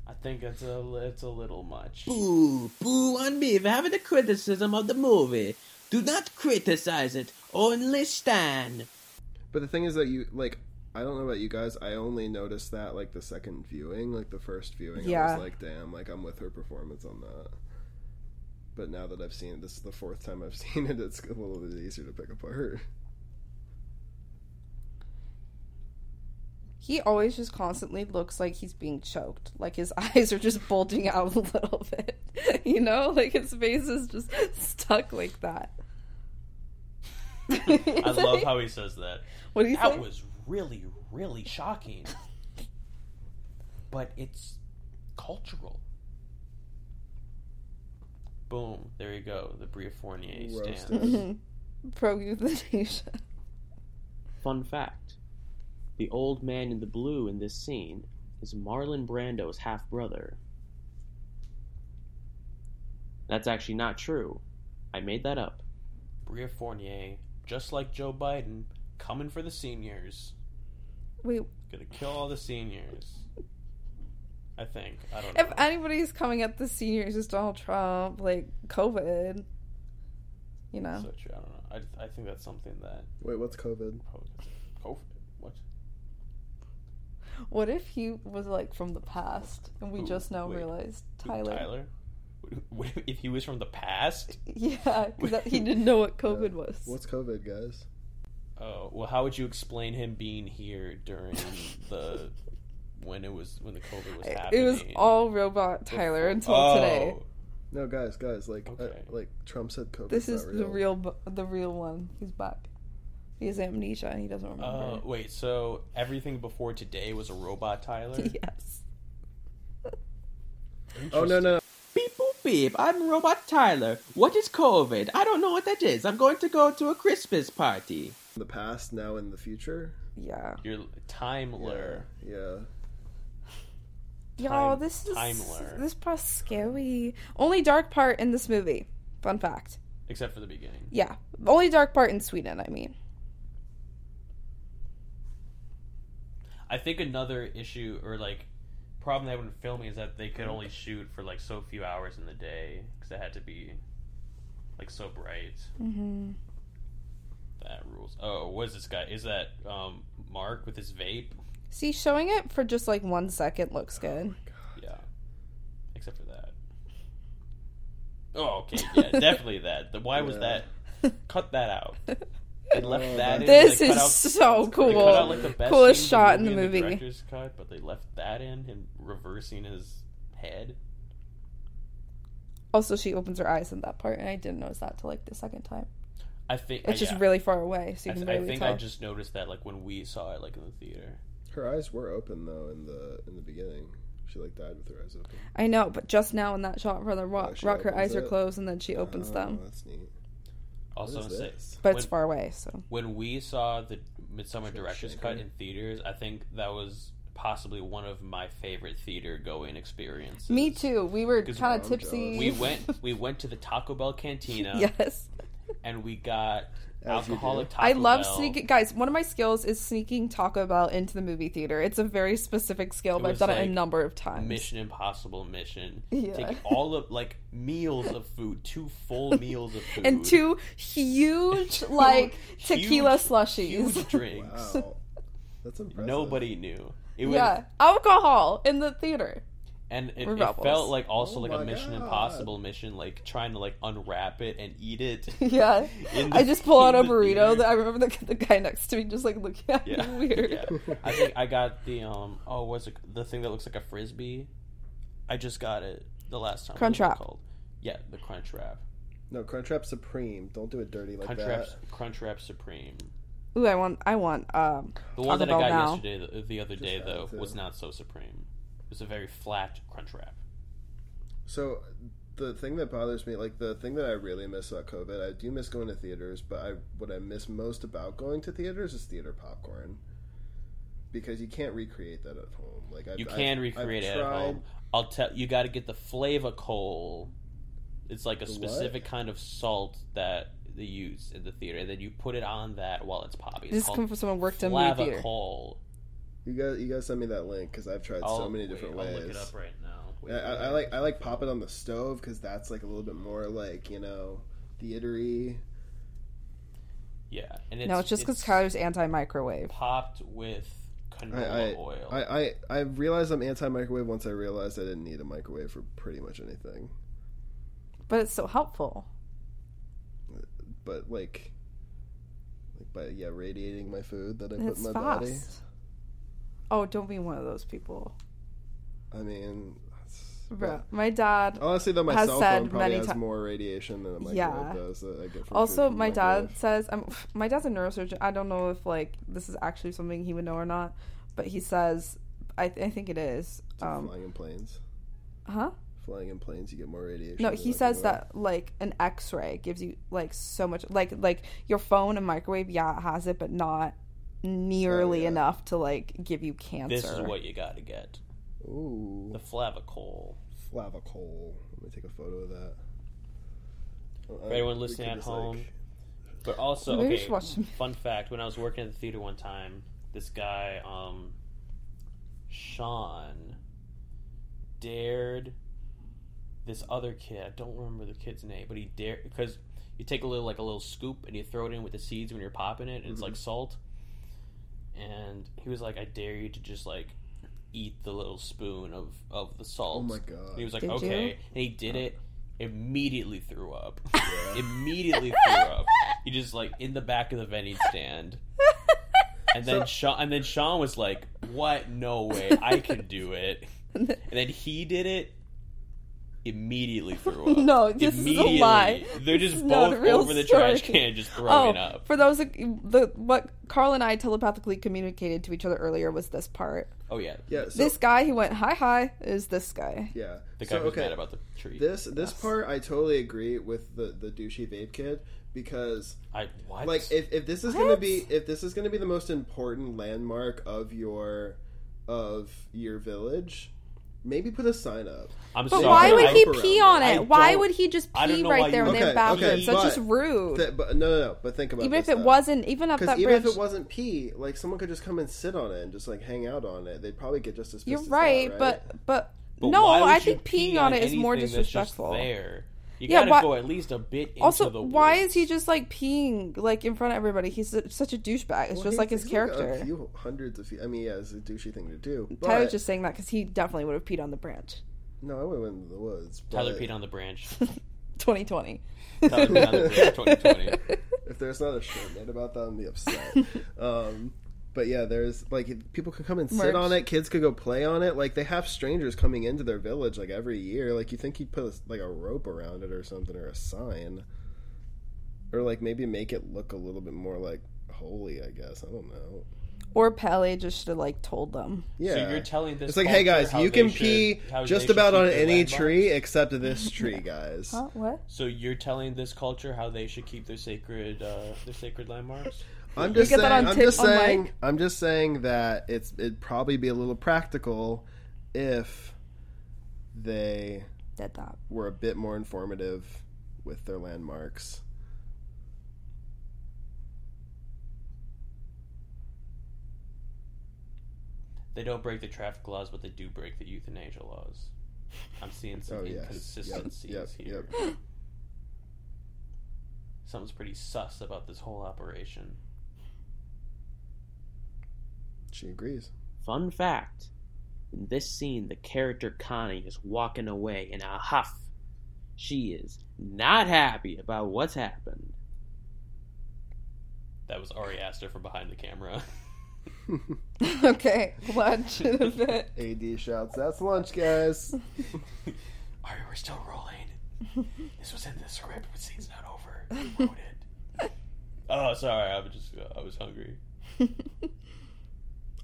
S3: I think it's a li- it's a little much.
S5: Boo, boo on me for having a criticism of the movie. Do not criticize it, only stand.
S4: But the thing is that you like. I don't know about you guys. I only noticed that like the second viewing, like the first viewing. I
S2: Yeah.
S4: was like, damn, like I'm with her performance on that. But now that I've seen it, this is the fourth time I've seen it. It's a little bit easier to pick apart.
S2: He always just constantly looks like he's being choked. Like his eyes are just bulging out a little bit. You know, like his face is just stuck like that.
S3: I love how he says that.
S2: What do you
S3: That
S2: think?
S3: was really really shocking. But it's cultural. Boom! There you go. The Bria Fournier
S4: Roasted.
S3: stand.
S2: Pro euthanasia.
S1: Fun fact the old man in the blue in this scene is Marlon Brando's half brother. That's actually not true. I made that up.
S3: Bria Fournier, just like Joe Biden, coming for the seniors.
S2: Wait,
S3: Gonna kill all the seniors. I think. I don't know.
S2: if anybody's coming at the seniors, it's Donald Trump, like COVID. You know,
S3: So true. I don't know. I, I think that's something that
S4: Wait, what's COVID?
S3: COVID. What?
S2: what if he was like from the past and we
S3: Who?
S2: just now
S3: Oh, Wait.
S2: realized
S3: Who,
S2: Tyler?
S3: Tyler. What if- if he was from the past?
S2: Yeah, because he didn't know what COVID was.
S4: What's COVID, guys?
S3: Oh well, how would you explain him being here during the when it was when the COVID was
S2: It-
S3: happening?
S2: It was all robot Tyler until
S3: Oh,
S2: today.
S4: No, guys, guys. Like, uh,
S3: Okay.
S4: like Trump said, COVID.
S2: This is the real, bu- the real one. He's back. He has amnesia and he doesn't
S3: Oh
S2: remember.
S3: wait, so everything before today was a robot, Tyler?
S2: yes.
S4: Oh no, no.
S5: Beep boop beep, I'm Robot Tyler. What is COVID? I don't know what that is. I'm going to go to a Christmas party.
S4: In the past, now in the future.
S2: Yeah.
S3: Your Timler.
S4: Yeah.
S2: Y'all,
S3: Time-
S2: this is
S3: Timler.
S2: this part's scary. Only dark part in this movie. Fun fact.
S3: except for the beginning.
S2: Yeah, only dark part in Sweden. I mean,
S3: I think another issue or like problem they had when filming is that they could only shoot for like so few hours in the day because it had to be like so bright.
S2: hmm
S3: That rules. Oh, what is this guy? Is that um Mark with his vape?
S2: see, showing it for just like one second looks good.
S3: Yeah. Except for that. Oh, okay. Yeah, definitely that. The, why was
S4: Yeah.
S3: that? Cut that out. They left
S4: Oh,
S3: that. in,
S2: this
S3: they cut
S2: is
S3: out-
S2: so
S3: They cut out
S2: cool.
S3: like the best
S2: Coolest
S3: scenes
S2: shot in the
S3: and
S2: movie.
S3: director's cut, but they left that in him reversing his head.
S2: Also, she opens her eyes in that part, and I didn't notice that till like the second time.
S3: I think
S2: It's
S3: uh,
S2: just
S3: yeah.
S2: really far away, so
S3: I,
S2: you can
S3: th-
S2: barely
S3: I think
S2: tell.
S3: I just noticed that like when we saw it like in the theater.
S4: Her eyes were open though in the in the beginning. She like died with her eyes open.
S2: I know, but just now in that shot where the rock,
S4: Oh, she
S2: rock her
S4: opens
S2: eyes are
S4: it.
S2: closed and then she opens
S4: Oh,
S2: them.
S4: That's neat.
S3: Also,
S4: What
S3: in
S4: is
S3: say,
S4: this?
S2: But
S3: when,
S2: it's far away, so
S3: when we saw the Midsummer Director's
S4: shaking.
S3: Cut in theaters, I think that was possibly one of my favorite theater going experiences.
S2: me too. We were
S3: Because
S2: kind
S4: I'm
S2: of tipsy.
S4: jealous.
S3: We went we went to the Taco Bell cantina
S2: yes,
S3: and we got
S4: As you
S3: alcoholic Taco
S2: I love
S3: Bell.
S2: sneaking. Guys, one of my skills is sneaking Taco Bell into the movie theater. It's a very specific skill, but
S3: was
S2: I've done it
S3: like
S2: a number of times.
S3: Mission Impossible mission.
S2: Yeah.
S3: Taking all of like meals of food, two full meals of food,
S2: And two huge like
S3: huge-
S2: tequila slushies.
S3: huge drinks.
S4: Wow. That's impressive.
S3: Nobody knew. It was
S2: yeah, alcohol in the theater.
S3: and it,
S2: We're
S3: it
S2: rebels.
S3: felt like also
S4: Oh
S3: like a
S4: my
S3: Mission
S4: God.
S3: Impossible mission, like trying to like unwrap it and eat it.
S2: Yeah,
S3: In the-
S2: I just pull out a
S3: in the
S2: burrito.
S3: theater.
S2: That I remember the, the guy next to me just like looking at
S3: Yeah,
S2: me weird.
S3: yeah. I think I got the um. Oh, what's it? The thing that looks like a frisbee. I just got it the last time. What was it
S2: Crunchwrap.
S3: called? Yeah, the crunch wrap.
S4: No, Crunchwrap Supreme. Don't do it dirty like
S3: Crunchwrap, Crunchwrap Supreme.
S2: Ooh, I want I want um
S3: The one
S2: Taco
S3: that I got
S2: Bell now.
S3: yesterday, the, the other day
S4: add
S3: though,
S4: to-
S3: was not so supreme. It was a very flat Crunchwrap.
S4: that. So the thing that bothers me, like the thing that I really miss about COVID, I do miss going to theaters, but I what I miss most about going to theaters is theater popcorn. Because you can't recreate that at home. Like I've,
S3: You
S4: I've-
S3: can
S4: I've
S3: recreate it at
S4: tried-
S3: home. I'll tell you got to get the flavor coal. It's like a
S4: The what?
S3: specific kind of salt that they use in the theater, and then you put it on that while it's popping.
S2: this is
S3: It's
S2: coming
S3: called
S2: from someone who worked in movie theater.
S3: flavacol.
S4: You guys, you guys send me that link because I've tried so
S3: I'll-
S4: many
S3: wait,
S4: different
S3: I'll
S4: ways.
S3: look it up right now.
S4: I, I, I like I like pop it on the stove because that's like a little bit more like you know theatery.
S3: Yeah, and it's,
S2: No, it's just because Tyler's anti microwave.
S3: popped with canola
S4: I-
S3: oil.
S4: I, I I realized I'm anti microwave once I realized I didn't need a microwave for pretty much anything.
S2: But it's so helpful.
S4: But like, like by yeah radiating my food that I
S2: And
S4: put
S2: it's
S4: in my
S2: fast.
S4: body.
S2: Oh, don't be one of those people.
S4: I mean, that's-
S2: Bro. My dad
S4: honestly though, my
S2: Has
S4: cell
S2: said
S4: phone probably
S2: many
S4: has
S2: ti-
S4: more radiation than a microwave
S2: Yeah.
S4: does that I get from
S2: also
S4: food from the
S2: my
S4: microwave.
S2: dad says um, my dad's a neurosurgeon i don't know if like this is actually something he would know or not but he says i, th- I think it is um
S4: flying in planes.
S2: huh
S4: Flying in planes, you get more radiation.
S2: no
S4: than
S2: he
S4: a
S2: says
S4: microwave.
S2: that like an x-ray gives you like so much like like your phone and microwave yeah it has it but not nearly
S4: yeah.
S2: enough to like give you cancer
S3: Oh, this is what you got to get
S4: Ooh.
S3: the flavacol.
S4: Flavacol. Let me take a photo of that. Uh,
S3: For anyone
S4: we
S3: listening
S4: could
S3: at
S4: just,
S3: home,
S4: like-
S3: But also,
S2: Maybe we
S3: okay,
S2: should watch some-
S3: fun fact: when I was working at the theater one time, this guy, um, Sean, dared this other kid. I don't remember the kid's name, but he dared because you take a little like a little scoop and you throw it in with the seeds when you're popping it, and it's
S2: Mm-hmm.
S3: like salt. And he was like, "I dare you to just like eat the little spoon of of the salt."
S4: oh my
S3: And he
S4: god.
S3: was like,
S2: Did
S3: okay.
S2: you?
S3: And he did
S4: Oh.
S3: it, immediately threw up. immediately threw up. He just like in the back of the vending stand. And then Sean and then Sean was like, What? No way, I can do it. And then he did it, immediately threw up.
S2: No, this is a lie.
S3: They're
S2: is
S3: just
S2: not a
S3: both
S2: real
S3: over the trash
S2: story.
S3: can just throwing
S2: oh,
S3: up.
S2: for those the what Carl and I telepathically communicated to each other earlier was this part.
S3: Oh yeah.
S4: Yeah, so,
S2: this guy, he went hi hi, is this guy?
S4: yeah.
S3: The guy
S4: so,
S3: who's
S4: okay,
S3: mad about the tree.
S4: this this part I totally agree with the the douchey vape kid because
S3: I what?
S4: like if, if this is gonna be if this is gonna be the most important landmark of your of your village, maybe put a sign up.
S3: I'm
S2: But
S3: sorry.
S2: why would
S3: I-
S2: he
S4: Loop around.
S2: pee on
S3: I
S2: it? Why
S3: don't-
S2: would he just
S3: I don't
S2: pee
S3: know
S2: right
S3: why
S2: there in
S3: you-
S2: their
S4: Okay,
S2: bathroom?
S4: okay,
S2: That's just
S4: but-
S2: rude.
S4: Th- but no, no, no. But think about
S2: Oh. even
S4: this
S2: if it
S4: though.
S2: wasn't, even if that
S4: Because even
S2: bridge,
S4: if it wasn't pee, like someone could just come and sit on it and just like hang out on it. They'd probably get just as pissed
S2: you're
S4: as
S2: right,
S4: that,
S2: But but,
S3: But
S2: no,
S3: why would
S2: I
S3: you
S2: think
S3: pee
S2: peeing on it is more
S3: anything that's just
S2: disrespectful.
S3: there? You
S2: Yeah,
S3: gotta
S2: why-
S3: go at least a bit into
S2: Also,
S3: the
S2: why
S3: woods.
S2: is he just like peeing like in front of everybody? He's su- such a douchebag. It's
S4: Well,
S2: just
S4: he's-
S2: like his
S4: he's
S2: character.
S4: a few hundreds of feet. I mean, yeah, it's a douchey thing to do. But,
S2: Tyler's just saying that because he definitely would have peed on the branch.
S4: no, I would have went into the woods. But
S3: Tyler peed on the branch?
S2: 2020.
S3: Tyler peed on the branch 2020.
S4: If there's not a shirt made about that, I'm be upset. um, but yeah, there's like people can come and sit
S2: Merch.
S4: on it. Kids could go play on it. Like they have strangers coming into their village like every year. Like you think he'd put a, like a rope around it or something or a sign, or like maybe make it look a little bit more like holy. I guess I don't know.
S2: Or Pele just should have like told them.
S4: Yeah.
S3: So you're telling this
S4: It's like, hey
S3: culture
S4: guys,
S3: how
S4: you
S3: they
S4: can
S3: should-
S4: pee
S3: how they
S4: just
S3: should
S4: about
S3: keep
S4: on
S3: their
S4: any
S3: landmarks?
S4: tree except this tree, guys.
S2: Huh? What?
S3: So you're telling this culture how they should keep their sacred, uh, their sacred landmarks?
S4: I'm just
S2: get
S4: saying.
S2: that on
S4: I'm
S2: tip-
S4: just
S2: on
S4: saying.
S2: mic?
S4: I'm just saying that it's it'd probably be a little practical if they
S2: Dead that.
S4: were a bit more informative with their landmarks.
S3: They don't break the traffic laws, but they do break the euthanasia laws. I'm seeing some
S4: Oh yes, yep,
S3: inconsistencies
S4: yep,
S3: here.
S4: yep.
S3: Something's pretty sus about this whole operation.
S4: She agrees.
S1: Fun fact in this scene, the character Connie is walking away in a huff. She is not happy about what's happened.
S3: That was Ari Aster from behind the camera.
S2: okay, lunch in a bit.
S4: Ad shouts, "That's lunch, guys."
S3: Ari, we're still rolling. This was in the script, but scene's not over. Who wrote it? oh, sorry. I was just I was hungry.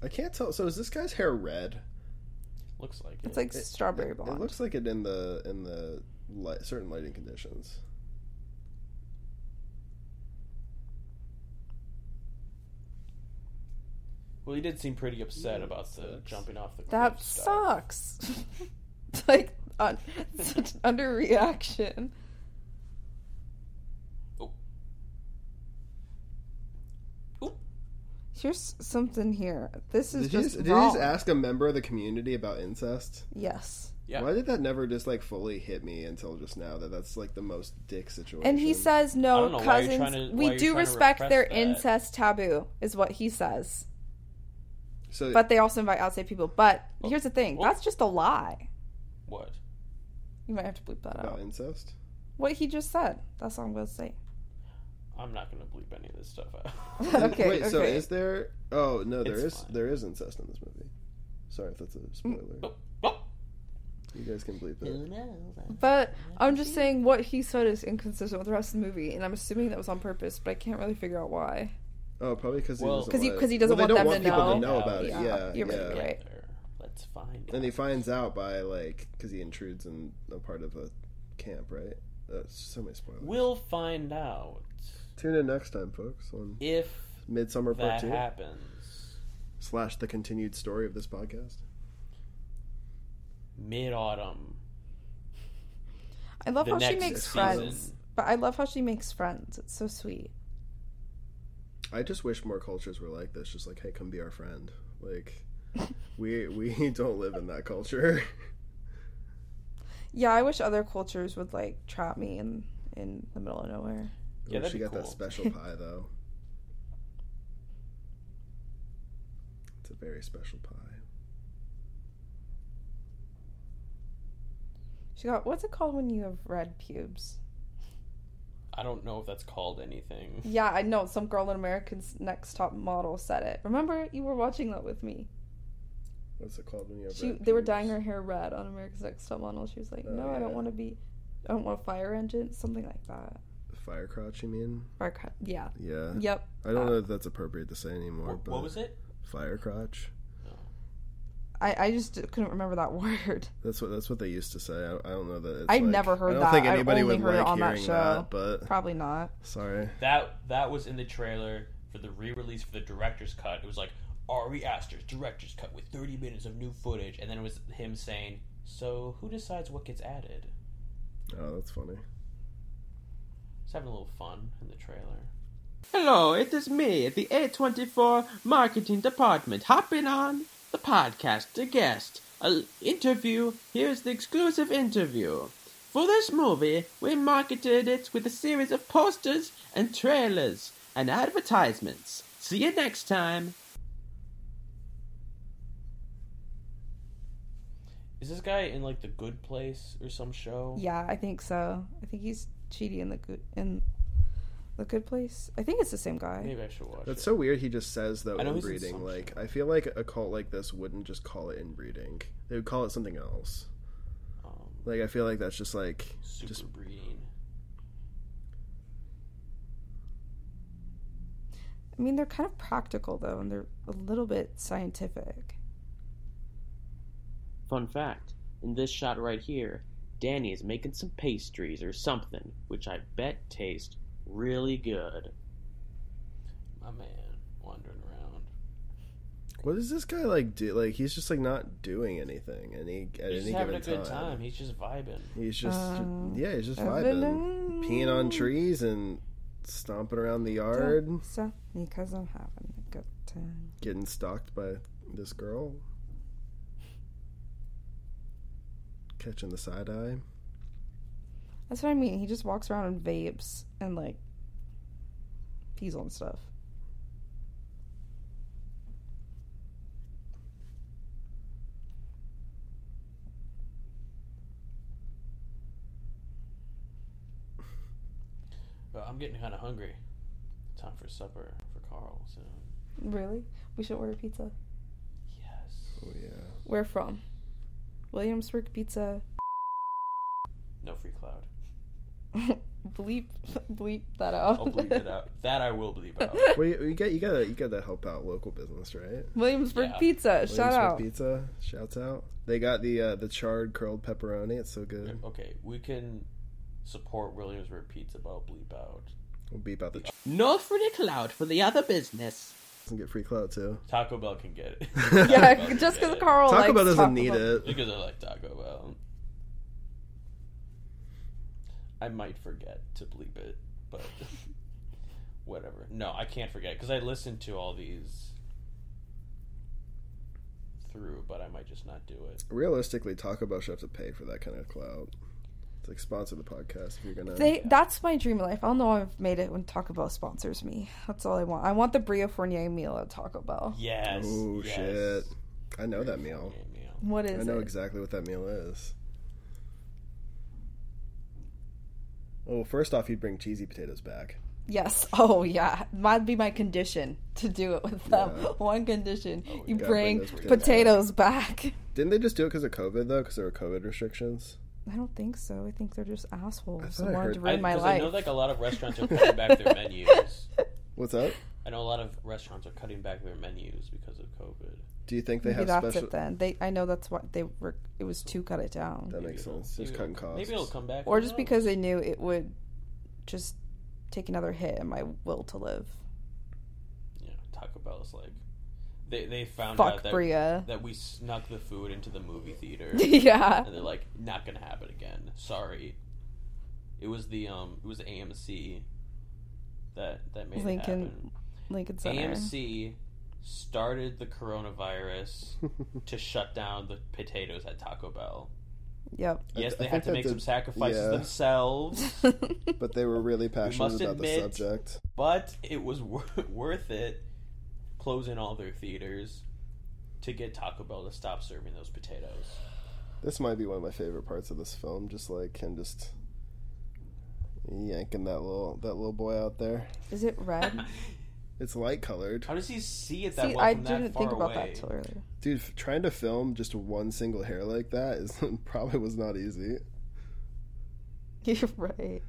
S4: I can't tell. So is this guy's hair red?
S3: Looks like
S2: It's
S3: it.
S2: like strawberry
S4: It-
S2: blonde.
S4: It looks like it in the in the light, certain lighting conditions.
S3: well, he did seem pretty upset
S4: Yeah,
S3: about the
S4: sucks.
S3: jumping off the cliff
S2: that
S3: stuff.
S2: sucks. like un- such an underreaction.
S3: Oh. Oh.
S2: Here's something here. This is
S4: Did you,
S2: just
S4: just, did you just
S2: wrong.
S4: ask a member of the community about incest?
S2: Yes.
S3: Yeah.
S4: Why did that never just like fully hit me until just now? That that's like the most dick situation.
S2: And he says
S3: I don't know
S2: no
S3: why you're
S2: cousins.
S3: trying to- why
S2: we
S3: you're
S2: do
S3: trying to
S2: respect
S3: repress
S2: their
S3: that."
S2: incest taboo, is what he says.
S4: so
S2: But they also invite outside people. But
S3: Oh.
S2: here's the thing:
S3: well-
S2: that's just a lie.
S3: What?
S2: You might have to bleep that
S4: about
S2: out.
S4: incest.
S2: What he just said. That's all I'm gonna say.
S3: I'm not gonna bleep any of this stuff out.
S2: okay.
S4: Wait.
S2: okay.
S4: So is there? Oh no, there is
S3: It's fine.
S4: there is incest in this movie. Sorry if that's a
S2: Mm.
S4: spoiler.
S3: oh.
S4: You guys can bleep it.
S2: But I'm just saying what he said is inconsistent with the rest of the movie, and I'm assuming that was on purpose, but I can't really figure out why.
S4: Oh, probably because
S3: Well-
S4: he
S2: 'Cause
S4: doesn't
S2: he-
S4: want,
S2: 'cause he doesn't
S4: well, they
S2: want
S4: don't
S2: them
S4: want
S2: to
S4: people
S3: know.
S4: to know about it. Yeah,
S2: Yeah, you're right,
S4: yeah.
S2: you're right.
S3: There. Let's find.
S4: And he
S3: out.
S4: finds out by like because he intrudes in a part of a camp, right? That's so many spoilers.
S3: We'll find out
S4: Tune in next time, folks, on
S3: if
S4: Midsummer
S3: that
S4: Part Two
S3: happens.
S4: slash the continued story of this podcast.
S3: Mid autumn.
S2: I love
S3: The
S2: how she
S3: next
S2: makes
S3: season.
S2: friends, but I love how she makes friends. It's so sweet.
S4: I just wish more cultures were like this. Just like, hey, come be our friend. Like, we we don't live in that culture.
S2: Yeah, I wish other cultures would like trap me in in the middle of nowhere.
S3: Yeah,
S4: I
S3: that'd
S4: wish she
S3: be
S4: got that
S3: cool.
S4: special pie though. It's a very special pie.
S2: She got what's it called when you have red pubes?
S3: I don't know if that's called anything.
S2: Yeah, I know some girl in America's Next Top Model said it. Remember you were watching that with me.
S4: What's it called when you have
S2: She
S4: red
S2: they were
S4: pubes?
S2: dyeing her hair red on America's Next Top Model. She was like,
S4: Oh,
S2: "No, I don't
S4: yeah.
S2: want to be, I don't want a fire engine, something like that."
S4: fire crotch. You mean?
S2: Or cra- yeah,
S4: Yeah.
S2: yep.
S4: I don't know if that's appropriate to say anymore.
S3: What,
S4: but
S3: what was it?
S4: Fire crotch.
S2: I I just couldn't remember that word.
S4: That's what that's what they used to say. I, I don't know that. It's
S2: I've
S4: like-
S2: never heard
S4: I don't
S2: that.
S4: think
S2: I've
S4: anybody
S2: only
S4: would
S2: heard it
S4: like
S2: on that
S4: hearing
S2: show.
S4: that. But
S2: Probably not.
S4: sorry.
S3: That that was in the trailer for the re-release for the director's cut. It was like Ari Aster's director's cut with 30 minutes of new footage, and then it was him saying, "So who decides what gets added?"
S4: Oh, that's funny.
S3: Just having a little fun in the trailer.
S1: Hello, it is me, the A24 marketing department, hopping on the podcast to guest. An interview, here's the exclusive interview. For this movie, we marketed it with a series of posters and trailers and advertisements. See you next time.
S3: Is this guy in like the Good Place or some show?
S2: Yeah, I think so. I think he's cheating in the good in the good place. I think it's the same guy.
S3: Maybe I should watch
S4: That's
S3: it.
S4: so weird. He just says though
S3: I know he's in
S4: inbreeding.
S3: some
S4: Like
S3: show.
S4: I feel like a cult like this wouldn't just call it inbreeding. They would call it something else.
S3: um,
S4: Like I feel like that's just like
S3: super
S4: just
S3: breeding.
S2: I mean, they're kind of practical though, and they're a little bit scientific.
S6: Fun fact in this shot right here, Danny is making some pastries or something, which I bet taste really good.
S3: My man wandering around.
S4: what does this guy like do? Like he's just like not doing anything. And he at
S3: He's just
S4: any
S3: having
S4: given
S3: a good
S4: time,
S3: time. He's just vibing.
S4: he's just
S2: Um,
S4: yeah he's just vibing, peeing
S2: Peeing
S4: on trees and stomping around the yard,
S2: So, because I'm having a good time.
S4: getting stalked by this girl, catching the side eye.
S2: That's what I mean. He just walks around and vapes and like pees on stuff.
S3: But I'm getting kind of hungry. Time for supper for Carl soon.
S2: Really? We should order pizza.
S3: Yes.
S4: Oh yeah.
S2: Where from? Williamsburg Pizza.
S3: No free cloud.
S2: bleep bleep that out.
S3: I'll bleep it out. That I will bleep out.
S4: Well, you, you got you gotta you gotta help out local business, right?
S2: Williamsburg
S3: Yeah.
S2: Pizza, shout
S4: Williamsburg
S2: out.
S4: Pizza, shouts out. They got the uh, the charred curled pepperoni. It's so good.
S3: Okay, we can support Williamsburg Pizza, but I'll bleep out.
S4: We'll beep out the ch-
S1: North for the cloud for the other business.
S4: and get free clout too.
S3: Taco Bell can get it.
S2: Yeah, just because Carl
S4: Taco
S2: likes
S4: Bell doesn't
S2: Taco
S4: need
S2: Bell.
S4: it.
S3: because I like Taco Bell. I might forget to bleep it, but whatever. No, I can't forget because I listened to all these through, but I might just not do it.
S4: Realistically, Taco Bell should have to pay for that kind of clout. It's like sponsor the podcast if you're gonna.
S2: They, that's my dream life. I'll know I've made it when Taco Bell sponsors me. That's all I want. I want the Brio Fournier meal at Taco Bell.
S3: Yes.
S4: oh
S3: yes.
S4: shit! I know that meal.
S3: Yeah, meow.
S2: What
S4: I
S2: is
S4: know
S2: it?
S4: exactly what that meal is. Well, Oh, first off, you'd bring cheesy potatoes back.
S2: Yes. Oh yeah. That'd be my condition to do it with them.
S4: Yeah. Oh,
S2: One condition: you
S4: gotta bring
S2: bring,
S4: those potatoes
S2: potatoes back.
S4: Didn't they just do it because of COVID though? Because there were COVID restrictions.
S2: I don't think so. I think they're just assholes. who
S4: thought I
S2: wanted to
S4: heard-
S3: I,
S2: ruin my
S3: 'cause I
S2: life.
S3: know like a lot of restaurants are cutting back their menus.
S4: What's up?
S3: I know a lot of restaurants are cutting back their menus because of COVID.
S4: Do you think they
S2: Maybe
S4: have
S2: that's
S4: special?
S2: it then. They, I know that's why they were. It was to cut it down,
S4: That makes
S3: it'll-
S4: sense. Just
S3: maybe
S4: cutting
S3: it'll-
S4: costs.
S3: Maybe it'll come back.
S2: or just
S3: No.
S2: because they knew it would just take another hit at my will to live.
S3: Yeah, Taco Bell is like they they found out
S2: Fuck
S3: that
S2: Bria.
S3: that we snuck the food into the movie theater,
S2: yeah.
S3: and they're like, not gonna happen again. Sorry. It was the um, it was AMC that that made
S2: Lincoln
S3: it happen.
S2: Lincoln Center.
S3: AMC started the coronavirus to shut down the potatoes at Taco Bell.
S2: Yep.
S4: I
S3: Yes,
S4: th-
S3: they
S4: I
S3: had
S4: think
S3: to
S4: that
S3: make some
S4: did-
S3: sacrifices
S4: yeah.
S3: themselves,
S4: but they were really passionate
S3: must
S4: about the
S3: admit-
S4: subject.
S3: but it was wor- worth it closing all their theaters to get Taco Bell to stop serving those potatoes.
S4: This might be one of my favorite parts of this film. Just like him, just yanking that little that little boy out there.
S2: Is it red?
S4: It's light colored,
S3: How does he see it that
S2: See,
S3: well
S2: I
S3: from that
S2: didn't
S3: far
S2: think about
S3: away?
S2: that till earlier.
S4: dude. f- Trying to film just one single hair like that is probably was not easy.
S2: You're right.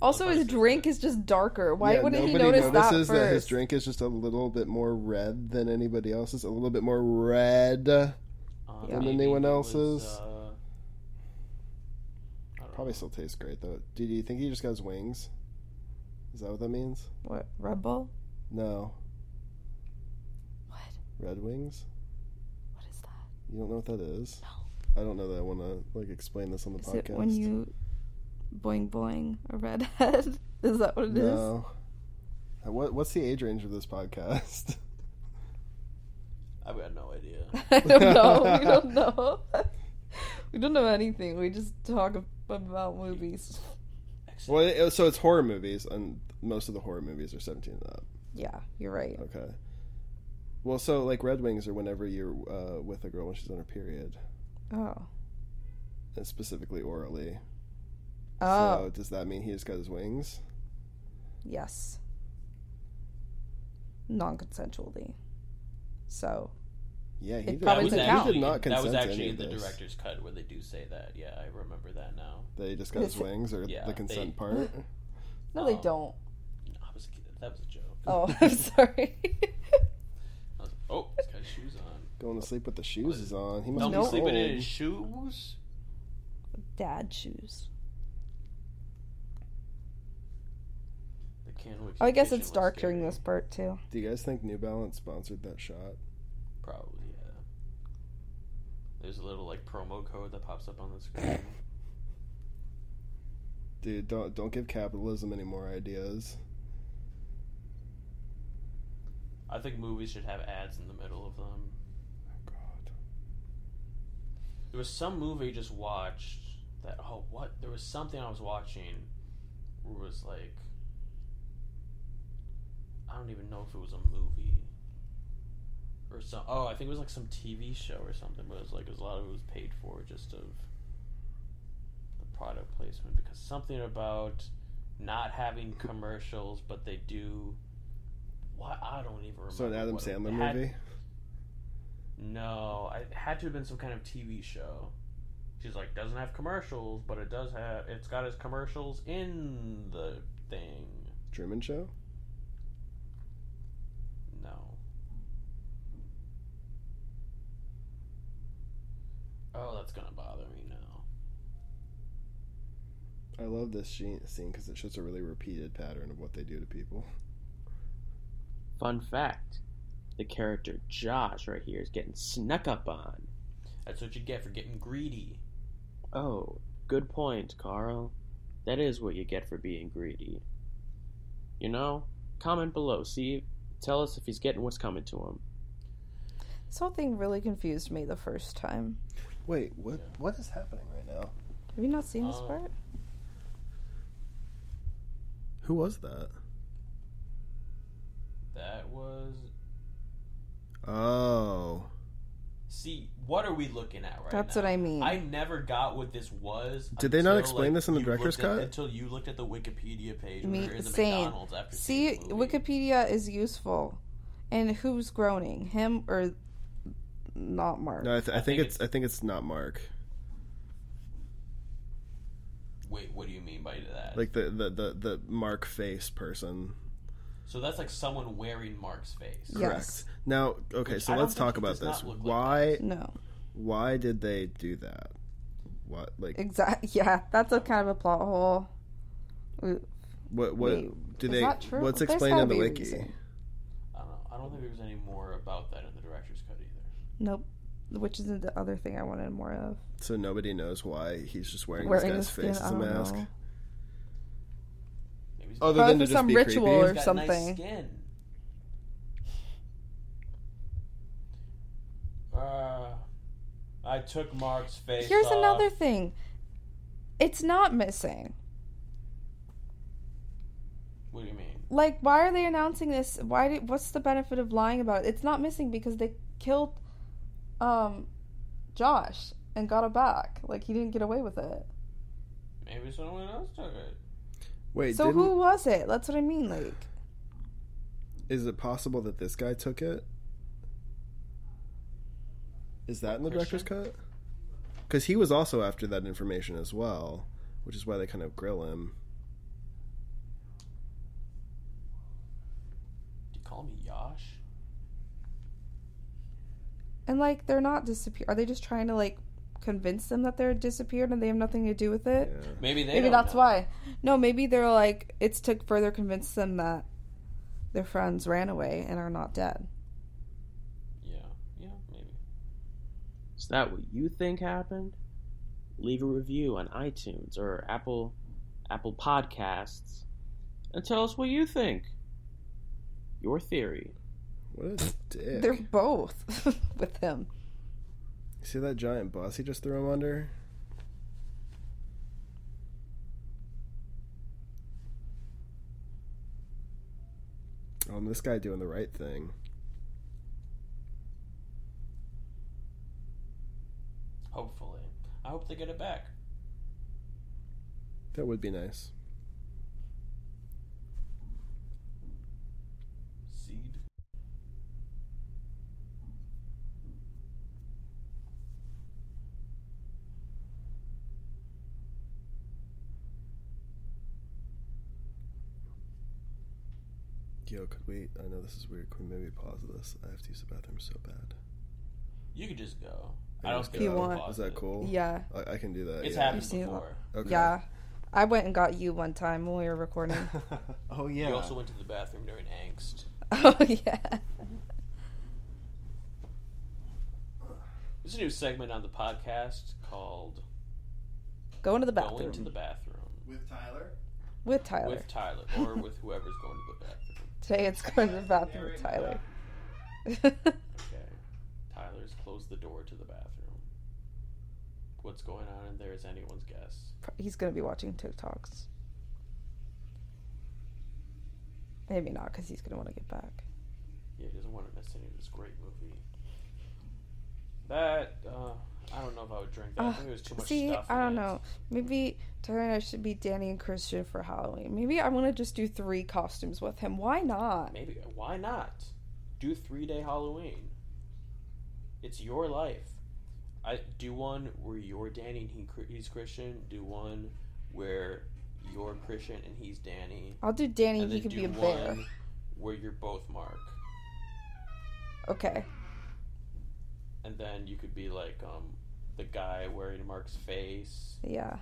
S2: Also, his drink is just darker. Why
S4: Yeah,
S2: wouldn't he
S4: nobody
S2: notice that
S4: notices
S2: first?
S4: that, his drink is just a little bit more red than anybody else's, a little bit more red.
S3: Um,
S2: Yeah. And
S3: maybe
S4: anyone
S3: it
S4: else's?
S3: was, uh, I don't
S4: Probably
S3: know.
S4: still tastes great though. Dude, do you think he just got his wings? Is that what that means?
S2: What Red Bull?
S4: No,
S2: What?
S4: red wings.
S2: What is that?
S4: You don't know what that is? I don't know that I want to like explain this on the
S2: Is
S4: podcast.
S2: it when you boing boing a redhead? is that what it is?
S4: no. Uh, What what's the age range of this podcast?
S3: I've got no idea.
S2: I don't know. we don't know. we don't know anything. We just talk ab- about movies.
S4: well, it, so it's horror movies, and most of the horror movies are seventeen and up.
S2: Yeah, you're right.
S4: Okay. Well, so like Red Wings are whenever you're uh, with a girl when she's on her period,
S2: Oh.
S4: and specifically orally.
S2: Oh.
S4: So does that mean he just got his wings?
S2: Yes. Non consensually. So
S4: Yeah, he
S2: It
S4: did.
S2: probably
S3: That was
S4: he
S2: doesn't
S4: did
S2: count.
S3: actually,
S4: not
S3: that
S4: consent
S3: was
S4: to
S3: actually
S4: any
S3: in
S4: of
S3: the
S4: this.
S3: director's cut where they do say that. Yeah, I remember that now.
S4: That he just got his
S2: Listen-
S4: wings, or
S3: Yeah,
S4: the
S3: they-
S4: consent part.
S2: No they
S3: Oh.
S2: don't.
S3: No, I was kidding. That was a joke.
S2: Oh, I'm sorry.
S3: I was like, oh, he's got his shoes on.
S4: Going to sleep with the shoes is on. He must
S3: Don't
S4: be
S3: be sleeping
S4: old.
S3: in his shoes.
S2: Dad shoes.
S3: The candle
S2: Oh, I guess
S3: expectation
S2: it's
S3: was
S2: dark during
S3: scary.
S2: this part too.
S4: Do you guys think New Balance sponsored that shot?
S3: Probably, yeah. There's a little like promo code that pops up on the screen.
S4: Dude, don't don't give capitalism any more ideas.
S3: I think movies should have ads in the middle of them.
S4: God.
S3: There was some movie I just watched that oh what there was something I was watching where it was like I don't even know if it was a movie or some oh I think it was like some TV show or something but it was like it was a lot of it was paid for just of the product placement because something about not having commercials but they do what I don't even remember
S4: So an Adam
S3: what it-
S4: Sandler
S3: it had-
S4: movie.
S3: no, I- it had to have been some kind of TV show. She's like, doesn't have commercials, but it does have. It's got his commercials in the thing.
S4: Truman Show.
S3: No. Oh, that's gonna bother me now.
S4: I love this she- scene because it shows a really repeated pattern of what they do to people.
S1: Fun fact the character Josh right here is getting snuck up on.
S3: That's what you get for getting greedy.
S1: Oh, good point, Carl. That is what you get for being greedy. You know, comment below. See, tell us if he's getting what's coming to him.
S2: This whole thing really confused me the first time.
S4: Wait, what? What is happening right now?
S2: Have you not seen this
S3: Um,
S2: part?
S4: Who was that?
S3: That was.
S4: Oh,
S3: See, what are we looking at right
S2: That's
S3: now?
S2: what I mean.
S3: I never got what this was.
S4: Did they not
S3: until,
S4: explain
S3: like,
S4: this in the
S3: you
S4: director's
S3: looked at-
S4: cut?
S3: until you looked at the Wikipedia page. when
S2: Me-
S3: we were in the
S2: same.
S3: McDonald's after
S2: See,
S3: seeing the movie.
S2: Wikipedia is useful. And who's groaning? Him or not Mark?
S4: no, I, th- I,
S3: I
S4: think,
S3: think
S4: it's, I think it's not Mark.
S3: Wait, what do you mean by that?
S4: Like the the the, the Mark face person.
S3: so that's like someone wearing Mark's face.
S4: Correct.
S2: Yes.
S4: Now, okay,
S3: Which
S4: so
S3: I don't
S4: let's
S3: think
S4: talk
S3: it
S4: about
S3: does not
S4: this.
S3: look like
S4: Why
S2: No.
S4: why did they do that? What like
S2: Exactly. Yeah, that's a kind of a plot hole. We-
S4: what what
S2: Wait,
S4: do
S2: is
S4: they?
S2: that true?
S4: What's
S2: There's
S4: explained
S2: gotta
S4: in the
S2: be a
S4: wiki?
S2: reason.
S3: I don't know. I don't think there was any more about that in the director's cut either.
S2: Nope. Which is the other thing I wanted more of.
S4: So nobody knows why he's just wearing,
S2: Wearing the
S4: this guy's
S2: skin,
S4: face
S2: I
S4: as a
S2: don't
S4: mask.
S2: know.
S3: Maybe he's
S4: Other
S2: Probably
S4: than to
S2: for
S4: just
S2: some
S4: be
S2: ritual
S4: creepy.
S2: or
S3: got
S2: Oh, something.
S3: Nice skin. Uh, I took Mark's face.
S2: Here's
S3: off.
S2: another thing. It's not missing.
S3: What do you mean?
S2: Like, why are they announcing this? Why? Did, what's the benefit of lying about it? It's not missing because they killed, um, Josh and got it back. Like he didn't get away with it.
S3: Maybe someone else took it.
S4: Wait,
S2: so
S4: didn't,
S2: who was it? That's what I mean. Like,
S4: is it possible that this guy took it? Is that in the director's cut? Because he was also after that information as well, which is why they kind of grill him.
S3: Do you call me Yosh?
S2: and like they're not disappear. Are they just trying to like convince them that they're disappeared and they have nothing to do with
S4: Yeah.
S2: it?
S3: Maybe they.
S2: maybe
S3: don't
S2: that's
S3: know.
S2: why. No, maybe they're like it's to further convince them that their friends ran away and are not dead.
S3: Yeah. Yeah. Maybe.
S1: Is that what you think happened? Leave a review on iTunes or Apple Apple Podcasts and tell us what you think. Your theory.
S4: What a dick!
S2: They're both with him.
S4: See that giant bus he just threw him under? Oh, and this guy doing the right thing.
S3: Hopefully, I hope they get it back.
S4: That would be nice.
S3: Seed.
S4: Yo, could we? I know this is weird. Could we maybe pause this? I have to use the bathroom so bad.
S3: You could just go.
S4: Can
S3: I don't
S4: just
S3: think
S2: you
S3: we'll
S2: want-
S3: pause
S4: Is that
S3: it.
S4: cool?
S2: Yeah,
S4: I, I can do that.
S3: It's
S4: yeah.
S3: happened
S2: You've seen a lot.
S3: before.
S4: Okay.
S2: yeah. I went and got you one time when we were recording.
S4: oh
S3: You also went to the bathroom during angst.
S2: oh yeah.
S3: There's a new segment on the podcast called
S2: Going to the
S3: Going
S2: bathroom
S3: to the Bathroom
S4: With Tyler.
S2: with Tyler.
S3: with Tyler or with whoever's going to the bathroom.
S2: Today it's going to the bathroom with Tyler.
S3: Okay. Tyler's closed the door to the bathroom. What's going on in there is anyone's guess.
S2: He's going to be watching TikToks. Maybe not because he's going to want to get back.
S3: Yeah, he doesn't want to miss any of this great movie. That uh, I don't know if I would drink that. I
S2: Ugh,
S3: think it was too much
S2: Ah, See,
S3: stuff.
S2: I
S3: in
S2: don't
S3: it.
S2: know. Maybe Tyler and I should be Danny and Christian for Halloween. Maybe I want to just do three costumes with him. Why not?
S3: Maybe why not? Do three day Halloween. It's your life. I do one where you're Danny and he, cr- he's Christian. Do one where you're Christian and he's Danny.
S2: I'll do Danny.
S3: And
S2: He
S3: then
S2: could
S3: do
S2: be a bear.
S3: one where you're both Mark,
S2: Okay.
S3: and then you could be like um the guy wearing Mark's face.
S2: Yeah.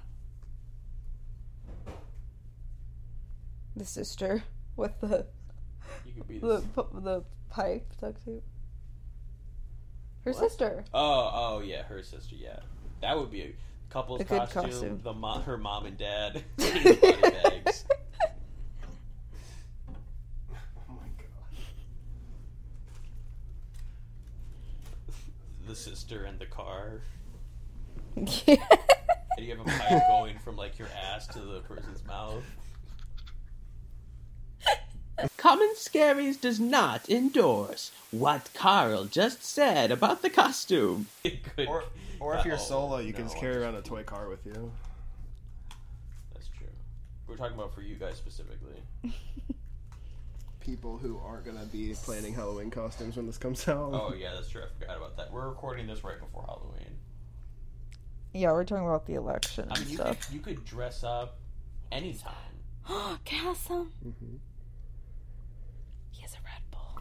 S2: The sister with the
S3: You could be
S2: the,
S3: this.
S2: pu- the pipe tucked to her
S3: What?
S2: sister.
S3: Oh, oh yeah, her sister. Yeah, that would be a couple's
S2: A good
S3: costume,
S2: costume.
S3: The mo- her mom and dad. body bags.
S4: Oh my god.
S3: The sister and the car.
S2: Yeah.
S3: And you have a pipe going from like your ass to the person's mouth.
S1: Common Scaries does not endorse what Carl just said about the costume.
S3: It could.
S4: Or, or if you're
S3: Oh,
S4: solo, you can
S3: no,
S4: just carry around a toy car with you.
S3: That's true. We're talking about for you guys specifically.
S4: People who aren't gonna be planning Halloween costumes when this comes out.
S3: Oh yeah, that's true. I forgot about that. We're recording this right before Halloween.
S2: yeah, we're talking about the election and
S3: I mean, you could,
S2: stuff.
S3: you could dress up anytime.
S2: Oh, Cassim.
S4: Mhm.
S2: He has a Red Bull.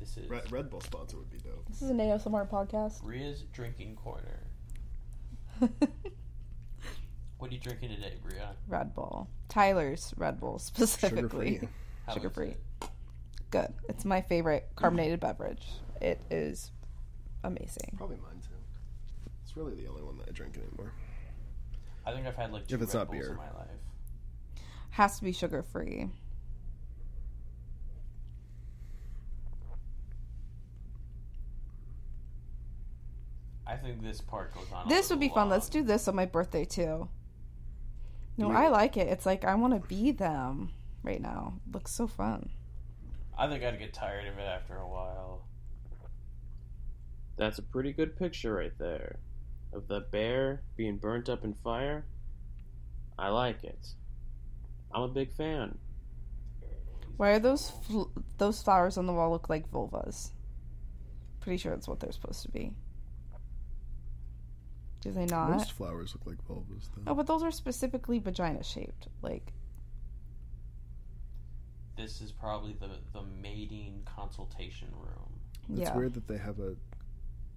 S3: This is
S4: Red, Red Bull sponsor would be dope.
S2: This is an ASMR podcast.
S3: Bria's drinking corner. What are you drinking today, Bria?
S2: Red Bull. Tyler's Red Bull specifically.
S4: Sugar-free.
S3: How
S2: Sugar
S3: is
S2: free.
S3: it?
S2: Good. It's my favorite carbonated beverage. It is amazing.
S4: Probably mine too. It's really the only one that I drink anymore.
S3: I think I've had like two
S4: If it's
S3: Red
S4: not
S3: Bulls
S4: beer.
S3: in my life.
S2: Has to be sugar free.
S3: I think this part goes on. a
S2: This would be
S3: little
S2: fun.
S3: long.
S2: Let's do this on my birthday too. No,
S4: Do we-
S2: I like it. It's like I want to be them right now. Looks so fun.
S3: I think I'd get tired of it after a while.
S7: That's a pretty good picture right there of the bear being burnt up in fire. I like it. I'm a big fan.
S2: Why are those fl- those flowers on the wall look like vulvas? Pretty sure that's what they're supposed to be. Do they not?
S4: Most flowers look like vulvas,
S2: Oh,
S4: though.
S2: but those are specifically vagina shaped. Like,
S3: This is probably the the mating consultation room.
S4: It's
S2: yeah.
S4: weird that they have a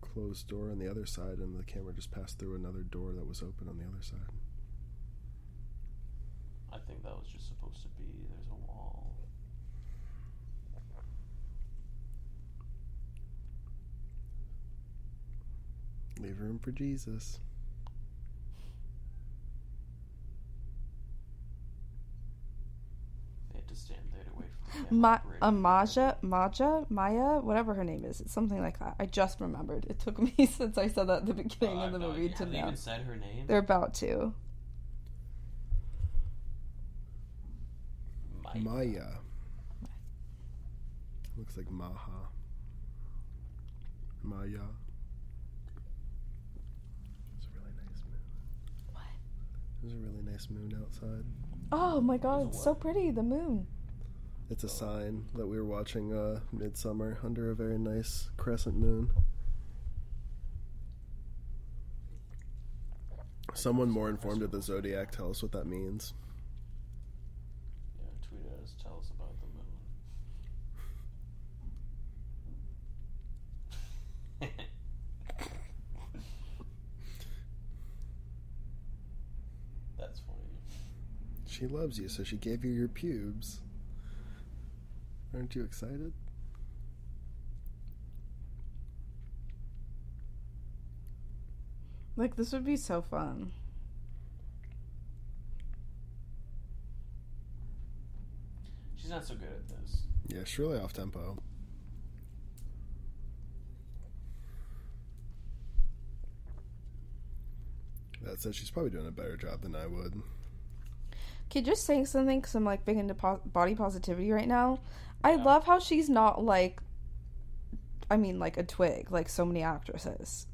S4: closed door on the other side, and the camera just passed through another door that was open on the other side.
S3: I think that was just supposed to be. There's a wall.
S4: Leave room for Jesus.
S3: They had to stand there to wait for the
S2: Ma-
S3: camera
S2: uh,
S3: operator.
S2: Maja, Maja, Maya, whatever her name is. It's something like that. I just remembered. It took me since I said that at the beginning
S3: Uh,
S2: of the
S3: no,
S2: movie to
S3: have they
S2: know.
S3: even said her name?
S2: They're about to.
S3: Mike.
S4: Maya. Looks like Maha. Maya. It's a really nice moon.
S2: What?
S4: There's a really nice moon outside.
S2: Oh my god, it's so pretty. The moon.
S4: It's a sign that we were watching uh, Midsummer under a very nice crescent moon. Someone more informed of the zodiac tell us what that means.
S3: Yeah, tweet at us. Tell us about the moon. That's funny.
S4: She loves you, so she gave you your pubes. Aren't you excited?
S2: Like this would be so fun.
S3: She's not so good at this.
S4: Yeah, it's really off tempo. That said, she's probably doing a better job than I would.
S2: Okay, just saying something because I'm like big into po- body positivity right now. I love how she's not like, I mean, like a twig, like so many actresses.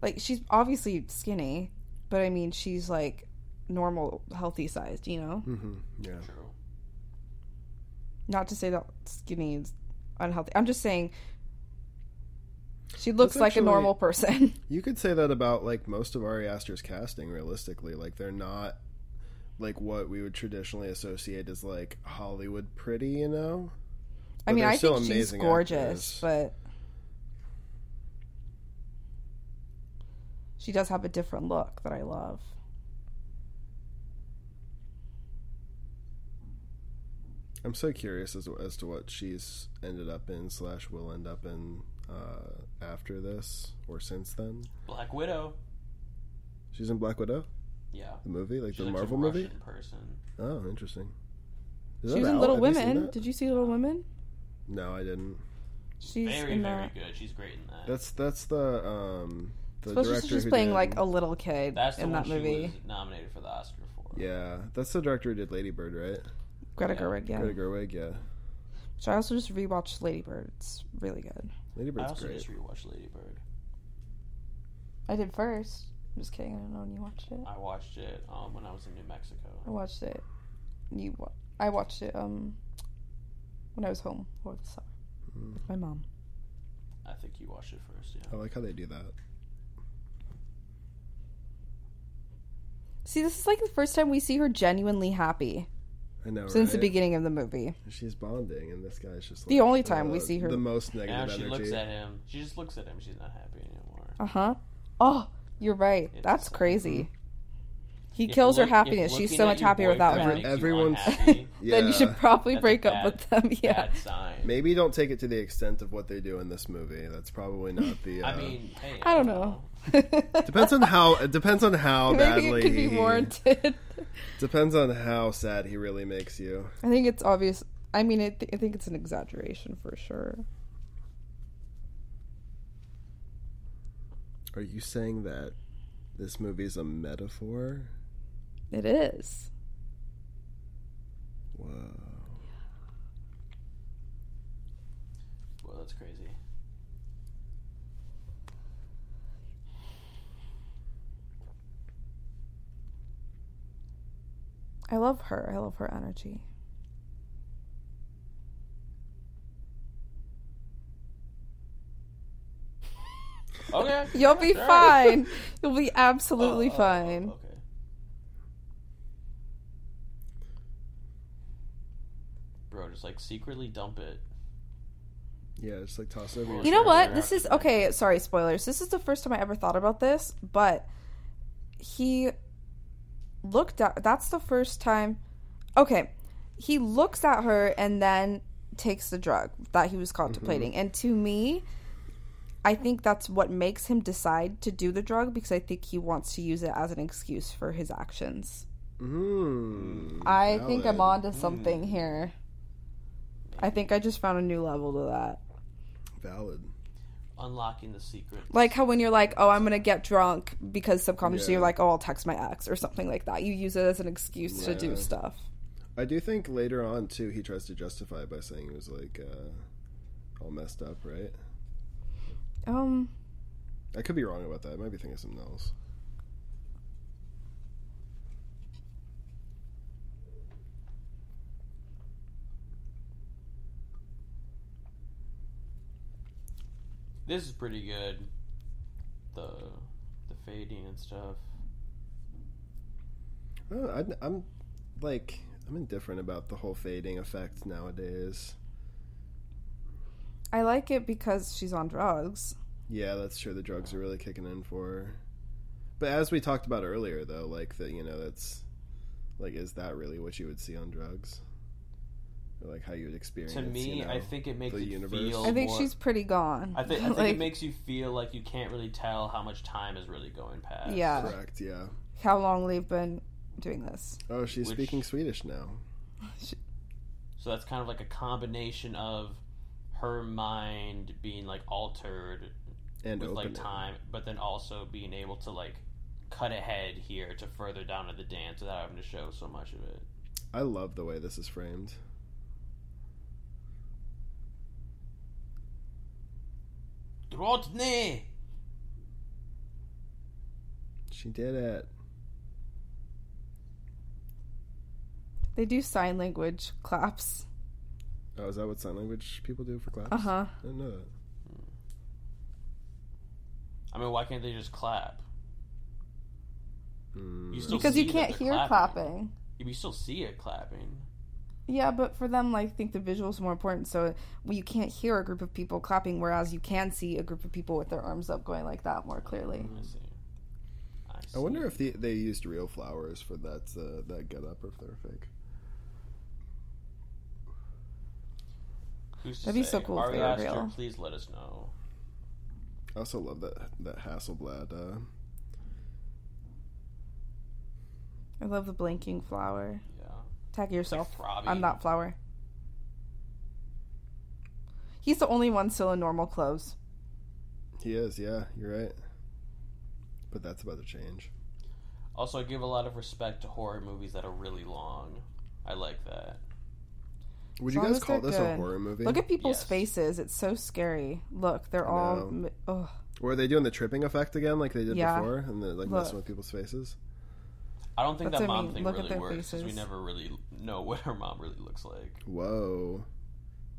S2: Like, she's obviously skinny, but I mean, she's like normal, healthy sized, you know?
S4: Mm-hmm. Yeah.
S3: True.
S2: Not to say that skinny is unhealthy. I'm just saying She looks
S4: That's
S2: like a
S4: actually-
S2: normal person.
S4: You could say that about like most of Ari Aster's casting realistically. Like they're not like what we would traditionally associate as like Hollywood pretty, you know?
S2: I
S4: But
S2: mean,
S4: they're
S2: I
S4: still
S2: think she's
S4: amazing
S2: gorgeous,
S4: actors.
S2: but she does have a different look that I love.
S4: I'm so curious as as to what she's ended up in slash will end up in uh, after this or since then.
S3: Black Widow.
S4: She's in Black Widow,
S3: Yeah.
S4: the movie, like
S3: She's
S4: the
S3: like
S4: Marvel
S3: some
S4: movie.
S3: Russian person.
S4: Oh, interesting. Is
S2: she was
S4: that
S2: in
S4: out?
S2: Little
S4: Have you seen
S2: Women.
S4: that?
S2: Did you see Little Women?
S4: No, I didn't.
S2: She's
S3: very,
S2: in
S3: very
S2: that.
S3: good. She's great in that.
S4: That's that's the um the
S2: Especially
S4: director
S2: since she's
S4: who
S2: playing
S4: did-
S2: like a little kid
S3: That's the
S2: in
S3: one
S2: that
S3: she was
S2: movie.
S3: nominated for the Oscar for.
S4: yeah, that's the director who did Lady Bird, right?
S2: Greta
S3: Yeah.
S2: Gerwig, yeah.
S4: Greta Gerwig, yeah.
S2: So I also just rewatched Lady Bird. It's really good.
S4: Lady
S3: I
S4: Bird's
S3: also
S4: great.
S3: just rewatched Lady Bird.
S2: I did first. I'm just kidding. I don't know when you watched it.
S3: I watched it um, when I was in New Mexico.
S2: I watched it. You, wa- I watched it um when I was home over the summer
S4: Mm.
S2: with my mom.
S3: I think you watched it first.
S4: I
S3: Yeah.
S4: like how they do that.
S2: See, this is like the first time we see her genuinely happy
S4: I know.
S2: since the
S4: right?
S2: beginning of the movie.
S4: she's bonding, and this guy's just
S2: The
S4: like, uh,
S2: only time we see her-
S4: The most negative
S3: Now she
S4: energy.
S3: looks at him. She just looks at him. She's not happy anymore.
S2: Uh huh. Oh, you're right.
S3: It's
S2: That's
S3: just-
S2: crazy. He
S3: If
S2: kills her
S3: look- if
S2: happiness. She's
S3: looking
S2: so
S3: at
S2: much
S3: your
S2: happier without
S3: boyfriend
S2: him.
S3: makes you
S4: Everyone's-
S3: unhappy,
S4: yeah.
S2: Then you should probably
S3: That's a
S2: break up
S3: bad-
S2: with them. Yeah.
S3: bad sign.
S4: Maybe don't take it to the extent of what they do in this movie. That's probably not the. Uh,
S3: I mean, hey,
S2: I don't know. Depends
S4: depends on how it depends on how
S2: Maybe
S4: badly
S2: it could be
S4: he-
S2: warranted.
S4: depends on how sad he really makes you.
S2: I think it's obvious. I mean, I, th- I think it's an exaggeration for sure.
S4: Are you saying that this movie's a metaphor?
S2: It is.
S4: Whoa.
S3: Well, that's crazy.
S2: I love her. I love her energy.
S3: Okay,
S2: You'll be
S3: Sure.
S2: fine. You'll be
S3: Oh,
S2: absolutely
S3: oh, oh,
S2: fine.
S3: okay. Bro, just like secretly dump it.
S4: Yeah, just like toss it over. your
S2: You know
S3: Sure,
S2: what?
S3: they're
S2: This
S3: after
S2: is
S3: that.
S2: okay. Sorry, spoilers. This is the first time I ever thought about this, but he looked at. That's the first time. Okay, he looks at her and then takes the drug that he was contemplating.
S4: Mm-hmm.
S2: And to me, I think that's what makes him decide to do the drug because I think he wants to use it as an excuse for his actions.
S4: Mm,
S2: I think I'm
S4: valid. Mm.
S2: onto something here. I think I just found a new level to that.
S4: Valid.
S3: Unlocking the secret.
S2: Like how when you're like, oh, I'm gonna get drunk because subconsciously
S4: Yeah.
S2: you're like, oh, I'll text my ex or something like that. You use it as an excuse to do
S4: Yeah.
S2: stuff.
S4: I do think later on too, he tries to justify it by saying he was like uh, all messed up, right?
S2: Um,
S4: I could be wrong about that. I might be thinking of something else.
S3: This is pretty good. The the fading and stuff.
S4: I don't know, I'd- I'm like I'm indifferent about the whole fading effect nowadays.
S2: I like it because she's on drugs.
S4: Yeah, that's true. The drugs are really kicking in for. her. But as we talked about earlier, though, like that, you know, that's like, is that really what you would see on drugs? Or like how you would experience?
S3: To me,
S4: you know?
S3: I think it makes
S4: the
S3: it
S4: universe.
S3: feel.
S2: I think
S3: more-
S2: she's pretty gone.
S3: I think, I think
S2: like,
S3: it makes you feel like you can't really tell how much time is really going past.
S2: yeah,
S4: correct. Yeah.
S2: how long they've been doing this.
S4: Oh, she's
S3: Which-
S4: speaking Swedish now.
S3: So that's kind of like a combination of her mind being like altered
S4: And
S3: with
S4: open
S3: like
S4: it.
S3: time, but then also being able to like cut ahead here to further down in the dance without having to show so much of it.
S4: I love the way this is framed.
S3: Drotne!
S4: She did it.
S2: They do sign language claps. Uh-huh.
S4: Oh, is that what sign language people do for claps?
S2: Uh huh.
S4: I didn't know that.
S3: I mean, why can't they just clap?
S4: Mm.
S3: You still
S2: because you
S3: see that
S2: can't
S3: they're
S2: hear clapping.
S3: You still see it clapping.
S2: Yeah, but for them, like, I think the visual's more important. So well, you can't hear a group of people clapping, whereas you can see a group of people with their arms up going like that more clearly.
S3: I see. I, see.
S4: Mm-hmm. I wonder if the, they used real flowers for that uh, that get up or if they're fake.
S3: Who's to
S2: That'd be
S3: say?
S2: so cool if
S3: Ari
S2: they were
S3: Aster,
S2: real.
S3: please let us know.
S4: I also love that that Hasselblad. Uh,
S2: I love the blinking flower.
S3: Yeah.
S2: Tag yourself.
S3: Robbie.
S2: I'm not flower. He's the only one still in normal clothes.
S4: he is, yeah, you're right. But that's about to change.
S3: Also, I give a lot of respect to horror movies that are really long. I like that.
S4: Would
S2: As
S4: you
S2: long
S4: guys
S2: as
S4: call
S2: they're
S4: this a
S2: good.
S4: horror movie?
S2: Look at people's
S3: Yes.
S2: faces. It's so scary. Look, they're
S4: I
S2: all.
S4: know.
S2: mi- Ugh.
S4: Were they doing the tripping effect again, like they did
S2: Yeah.
S4: before, and they're like
S2: Look.
S4: messing with people's faces?
S3: I don't think
S2: That's
S3: that
S2: what I
S3: mom
S2: mean.
S3: thing
S2: Look at
S3: really
S2: their
S3: works because we
S2: faces.
S3: never really know what her mom really looks like.
S4: Whoa,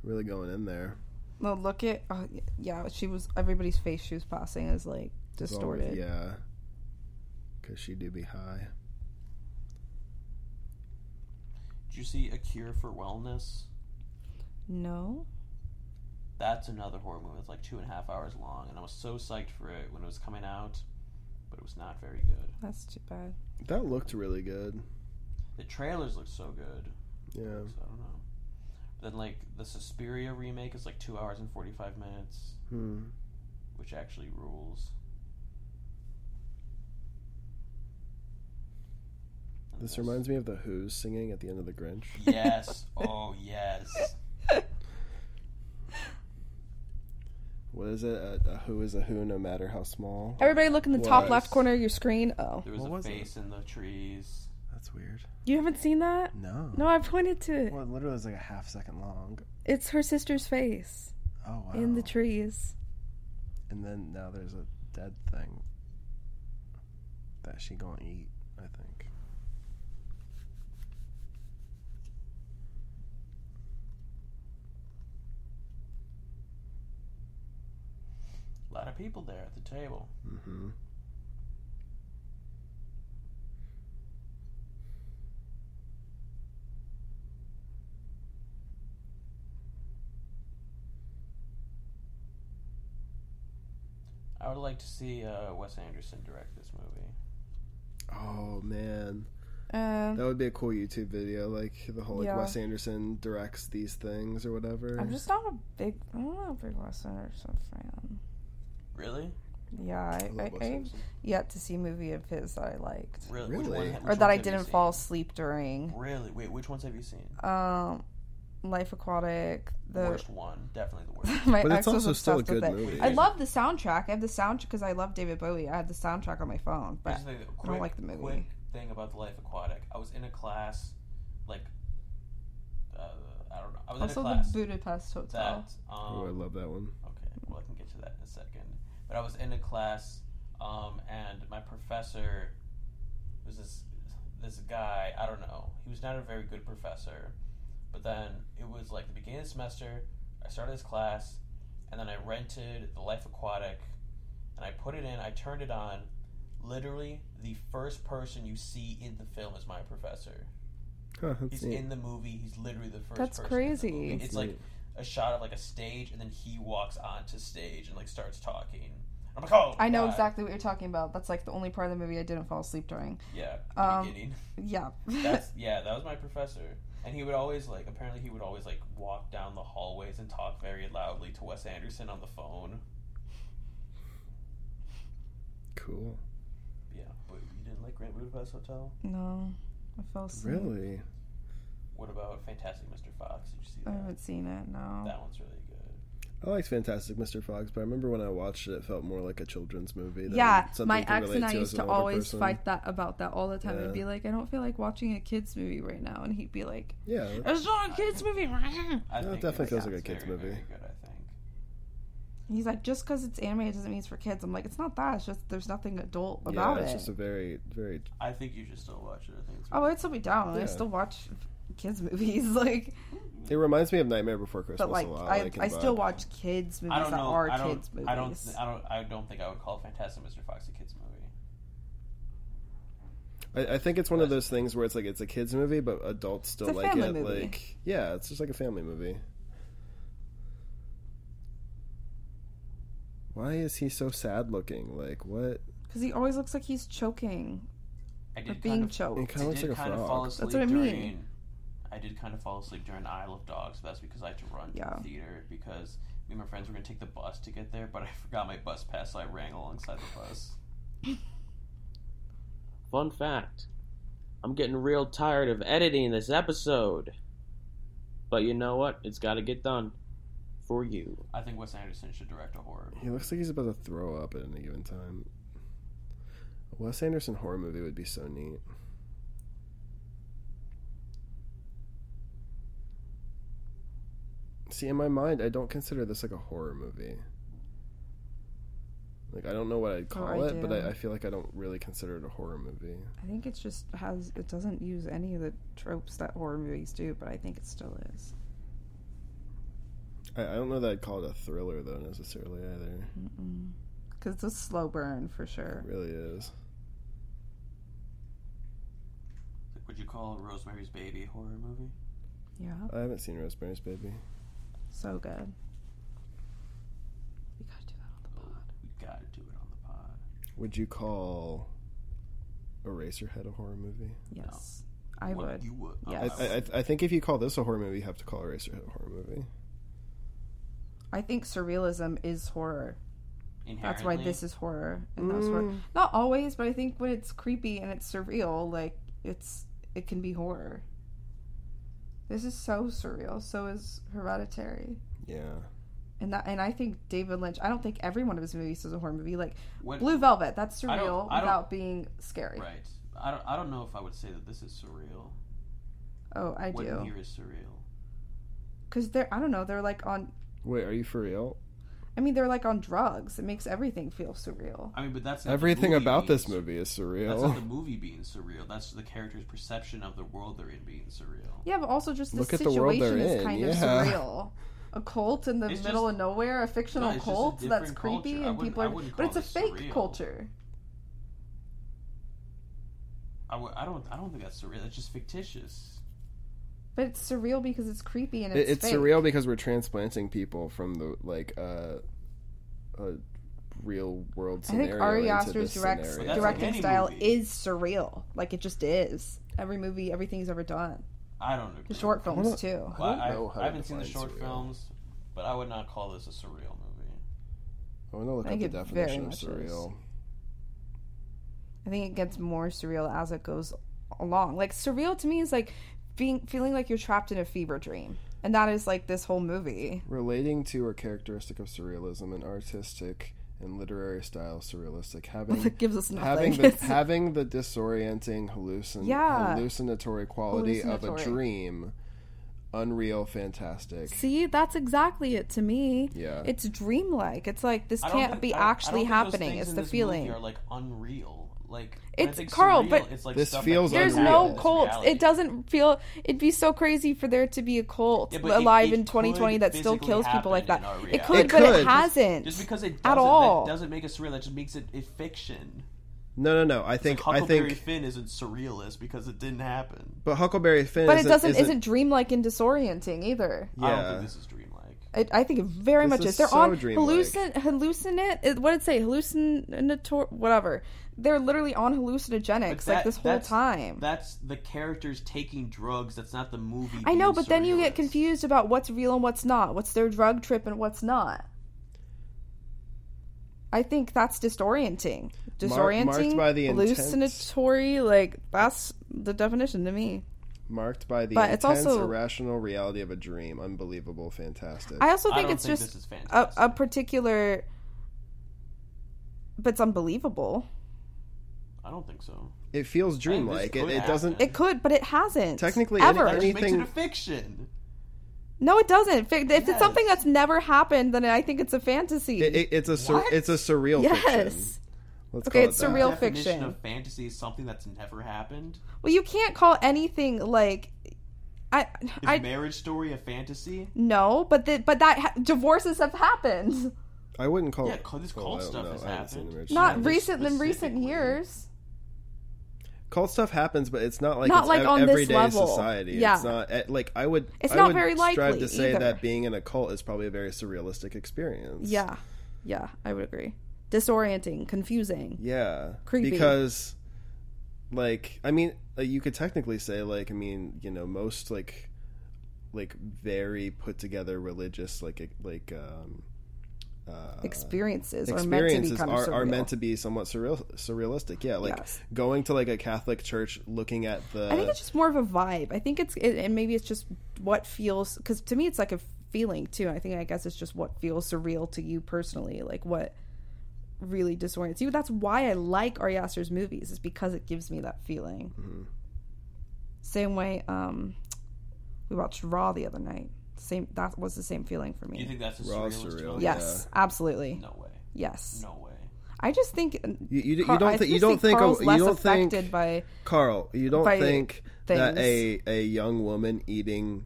S4: really going in there.
S2: No, look at. Oh, y- yeah, she was. Everybody's face she was passing is like
S4: It's all-
S2: distorted.
S4: yeah, because she do be high.
S3: Did you see A Cure for Wellness?
S2: No.
S3: That's another horror movie. It's like two and a half hours long, and I was so psyched for it when it was coming out, but it was not very good.
S2: That's too bad.
S4: That looked really good.
S3: The trailers looked so good.
S4: Yeah,
S3: So I don't know. But then, like, the Suspiria remake is like two hours and 45 minutes,
S4: hmm.
S3: which actually rules. And
S4: this
S3: there's-
S4: reminds me of the Who's singing at the end of the Grinch.
S3: Yes. Oh, yes.
S4: What is it? A, a Who is a Who, no matter how small.
S2: Everybody, look in the top
S4: Was.
S2: left corner of your screen. Oh,
S3: There was
S4: What
S3: a
S4: was it?
S3: face in the trees.
S4: That's weird.
S2: you haven't seen that?
S4: No.
S2: No, I pointed to it.
S4: Well, it literally was like a half second long.
S2: It's her sister's face
S4: Oh wow.
S2: in the trees.
S4: and then now there's a dead thing that she gonna eat. I think.
S3: A lot of people there at the table.
S4: Mm-hmm.
S3: I would like to see uh, Wes Anderson direct this movie.
S4: Oh man,
S2: Um,
S4: that would be a cool YouTube video. Like the whole like
S2: Yeah.
S4: Wes Anderson directs these things or whatever.
S2: I'm just not a big. I'm not a big Wes Anderson fan.
S3: Really?
S2: Yeah, I,
S4: love
S2: I,
S4: Wes
S2: I've
S4: Anderson.
S2: yet to see a movie of his that I liked,
S3: Really?
S4: Really?
S3: ha-
S2: or that I
S3: ones have you
S2: didn't
S3: seen?
S2: fall asleep during.
S3: Really? Wait, which ones have you seen?
S2: Um, Life Aquatic.
S3: The
S2: The
S3: worst one, definitely the worst.
S2: my
S4: but
S2: ex
S4: it's
S2: was
S4: also still a
S2: obsessed with
S4: good
S2: it.
S4: movie.
S2: I love the soundtrack. I have the soundtrack because I love David Bowie. I have the soundtrack on my phone, but
S3: Here's the thing,
S2: I don't like the movie.
S3: Quick thing about the Life Aquatic. I was in a class, like, uh, I don't know. I was
S2: also
S3: in a class
S2: the Budapest Hotel.
S3: that. Um,
S4: Oh, I love that one.
S3: Okay, well, I can get to that in a second. But I was in a class, um, and my professor was this this guy. I don't know. He was not a very good professor. But then it was like the beginning of the semester. I started this class, and then I rented the Life Aquatic, and I put it in. I turned it on. Literally, the first person you see in the film is my professor.
S4: Huh, that's
S3: He's
S4: neat.
S3: in the movie. He's literally the first.
S2: That's
S3: person
S2: crazy.
S3: In the movie. It's
S4: That's
S3: like
S4: neat.
S3: a shot of like a stage, and then he walks onto stage and like starts talking. I'm like, oh,
S2: I know
S3: God.
S2: exactly what you're talking about. That's like the only part of the movie I didn't fall asleep during.
S3: Yeah, the
S2: Um,
S3: beginning.
S2: Yeah.
S3: That's yeah. That was my professor, and he would always like. Apparently, he would always like walk down the hallways and talk very loudly to Wes Anderson on the phone.
S4: cool.
S3: Yeah, but you didn't like Grand Budapest Hotel.
S2: no, I fell asleep.
S4: Really?
S3: What about Fantastic Mr. Fox? Did you see
S2: I
S3: that?
S2: haven't seen it. Uh, No.
S3: That one's really good.
S4: I liked Fantastic Mr. Fox, but I remember when I watched it, it felt more like a children's movie. than
S2: yeah,
S4: something
S2: my
S4: you can
S2: ex
S4: relate
S2: and I
S4: as
S2: used
S4: an
S2: to
S4: older
S2: always
S4: person.
S2: fight that about that all the time.
S4: Yeah.
S2: I'd be like, I don't feel like watching a kids movie right now, and he'd be like,
S4: Yeah,
S2: It's not a kids movie.
S3: I
S4: No, it
S3: think
S4: definitely
S3: it's-
S4: feels like
S3: it's
S4: a kid's
S3: very,
S4: movie.
S3: Very good, I think.
S2: He's like, just because it's anime doesn't mean it's for kids. I'm like, it's not that. It's just there's nothing adult
S4: yeah,
S2: about
S4: it's
S2: it.
S4: just a very, very
S3: I think you should still watch it. I think it's
S2: Oh, I'd still be down.
S4: Yeah.
S2: I still watch kids movies. Like,
S4: It reminds me of Nightmare Before Christmas
S2: But like,
S4: a lot.
S2: I,
S4: like in
S2: I still
S4: vibe.
S2: watch kids movies
S3: I don't
S2: that
S3: know.
S2: are
S3: I don't.
S2: kids movies.
S3: I don't. I don't. I don't think I would call Fantastic Mr. Fox a kids movie.
S4: I, I think it's one of those things where it's like it's a kids movie, but adults still
S2: It's a
S4: like it.
S2: family movie.
S4: Like, yeah, it's just like a family movie. Why is he so sad looking? Like, what?
S2: because he always looks like he's choking
S3: I
S2: or
S3: did
S2: being
S3: kind of,
S4: He
S2: choked.
S4: kind of
S3: I
S4: looks
S3: did
S4: like a
S3: kind
S4: frog.
S3: of fall asleep
S2: what I mean.
S3: during. I did kind of fall asleep during Isle of Dogs, but that's because I had to run to
S2: Yeah.
S3: the theater because me and my friends were going to take the bus to get there, but I forgot my bus pass, so I ran alongside the bus.
S1: Fun fact I'm getting real tired of editing this episode. But you know what? It's got to get done for you.
S3: I think Wes Anderson should direct a horror.
S4: He looks like he's about to throw up at any given time. A Wes Anderson horror movie would be so neat. See, in my mind, I don't consider this like a horror movie. Like, I don't know what I'd
S2: Oh,
S4: call
S2: I
S4: it, but
S2: do.
S4: I, I feel like I don't really consider it a horror movie.
S2: I think it's just has it doesn't use any of the tropes that horror movies do, but I think it still is.
S4: I, I don't know that I'd call it a thriller, though, necessarily, either.
S2: Because it's a slow burn for
S4: It
S2: sure.
S4: really is.
S3: Would you call Rosemary's Baby a horror movie?
S2: Yeah,
S4: I haven't seen Rosemary's Baby.
S2: so good. We gotta do that on the pod.
S3: We gotta do it on the pod.
S4: Would you call Eraserhead a horror movie?
S2: Yes, I
S3: What,
S2: would.
S3: You would. Oh,
S2: Yes.
S4: I,
S3: I
S4: I,
S3: would.
S4: I- I think if you call this a horror movie, you have to call Eraserhead a horror movie.
S2: I think surrealism is horror. That's why
S3: Inherently,
S2: this is horror, and that's horror. Not always, but I think when it's creepy and it's surreal, like it's it can be horror. This is so surreal. So is Hereditary,
S4: Yeah.
S2: and that and I think David Lynch. I don't think every one of his movies is a horror movie. Like
S3: when-
S2: Blue Velvet, that's surreal
S3: I don't- I don't-
S2: without being scary.
S3: Right. I don't. I don't know if I would say that this is surreal.
S2: Oh, I
S3: what
S2: do
S3: here is surreal?
S2: because they're I don't know they're like on.
S4: Wait, are you for real?
S2: I mean, they're like on drugs. It makes everything feel surreal.
S3: I mean, but that's not the
S4: Everything
S3: movie
S4: about
S3: being
S4: this movie is
S3: That's not the
S4: surreal.
S3: movie being surreal. That's the character's perception of the world they're in being surreal.
S2: Yeah, but also just the
S4: Look at the
S2: situation
S4: world they're
S2: is
S4: in,
S2: kind of
S4: yeah.
S2: surreal. A cult in the
S3: It's
S2: middle
S3: just-
S2: of nowhere, a fictional
S3: it's just a
S2: cult that's
S3: different
S2: creepy
S3: culture. I
S2: and
S3: wouldn't-
S2: people
S3: I
S2: are
S3: wouldn't
S2: but it's
S3: call
S2: a
S3: it
S2: fake
S3: surreal.
S2: culture.
S3: I, w- I don't. I don't think that's surreal. It's just fictitious.
S2: But it's surreal because it's creepy and
S4: It-
S2: it's,
S4: it's
S2: fake.
S4: surreal because we're transplanting people from the like uh, a real world
S2: I think
S4: scenario
S2: Ari
S4: into
S2: Aster's
S4: this
S2: direct,
S4: scenario.
S3: That's like
S2: directing
S3: any
S2: style
S3: movie.
S2: is surreal. Like it just is. Every movie, everything he's ever done.
S3: I don't agree.
S2: The short
S4: I don't-
S2: films too.
S3: Well, I,
S4: I don't know how
S3: I
S4: to
S3: haven't seen the
S4: define
S3: short
S4: surreal.
S3: films, but I would not call this a surreal movie.
S4: I want to look
S2: I
S4: up
S2: think
S4: the
S2: it very
S4: definition of
S2: much
S4: surreal.
S2: I think it gets more surreal as it goes along. Like surreal to me is like being feeling like you're trapped in a fever dream. And that is like this whole movie.
S4: Relating to or characteristic of surrealism, an artistic and literary style surrealistic, having
S2: It gives us nothing.
S4: having the
S2: It's-
S4: having the disorienting hallucin-
S2: Yeah.
S4: hallucinatory quality of a
S2: Hallucinatory.
S4: dream, unreal, fantastic.
S2: See, that's exactly it to me.
S4: Yeah.
S2: It's dreamlike. It's like this
S3: I don't
S2: can't
S3: think-
S2: be
S3: I don't- I
S2: actually
S3: don't think those
S2: happening.
S3: things
S2: It's
S3: in
S2: the
S3: this
S2: feeling.
S3: Movie are like unreal. Like when I
S2: It's-
S3: think
S2: Carl,
S3: surreal,
S2: but-
S3: it's like
S4: This
S3: stuff
S4: feels
S3: that
S2: There's
S4: unreal.
S2: no
S4: It's
S2: cult.
S3: reality.
S2: It doesn't feel. It'd be so crazy for there to be a cult
S3: Yeah, but it-
S2: alive
S3: it
S2: in 2020
S3: could
S2: that still
S3: physically
S2: kills people like
S3: happen
S2: that.
S3: in our
S2: It
S3: reality.
S2: could,
S4: It
S2: but
S4: could.
S2: it hasn't.
S3: Just because it doesn't,
S2: at all.
S3: that doesn't make it surreal. That just makes it a fiction.
S4: No, no, no. I think I
S3: Huckleberry
S4: think,
S3: Finn isn't surrealist because it didn't happen.
S4: but Huckleberry Finn.
S2: but it
S4: isn't,
S2: doesn't isn't, dreamlike and disorienting either.
S4: Yeah,
S3: I don't think this is dreamlike.
S2: I, I think it very
S4: This
S2: much
S4: is
S2: is. They're
S4: so
S2: on
S4: dreamlike.
S2: hallucin hallucinate. What did it say? Hallucinator whatever. They're literally on hallucinogenics like
S3: that-
S2: this whole
S3: that's-
S2: time.
S3: That's the characters taking drugs. That's not the movie.
S2: I know,
S3: being
S2: but then you
S3: surrealist.
S2: get confused about what's real and what's not. What's their drug trip and what's not. I think that's disorienting.
S4: Mar-
S2: Disorienting,
S4: marked by the intent-
S2: hallucinatory, like that's the definition to me.
S4: marked by the
S2: But it's
S4: intense,
S2: also-
S4: irrational reality of a dream. Unbelievable, fantastic.
S2: I also
S3: I
S2: think
S3: don't
S2: it's
S3: think
S2: just
S3: this is
S2: a,
S3: fantastic.
S2: a particular, but it's unbelievable.
S3: I don't think so.
S4: it feels dreamlike. It,
S3: could
S4: it doesn't.
S3: happen.
S2: It could, but it hasn't
S4: Technically, any-
S2: ever.
S4: any-
S3: That just makes it a
S4: Anything-
S3: fiction.
S2: no, it doesn't. If it's
S3: Yes.
S2: something that's never happened, then I think it's a fantasy.
S4: It, it, it's a sur-
S3: What?
S4: it's a surreal
S2: yes.
S4: fiction. Let's
S2: Okay,
S4: call it
S2: it's
S4: that.
S2: surreal. Real
S3: definition
S2: fiction.
S3: of fantasy is something that's never happened.
S2: Well, you can't call anything like I,
S3: Is
S2: I
S3: Marriage Story a fantasy?
S2: no, but the, but that ha- divorces have happened.
S4: I wouldn't call
S3: Yeah,
S4: it.
S3: call- this
S4: well,
S3: cult
S4: I don't
S3: stuff
S4: know.
S3: has
S4: I haven't seen
S3: happened.
S4: the Marriage
S2: Not
S4: Story.
S3: this
S2: recent in recent
S3: specifically.
S2: years.
S4: cult stuff happens, but it's not like
S2: Not
S4: it's
S2: like
S4: ev-
S2: on this
S4: everyday
S2: level.
S4: society.
S2: Yeah.
S4: It's not eh, like I would.
S2: It's
S4: I
S2: not
S4: would
S2: very
S4: strive
S2: likely
S4: to say
S2: either.
S4: that being in a cult is probably a very surrealistic experience.
S2: Yeah, yeah, I would agree. Disorienting, confusing.
S4: Yeah.
S2: Creepy.
S4: Because, like, I mean, uh, you could technically say, like, I mean, you know, most like, like very put together religious, like, e- like, um, uh,
S2: Experiences,
S4: experiences
S2: are meant to be kind of
S4: are,
S2: surreal.
S4: are meant to be somewhat surreal, surrealistic. Yeah, like
S2: Yes.
S4: going to like a Catholic church, looking at the.
S2: I think it's just more of a vibe. I think it's it, and maybe it's just what feels because to me it's like a feeling too. I think I guess it's just what feels surreal to you personally, like what really disorients you. That's why I like Ari Aster's movies is because it gives me that feeling.
S4: Mm-hmm.
S2: Same way um, we watched Raw the other night. Same that was the same feeling for
S3: Do you
S2: me.
S3: think that's a
S4: Raw
S3: surrealist
S4: surreal,
S3: film?
S4: yeah.
S2: Yes, absolutely.
S3: No way.
S2: Yes,
S3: No way.
S2: I just think
S4: you, you, you
S2: Car- I
S4: don't think you
S2: just
S4: don't think a-
S2: Carl's
S4: you
S2: less
S4: don't
S2: affected
S4: think
S2: by
S4: Carl, you don't
S2: by
S4: think that a
S2: things.
S4: a young woman eating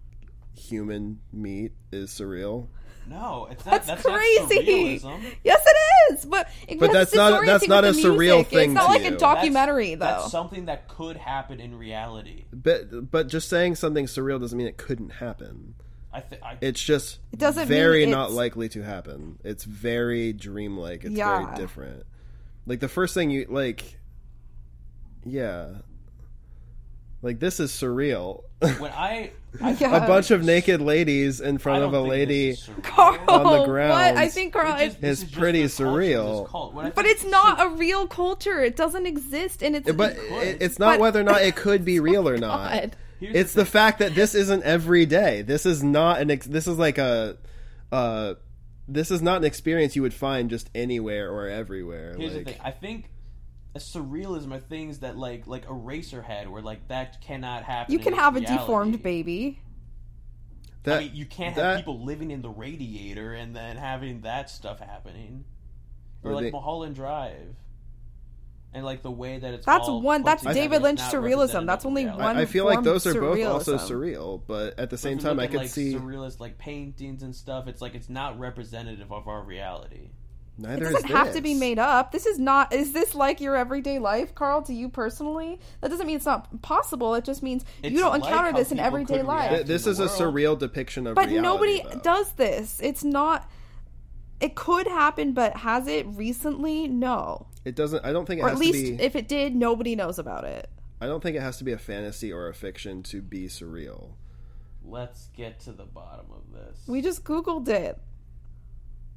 S4: human meat is surreal?
S3: No, it's not,
S2: That's
S3: that's,
S2: crazy.
S3: Not surrealism.
S2: Yes, it is. But it,
S4: But
S2: it's
S4: that's not-
S2: disorienting
S4: that's not
S2: with
S4: a
S2: the
S4: surreal
S2: music.
S4: thing
S2: It's not
S4: to
S2: like
S4: you.
S2: a documentary
S3: That's
S2: though.
S3: something that could happen in reality.
S4: But but just saying something surreal doesn't mean it couldn't happen.
S3: I think I
S4: It's just it
S2: doesn't mean
S4: very
S2: it's-
S4: not likely to happen. It's very dreamlike. It's
S2: Yeah.
S4: very different. Like the first thing you like, yeah. Like this is surreal.
S3: when I, I
S4: a bunch of naked ladies in
S3: I
S4: front
S3: don't
S4: of a
S3: think
S4: lady.
S3: this is surreal.
S2: Carl,
S4: on the
S2: What?
S4: ground.
S2: I think Carl.
S3: This
S2: it-
S3: this
S4: It's
S3: just
S4: pretty
S3: their culture, this
S4: surreal.
S3: cult. When I
S2: but
S3: think-
S2: it's not a real culture. It doesn't exist, and it's
S4: But it, it's not
S2: But- Oh
S4: whether or not it could be real or not.
S2: God.
S3: here's
S4: It's the fact that this isn't every day. This is not an. Ex- this is like a. Uh, this is not an experience you would find just anywhere or everywhere.
S3: Here's
S4: like,
S3: the thing. I think a surrealism are things that like like Eraserhead, where like that cannot happen.
S2: You
S3: in
S2: can have a
S3: reality.
S2: deformed baby.
S4: that,
S3: I mean, you can't have
S4: that-
S3: people living in the radiator and then having that stuff happening, or
S4: Or
S3: like
S4: they-
S3: Mulholland Drive, and like the way that it's.
S2: That's
S3: all
S2: one.
S3: put
S2: That's
S3: together
S2: David
S3: is
S2: Lynch
S3: not
S2: surrealism.
S3: representative
S2: That's
S3: of
S2: only
S3: reality.
S2: one.
S4: I feel like
S2: form
S4: those
S2: of
S4: are both also
S2: surrealism.
S4: surreal, but at the
S3: But if
S4: same
S3: you
S4: time,
S3: look
S4: I
S3: at,
S4: could
S3: like,
S4: see
S3: surrealist like paintings and stuff. It's like it's not representative of our reality.
S2: It
S4: neither is
S2: doesn't have to
S4: this.
S2: be made up. This is not. Is this like your everyday life, Carl? To you personally, that doesn't mean it's not possible. It just means
S3: It's
S2: you don't
S3: like
S2: encounter
S3: how
S2: this in
S3: people
S2: everyday
S3: could
S2: life.
S4: Th-
S3: react
S4: This
S3: in
S4: is
S3: the
S4: a
S3: world.
S4: surreal depiction of
S2: but
S4: reality.
S2: nobody
S4: though.
S2: does this. It's not. It could happen, but has it recently? No.
S4: It doesn't. I don't think it
S2: Or
S4: has
S2: at least
S4: to be.
S2: if it did, nobody knows about it.
S4: I don't think it has to be a fantasy or a fiction to be surreal.
S3: Let's get to the bottom of this.
S2: We just Googled it.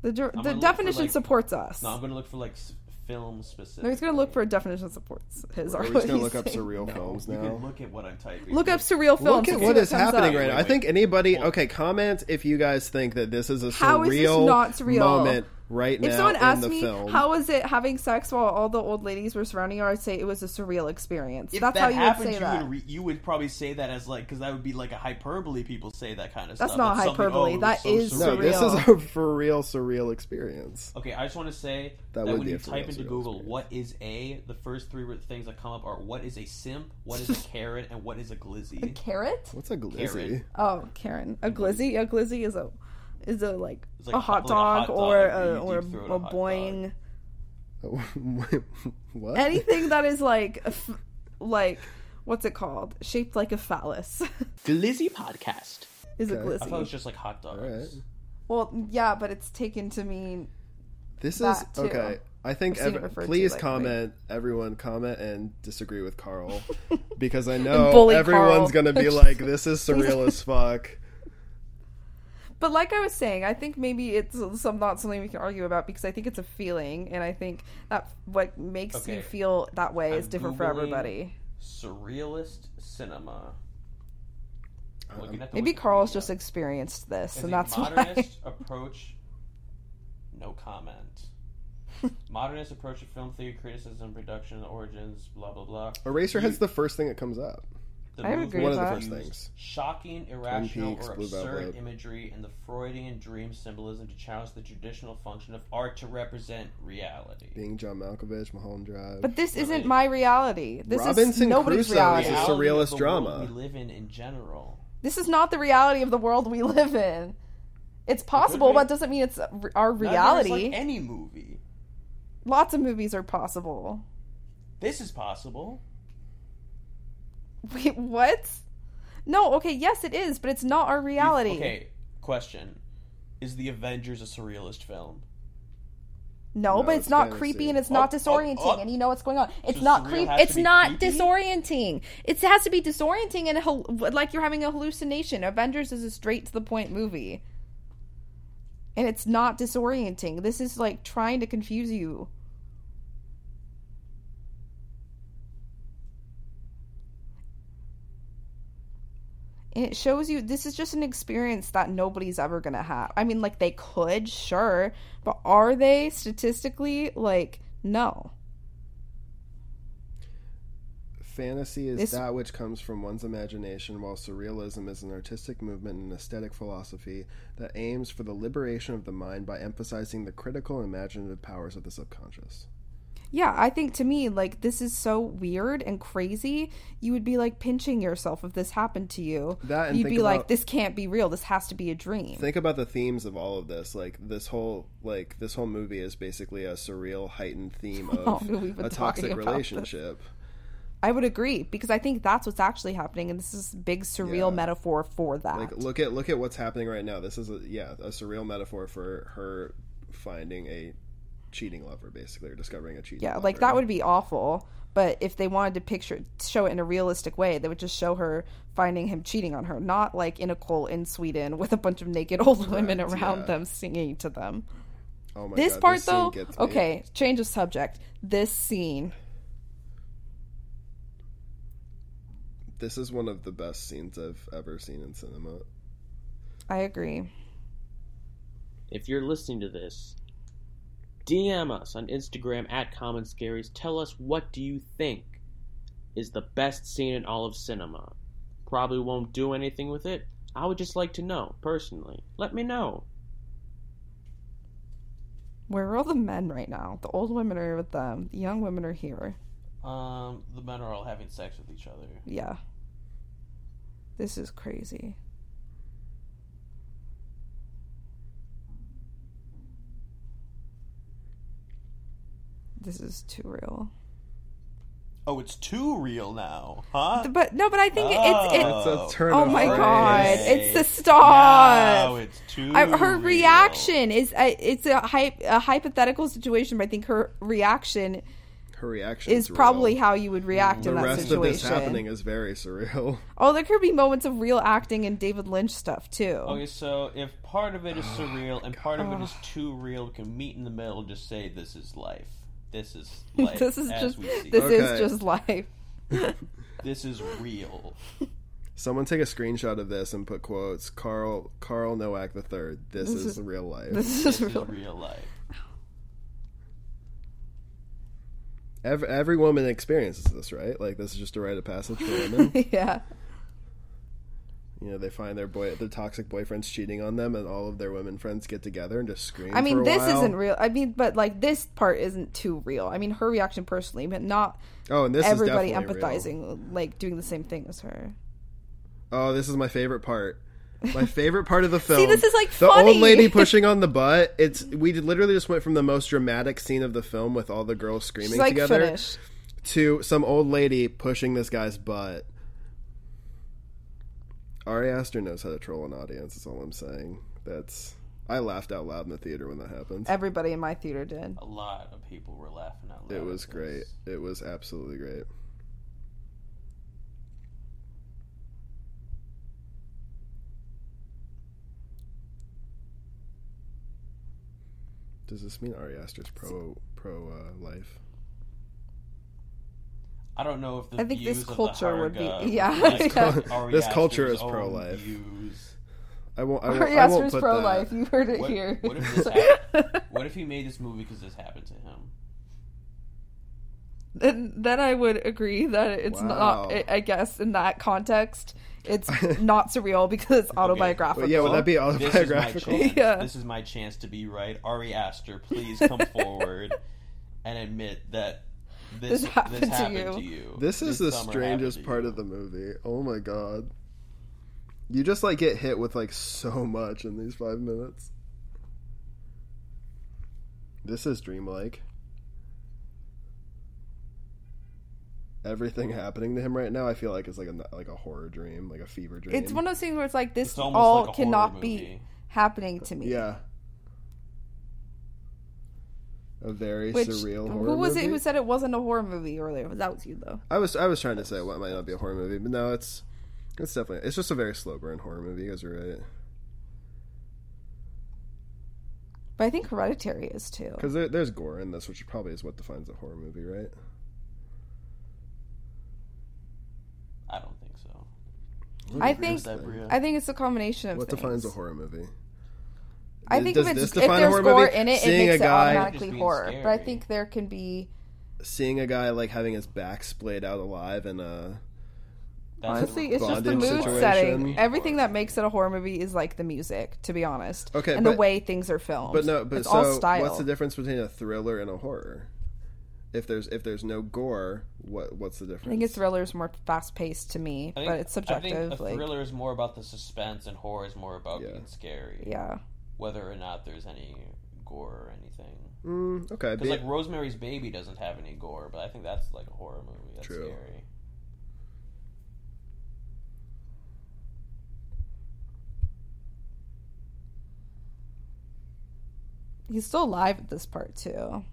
S2: The, ger- the
S3: I'm gonna look for,
S2: definition
S3: like-
S2: supports us.
S3: No, I'm
S2: No,
S3: gonna look for like s- film specific.
S2: he's going to look for a definition that supports his
S4: Are we
S2: article.
S4: just gonna look up surreal films
S3: You
S4: now?
S3: can look at what I'm typing.
S2: Look up surreal films.
S4: Look
S2: and
S4: at
S2: see
S4: what is
S2: comes
S4: happening
S3: up.
S4: right now. I think anybody. Okay, comment if you guys think that this is a surreal
S2: How is this not surreal?
S4: moment right now
S2: If someone
S4: in
S2: asked
S4: the
S2: me
S4: film.
S2: how was it having sex while all the old ladies were surrounding her, I'd say it was a surreal experience.
S3: If
S2: That's
S3: that
S2: how you would
S3: happened,
S2: say
S3: you
S2: that.
S3: Would re- you would probably say that as like because that would be like a hyperbole. People say that kind of
S2: That's
S3: stuff.
S2: not
S3: something-
S2: hyperbole.
S3: oh, it
S2: That
S3: was so
S2: is
S4: no,
S3: surreal.
S4: this is
S2: surreal.
S4: a for real surreal experience.
S3: Okay, I just want to say
S4: That
S3: that,
S4: would
S3: when
S4: be
S3: you
S4: a
S3: type
S4: freelance
S3: into Google
S4: experience.
S3: "what is a," the first three things that come up are "what is a simp," "what is a carrot," and "what is a glizzy."
S2: Carrot?
S4: What's a glizzy?
S3: Karen.
S2: Oh, Karen, a glizzy. A glizzy is a is a like,
S3: Mm-hmm. It's like
S2: a, hot
S3: like a
S2: dog
S3: hot dog
S2: or
S3: that
S2: a,
S3: you deep
S2: or a,
S3: throat
S2: or
S3: a hot
S2: boing.
S4: what?
S2: Anything that is like a f- like what's it called? Shaped like a phallus
S1: Glizzy Podcast.
S2: is
S4: Okay.
S2: a
S3: I thought it was
S2: glizzy.
S3: just like hot dogs.
S4: All right.
S2: Well, yeah, but it's taken to mean
S4: This is
S2: That, too.
S4: okay. I think
S2: I've seen it
S4: ev-
S2: referred to
S4: please
S2: like
S4: comment, everyone comment and disagree with Carl because I know
S2: bully
S4: everyone's
S2: Carl.
S4: gonna be like, "This is surreal as fuck."
S2: But like I was saying, I think maybe it's some not something we can argue about because I think it's a feeling, and I think that what makes
S3: Okay.
S2: you feel that way is
S3: I'm
S2: different for
S3: Googling
S2: everybody.
S3: Surrealist cinema. I'm
S4: Um,
S3: looking at the
S2: Maybe
S3: Wikipedia.
S2: Carl's just experienced this,
S3: As
S2: and
S3: a
S2: that's why.
S3: modernist approach. No comment. modernist approach to film theory, criticism, production, origins, blah blah blah.
S4: Eraserhead's the first thing that comes up.
S3: the
S2: I would
S3: movie
S2: agree
S4: One of
S2: with that.
S4: the first
S3: used
S4: things.
S3: Shocking, irrational,
S4: Peaks,
S3: or
S4: Blue
S3: absurd
S4: Velvet.
S3: imagery and the Freudian dream symbolism to challenge the traditional function of art to represent reality.
S4: Being John Malkovich, Mulholland Drive.
S2: But this isn't
S3: Really?
S2: my reality. This is
S4: Robinson
S2: nobody's
S4: Crusoe is
S2: reality.
S4: a
S3: Reality
S4: surrealist
S3: of the
S4: drama.
S3: world We live in in general.
S2: This is not the reality of the world we live in. It's possible,
S3: be.
S2: but it doesn't mean it's r- our
S3: Not
S2: reality.
S3: just like any movie.
S2: Lots of movies are possible.
S3: This is possible.
S2: Wait, what? No, okay, yes, it is, but it's not our reality.
S3: Okay, question: Is the Avengers a surrealist film?
S2: No,
S4: No,
S2: but it's,
S4: it's
S2: not
S4: fantasy.
S2: creepy and it's
S3: Oh,
S2: not
S3: oh,
S2: disorienting,
S3: oh.
S2: and you know what's going on. It's
S3: the
S2: not
S3: surreal
S2: creepy.
S3: has to
S2: It's
S3: be
S2: not
S3: creepy?
S2: disorienting. It has to be disorienting and a hal- like you're having a hallucination. Avengers is a straight to the point movie, and it's not disorienting. This is like trying to confuse you. And it shows you this is just an experience that nobody's ever going to have. I mean, like, they could, sure, but are they statistically? Like, no.
S4: Fantasy is
S2: This-
S4: that which comes from one's imagination, while surrealism is an artistic movement and aesthetic philosophy that aims for the liberation of the mind by emphasizing the critical and imaginative powers of the subconscious.
S2: Yeah, I think to me, like, this is so weird and crazy. You would be like pinching yourself if this happened to you.
S4: That and
S2: You'd
S4: think
S2: be like,
S4: about-
S2: this can't be real. This has to be a dream.
S4: Think about the themes of all of this. Like this whole like this whole movie is basically a surreal heightened theme of
S2: long have we been
S4: a toxic
S2: talking about this?
S4: relationship.
S2: I would agree because I think that's what's actually happening. And this is big surreal
S4: Yeah.
S2: metaphor for that.
S4: Like look at look at what's happening right now. This is a, yeah, a surreal metaphor for her finding a cheating lover basically or discovering a cheating
S2: yeah,
S4: lover.
S2: like, that would be awful. But if they wanted to picture, show it in a realistic way, they would just show her finding him cheating on her, not like in a coal in Sweden with a bunch of naked old women
S4: Correct,
S2: around
S4: yeah.
S2: them singing to them.
S4: Oh my
S2: this
S4: God,
S2: part
S4: scene
S2: though
S4: gets me.
S2: okay change of subject this scene
S4: This is one of the best scenes I've ever seen in cinema.
S2: i agree
S8: if you're listening to this, DM us on Instagram at Common Scaries. Tell us what do you think is the best scene in all of cinema. Probably won't do anything with it. I would just like to know personally. Let me know.
S2: where are all the men right now the old women are with them the young women are here
S3: Um, the men are all having sex with each other.
S2: yeah this is crazy this is too real
S3: Oh, it's too real now, huh?
S2: but no but i think it's it
S3: Oh.
S4: That's a turn
S2: oh
S4: of
S2: my
S4: phrase.
S2: god it's the stop
S3: Now it's too.
S2: I, her
S3: real.
S2: reaction is uh, it's a, hy- a hypothetical situation, but I think her reaction
S4: Her reaction
S2: is probably how you would react
S4: the
S2: in that
S4: rest
S2: situation.
S4: of this happening is very surreal.
S2: Oh, there could be moments of real acting in David Lynch stuff too.
S3: Okay, so if part of it is
S4: Oh
S3: surreal and part of it is too real, we can meet in the middle and just say this is life. This is life.
S2: this is
S3: as
S2: just
S3: we see.
S2: this
S3: it.
S4: Okay.
S2: is just life.
S3: this is real.
S4: Someone take a screenshot of this and put quotes. Carl Carl Nowak the third. This
S2: This
S4: is
S2: is-
S4: real life.
S2: This
S3: This
S2: is
S3: is
S2: real.
S3: real life.
S4: Every, every woman experiences this, right? Like this is just a rite of passage for women.
S2: yeah.
S4: you know, they find their boy, their toxic boyfriends cheating on them, and all of their women friends get together and just scream.
S2: I
S4: for
S2: mean,
S4: a
S2: this
S4: while.
S2: isn't real. I mean, but like this part isn't too real. I mean, her reaction personally, but not
S4: Oh, and this
S2: everybody
S4: is definitely real.
S2: empathizing, like doing the same thing as her.
S4: Oh, this is my favorite part. My favorite part of the film.
S2: this is, like,
S4: the old
S2: funny.
S4: lady pushing on the butt. It's we did- literally just went from the most dramatic scene of the film with all the girls screaming
S2: She's like
S4: together
S2: finished.
S4: to some old lady pushing this guy's butt. Ari Aster knows how to troll an audience. Is all I'm saying. That's I laughed out loud in the theater when that happened.
S2: Everybody in my theater did.
S3: A lot of people were laughing out loud.
S2: Oh,
S4: It
S3: at
S4: was
S3: this.
S4: great. It was absolutely great. Does this mean Ari Aster's pro pro uh, life?
S3: I don't know if the
S2: I think this
S3: views of the
S2: culture would be-
S3: Haruka
S2: yeah.
S3: reflect Oh,
S2: This
S3: Ari
S4: this culture
S3: Aster's
S4: is pro-life.
S3: own views.
S4: I won't. I won't,
S2: Ari
S4: I won't
S2: Aster's
S4: put
S2: pro
S4: that-
S2: life. You heard it
S3: What,
S2: here.
S3: what if this happened? what if he made this movie because this happened to him?
S2: then then I would agree that it's
S4: Wow.
S2: not. I- I guess in that context, it's not surreal because it's autobiographical.
S4: But yeah, would that be
S3: This is my
S4: autobiographical?
S3: chance.
S2: Yeah.
S3: This is my chance to be right. Ari Aster, please come forward and admit that this,
S2: This happened
S3: this
S2: to
S3: happened
S2: you.
S3: to you.
S4: This is the
S3: summer happened
S4: strangest
S3: to
S4: part
S3: you.
S4: of the movie. Oh my god. You just like get hit with like so much in these five minutes. This is dreamlike. Everything happening to him right now, I feel like is like a like a horror dream, like a fever dream.
S2: It's one of those things where it's like this
S3: It's almost
S2: all
S3: like a horror
S2: cannot
S3: movie.
S2: be happening to me.
S4: yeah. A very
S2: Which
S4: surreal horror.
S2: who was
S4: movie.
S2: it who said it wasn't a horror movie earlier? That was you though.
S4: I was I was trying to say what might not be a horror movie, but no, it's it's definitely it's just a very slow burn horror movie. You guys are right
S2: But I think Hereditary is too.
S4: because there, there's gore in this, which probably is what defines a horror movie, right?
S3: I don't think so.
S2: I think
S3: Is that Bria?
S2: I think it's a combination of
S4: What
S2: things.
S4: defines a horror movie?
S2: I
S4: Does-
S2: think
S4: does
S2: if it's
S4: this
S2: if
S4: define a
S2: there's
S4: horror
S2: gore
S4: movie?
S2: in it,
S4: Seeing
S2: it makes
S4: a
S2: it
S4: guy-
S3: Just
S2: automatically
S3: being
S2: horror. But I
S3: scary.
S2: think there can be
S4: Seeing a guy like having his back splayed out alive uh, in a
S3: That's
S4: Honestly,
S2: See, it's just the
S4: Bondage
S2: mood
S4: situation.
S2: setting. Everything that makes it a horror movie is like the music, to be honest.
S4: Okay,
S2: and the
S4: but-
S2: way things are filmed.
S4: but no, but
S2: it's
S4: so
S2: all style.
S4: what's the difference between a thriller and a horror? If there's if there's no gore, what what's the difference?
S2: I think a thriller is more fast paced to me,
S3: I think-
S2: but it's subjective.
S3: I think a
S2: like,
S3: thriller is more about the suspense, and horror is more about
S4: Yeah.
S3: being scary.
S2: yeah,
S3: Whether or not there's any gore or anything,
S4: Mm, okay,
S3: because
S4: be-
S3: like Rosemary's Baby doesn't have any gore, but I think that's like a horror movie. That's
S4: True.
S3: scary.
S2: he's still alive at this part too.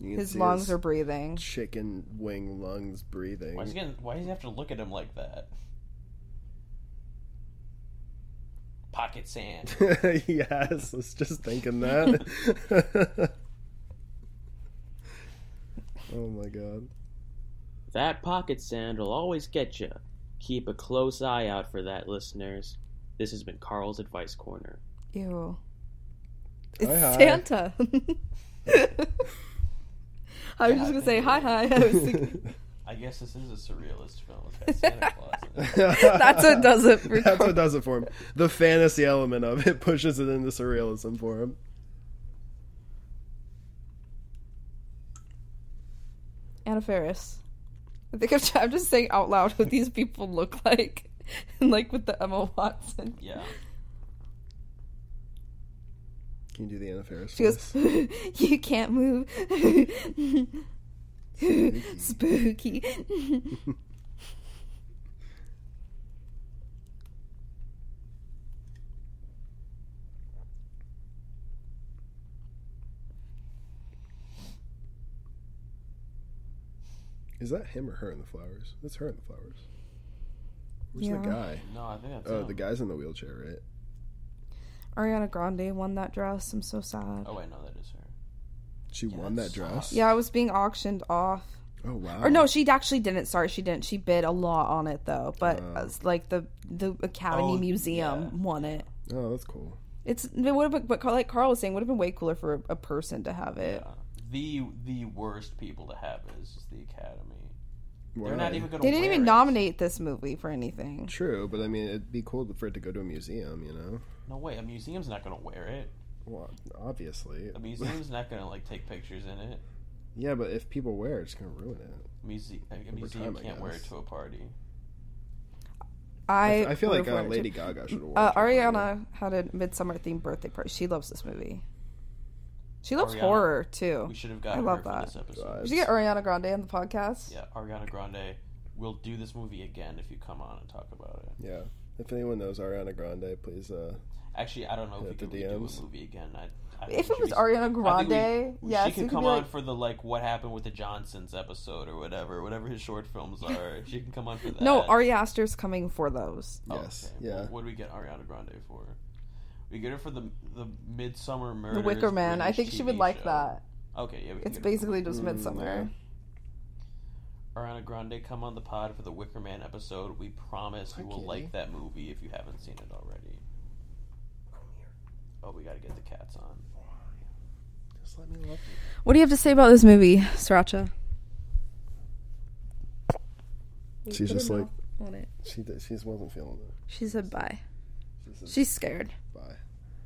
S4: you can
S2: His
S4: see
S2: lungs
S4: his
S2: are breathing.
S4: chicken wing lungs breathing.
S3: Why does he getting, Why does he have to look at him like that? Pocket sand.
S4: yes, I was just thinking that. oh my god.
S9: That pocket sand will always get you. Keep a close eye out for that, listeners. This has been Carl's Advice Corner.
S2: Ew. It's
S4: Hi, hi.
S2: Santa. I was just gonna say hi hi. I was thinking,
S3: I guess this is a surrealist film. It's got Santa Claus. in it.
S2: that's what does it for
S4: That's what does it for him. The fantasy element of it pushes it into surrealism for him.
S2: Anna Faris. I think I'm, I'm just saying out loud what these people look like, and like with the Emma Watson.
S3: Yeah.
S4: Can you do the Anna Faris
S2: She goes,
S4: voice?
S2: "You can't move." Spooky.
S4: Is that him or her in the flowers? That's her in the flowers. Where's
S2: Yeah.
S4: the guy?
S3: No, I think that's.
S4: Oh,
S3: him.
S4: the guy's in the wheelchair, right?
S2: Ariana Grande won that dress. I'm so sad.
S3: Oh, I know that is her.
S4: She
S3: Yeah,
S4: won that
S3: that
S4: dress.
S3: sucks.
S2: Yeah, it was being auctioned off.
S4: Oh wow.
S2: Or no, she actually didn't. Sorry, she didn't. She bid a lot on it though, but
S4: Oh.
S2: uh, like the the Academy
S3: Oh,
S2: Museum
S3: yeah.
S2: won it.
S4: Oh, that's cool.
S2: It's it would have been, but Carl- like Carl was saying, would have been way cooler for a, a person to have it.
S3: Yeah. The the worst people to have it is just the Academy.
S4: Why?
S3: They're not even going.
S2: They didn't even
S3: it.
S2: nominate this movie for anything.
S4: True, but I mean, it'd be cool for it to go to a museum, you know?
S3: No way. A museum's not going to wear it.
S4: Well, obviously.
S3: A museum's not going to like take pictures in it.
S4: Yeah, but if people wear it, it's gonna ruin it.
S3: Muse- a- a museum
S4: time, I
S3: can't wear it
S4: guess.
S3: to a party.
S2: I
S4: I, feel like
S2: would've
S4: uh,
S2: worn it too.
S4: Lady Gaga should have worn.
S2: Uh,
S4: it to a party.
S2: Ariana had a midsummer themed birthday party. She loves this movie. She loves
S3: Ariana.
S2: horror too.
S3: We should have gotten
S2: I love
S3: her for
S2: that.
S3: this episode.
S2: We should get Ariana Grande on the podcast.
S3: Yeah, Ariana Grande. We'll do this movie again if you come on and talk about it.
S4: Yeah. If anyone knows Ariana Grande, please. uh
S3: Actually, I don't know if
S4: Hit
S3: we could
S4: the
S3: redo
S4: DMs.
S3: a movie again. I, I
S2: If
S3: think
S2: it
S3: should
S2: was
S3: be-
S2: Ariana
S3: I think we-
S2: Grande,
S3: we-
S2: yeah,
S3: she can
S2: could
S3: come
S2: be
S3: on
S2: like,
S3: for the like what happened with the Johnsons episode or whatever, whatever his short films are. she can come on for that.
S2: no, Ari Aster's coming for those.
S3: Oh,
S4: Yes.
S3: okay.
S4: Yeah.
S3: What, what do we get Ariana Grande for? We get her for the the Midsummer Murders.
S2: the Wicker Man. I
S3: British
S2: think she would
S3: TV
S2: like
S3: show.
S2: that.
S3: Okay, yeah. We
S2: It's
S3: can get her for
S2: basically just
S4: Mm,
S2: midsummer.
S3: Ariana Grande, come on the pod for the Wicker Man episode. We promise you will like that movie if you haven't seen it already. Oh, we gotta get the cats on.
S4: Just let me love
S2: What do you have to say about this movie, Sriracha? We
S4: She's
S2: put a
S4: just like-
S2: mouth on it.
S4: She did, she just wasn't feeling it.
S10: She said bye.
S4: She said,
S10: She's scared.
S4: bye.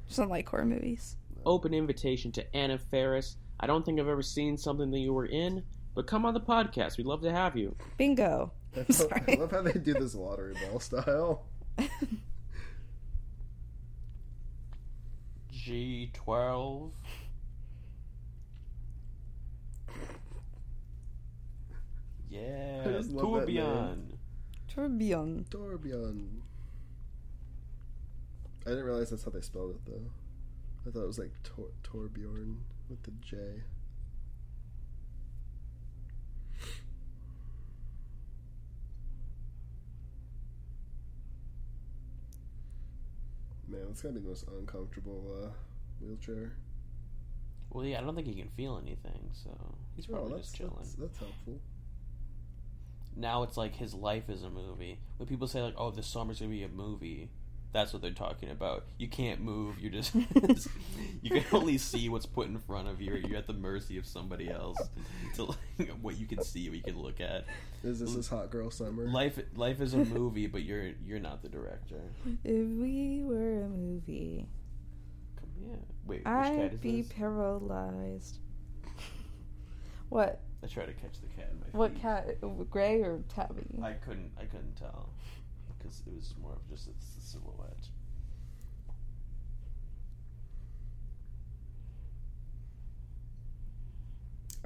S10: She doesn't like horror movies.
S1: Open invitation to Anna Ferris. I don't think I've ever seen something that you were in, but come on the podcast. We'd love to have you.
S10: Bingo.
S4: I
S10: I'm
S4: love- I
S10: sorry.
S4: love how they do this lottery ball style.
S3: G twelve.
S4: I
S3: Yeah,
S4: just love that name.
S3: Tourbillon.
S10: Tourbillon.
S4: Torbjorn. I didn't realize that's how they spelled it though. I thought it was like Tor- Torbjorn with the J. Man, that's gotta be the most uncomfortable uh, wheelchair.
S3: Well, yeah, I don't think he can feel anything, so he's
S4: Oh,
S3: probably
S4: that's,
S3: just chilling.
S4: that's that's helpful.
S3: Now it's like his life is a movie. When people say like, "Oh, this summer's gonna be a movie," that's what they're talking about. You can't move. You're just you can only see what's put in front of you. You're at the mercy of somebody else to like, what you can see, what you can look at.
S4: Is this his hot girl summer?
S3: Life life is a movie, but you're you're not the director.
S10: If we were a movie,
S3: Come here. Wait, which cat
S10: I'd
S3: is
S10: be
S3: this?
S10: paralyzed. What?
S3: I tried to catch the cat in my
S10: What
S3: feet.
S10: cat? Gray or tabby?
S3: I couldn't. I couldn't tell because it was more of just it's the silhouette.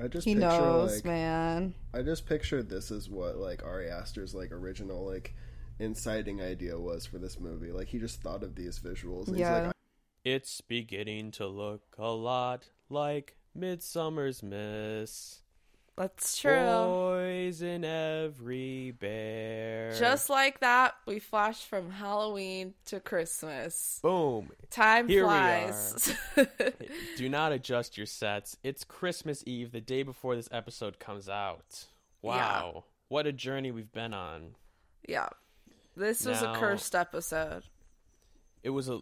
S4: I just
S10: he
S4: picture
S10: knows,
S4: like
S10: man.
S4: I just picture this is what like Ari Aster's like original like inciting idea was for this movie. Like he just thought of these visuals. And He's
S10: Yeah.
S4: like,
S3: It's beginning to look a lot like Midsummer's Miss.
S2: That's true.
S3: Poison every bear.
S2: Just like that, we flash from Halloween to Christmas.
S3: boom.
S2: Time
S3: Here we
S2: flies.
S3: Do not adjust your sets. It's Christmas Eve, the day before this episode comes out. Wow. What a journey we've been on.
S2: yeah. This was
S3: Now-
S2: a cursed episode.
S3: It was a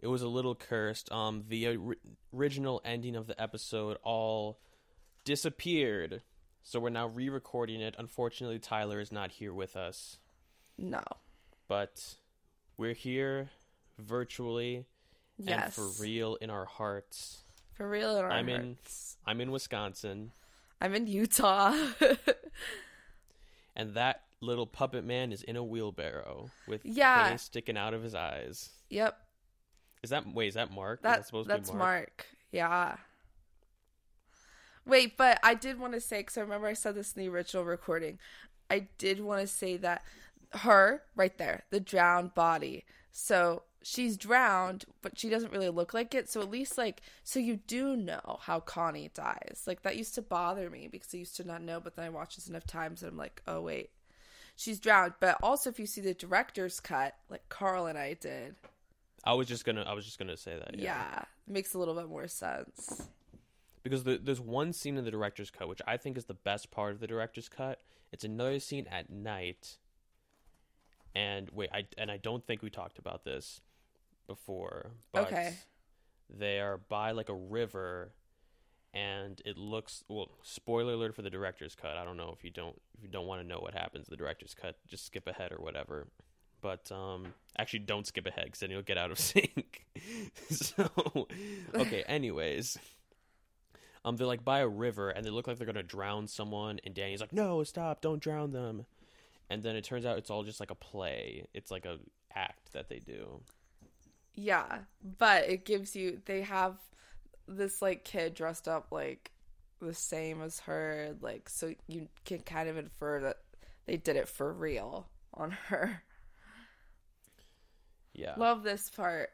S3: it was a little cursed. Um the or- original ending of the episode all disappeared. So we're now re-recording it. Unfortunately, Tyler is not here with us.
S2: No.
S3: but we're here virtually and
S2: Yes.
S3: for real in our hearts.
S2: For real in our
S3: I'm in-
S2: hearts.
S3: I'm in Wisconsin,
S2: I'm in Utah.
S3: and that little puppet man is in a wheelbarrow with
S2: Yeah.
S3: things sticking out of his eyes.
S2: yep.
S3: Is that wait? Is that Mark? Is
S2: That,
S3: supposed
S2: that's
S3: to be
S2: Mark.
S3: Mark.
S2: Yeah. Wait, but I did want to say because I remember I said this in the original recording. I did want to say that her right there, the drowned body. So she's drowned, but she doesn't really look like it. So at least like, so you do know how Connie dies. Like that used to bother me because I used to not know, but then I watched this enough times and I'm like, oh wait, she's drowned. But also, if you see the director's cut, like Carl and I did,
S3: I was just gonna. I was just gonna say that.
S2: yeah, it makes a little bit more sense.
S3: because the, there's one scene in the director's cut which I think is the best part of the director's cut. It's another scene at night, and wait, I and I don't think we talked about this before. But
S2: Okay.
S3: They are by like a river, and it looks well. Spoiler alert for the director's cut. I don't know if you don't if you don't want to know what happens in the director's cut, just skip ahead or whatever. But um, actually, don't skip ahead because then you'll get out of sync. so, okay. Anyways, um, they're like by a river and they look like they're gonna drown someone, and Danny's like, "No, stop! Don't drown them!" And then it turns out it's all just like a play. It's like a act that they do.
S2: Yeah, but it gives you they have this like kid dressed up like the same as her, like so you can kind of infer that they did it for real on her.
S3: Yeah.
S2: Love this part.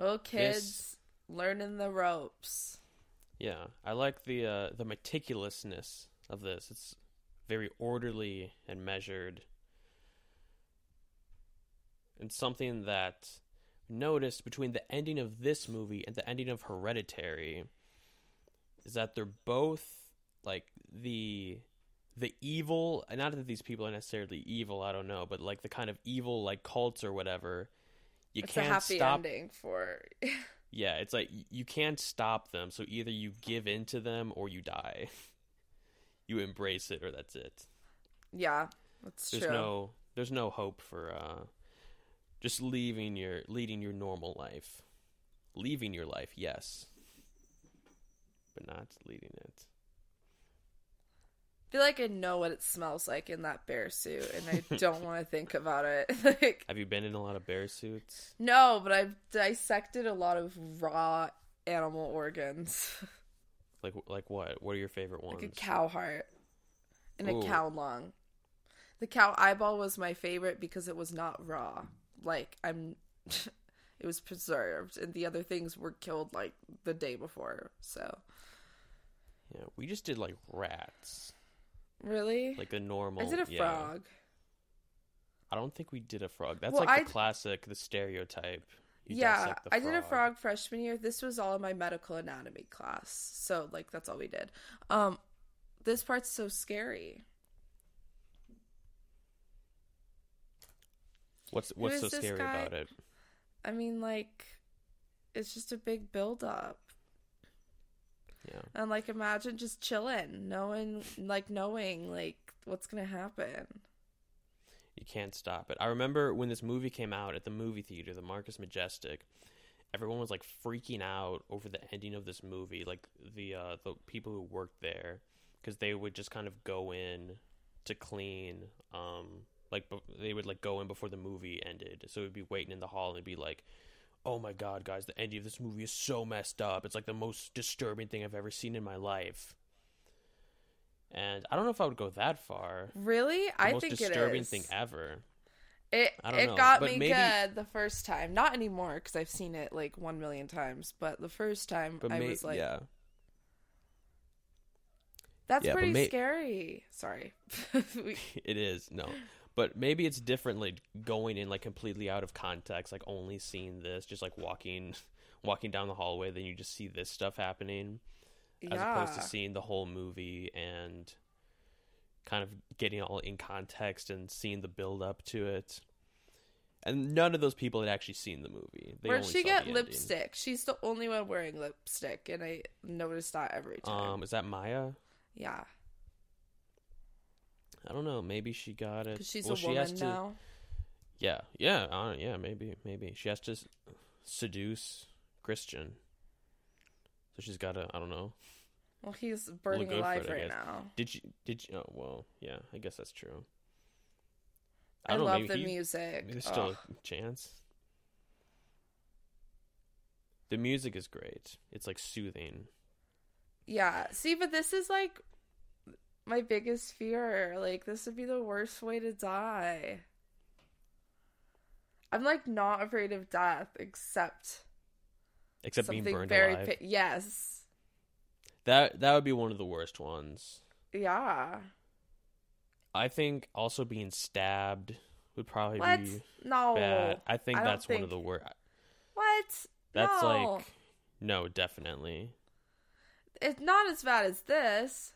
S2: Oh, kids,
S3: This-
S2: learning the ropes.
S3: Yeah, I like the uh, the meticulousness of this. It's very orderly and measured, and something that noticed between the ending of this movie and the ending of Hereditary is that they're both like the the evil. Not that these people are necessarily evil. I don't know, but like the kind of evil like cults or whatever. You
S2: it's a
S3: can't
S2: happy
S3: stop
S2: ending for
S3: yeah, it's like y- you can't stop them, so either you give in to them or you die. you embrace it or that's it.
S2: yeah. That's
S3: there's
S2: true.
S3: no there's no hope for uh just leaving your leading your normal life leaving your life yes but not leading it
S2: I feel like I know what it smells like in that bear suit, and I don't want to think about it. like,
S3: have you been in a lot of bear suits
S2: no, but I've dissected a lot of raw animal organs,
S3: like like what what are your favorite ones
S2: like a cow heart and
S3: Ooh.
S2: a cow lung. The cow eyeball was my favorite because it was not raw. Like, I'm. It was preserved, and the other things were killed like the day before. So,
S3: yeah we just did like rats
S2: really,
S3: like the normal
S2: I did a
S3: yeah.
S2: frog.
S3: i don't think we did a frog that's
S2: Well,
S3: like
S2: I
S3: the
S2: d-
S3: classic the stereotype You
S2: yeah,
S3: dissect the
S2: I did a frog freshman year. This was all in my medical anatomy class. So like that's all we did. Um this part's so scary.
S3: what's what's
S2: is
S3: so
S2: this
S3: scary
S2: guy?
S3: about it
S2: I mean like it's just a big build up.
S3: yeah
S2: And like imagine just chilling, knowing like knowing like what's going to happen.
S3: You can't stop it. I remember when this movie came out at the movie theater, the Marcus Majestic. Everyone was like freaking out over the ending of this movie, like the uh, the people who worked there, because they would just kind of go in to clean. Um, like b- they would like go in before the movie ended, so we'd be waiting in the hall and it'd be like, "Oh my god, guys, the ending of this movie is so messed up. It's like the most disturbing thing I've ever seen in my life." And I don't know if I would go that far
S2: Really?
S3: the
S2: I
S3: most
S2: think
S3: disturbing
S2: it is.
S3: thing ever.
S2: It
S3: I don't
S2: it
S3: know,
S2: got
S3: but
S2: me
S3: maybe-
S2: good the first time. Not anymore because I've seen it like 1 million times, but the first time
S3: But
S2: I
S3: may-
S2: was like
S3: yeah,
S2: That's
S3: Yeah, but
S2: pretty
S3: may-
S2: scary. Sorry. We-
S3: it is no. But maybe it's different, like going in like completely out of context, like only seeing this, just like walking, walking down the hallway, then you just see this stuff happening, as opposed to seeing the whole movie and kind of getting all in context and seeing the build up to it. And none of those people had actually seen the movie. They
S2: Where'd
S3: only
S2: she
S3: saw
S2: get
S3: the ending.
S2: lipstick? She's the only one wearing lipstick, and I noticed that every time.
S3: Um, is that Maya?
S2: yeah,
S3: I don't know. Maybe she got it.
S2: because she's
S3: well,
S2: a
S3: she has
S2: woman
S3: to-
S2: now.
S3: Yeah, yeah, uh, yeah. Maybe, maybe she has to s- seduce Christian. So she's got to. I don't know.
S2: Well, he's burning
S3: good for
S2: alive
S3: it, I
S2: right
S3: guess.
S2: now.
S3: Did you? Did you? Oh well. Yeah, I guess that's true.
S2: I,
S3: don't know,
S2: love
S3: maybe
S2: the
S3: he-
S2: music.
S3: There's still
S2: Ugh.
S3: a chance. The music is great. It's like soothing.
S2: Yeah. See, but this is like my biggest fear. Like, this would be the worst way to die. I'm like not afraid of death, except
S3: Except being
S2: something
S3: burned
S2: very
S3: alive.
S2: pi- yes,
S3: that that would be one of the worst ones.
S2: yeah.
S3: I think also being stabbed would probably
S2: What?
S3: be
S2: No.
S3: bad. I think
S2: I don't
S3: that's one
S2: think-
S3: of the worst.
S2: What?
S3: That's
S2: no.
S3: like no, definitely.
S2: it's not as bad as this.